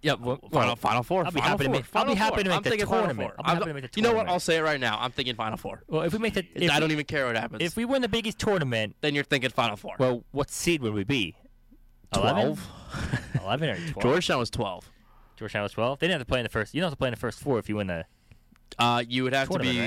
S1: yeah,
S3: well,
S1: final,
S3: well,
S1: final four.
S3: I'll be
S1: final
S3: happy to
S1: four,
S3: make- I'll be
S1: final
S3: happy to
S1: four.
S3: make
S1: I'm
S3: the
S1: thinking
S3: tournament.
S1: Final four.
S3: I'll be
S1: I'm-
S3: happy to make the
S1: You know what?
S3: tournament.
S1: I'll say it right now. I'm thinking final four.
S3: Well, if we make the, if,
S1: I
S3: we-
S1: don't even care what happens.
S3: if we win the biggest tournament,
S1: then you're thinking final four.
S3: well, what seed would we be? 11? 11 or twelve?
S1: Georgetown was 12.
S3: Georgetown was 12. They didn't have to play in the first. You don't have to play in the first four if you win the
S1: Uh, you would have to
S3: Tournament,
S1: be
S3: right?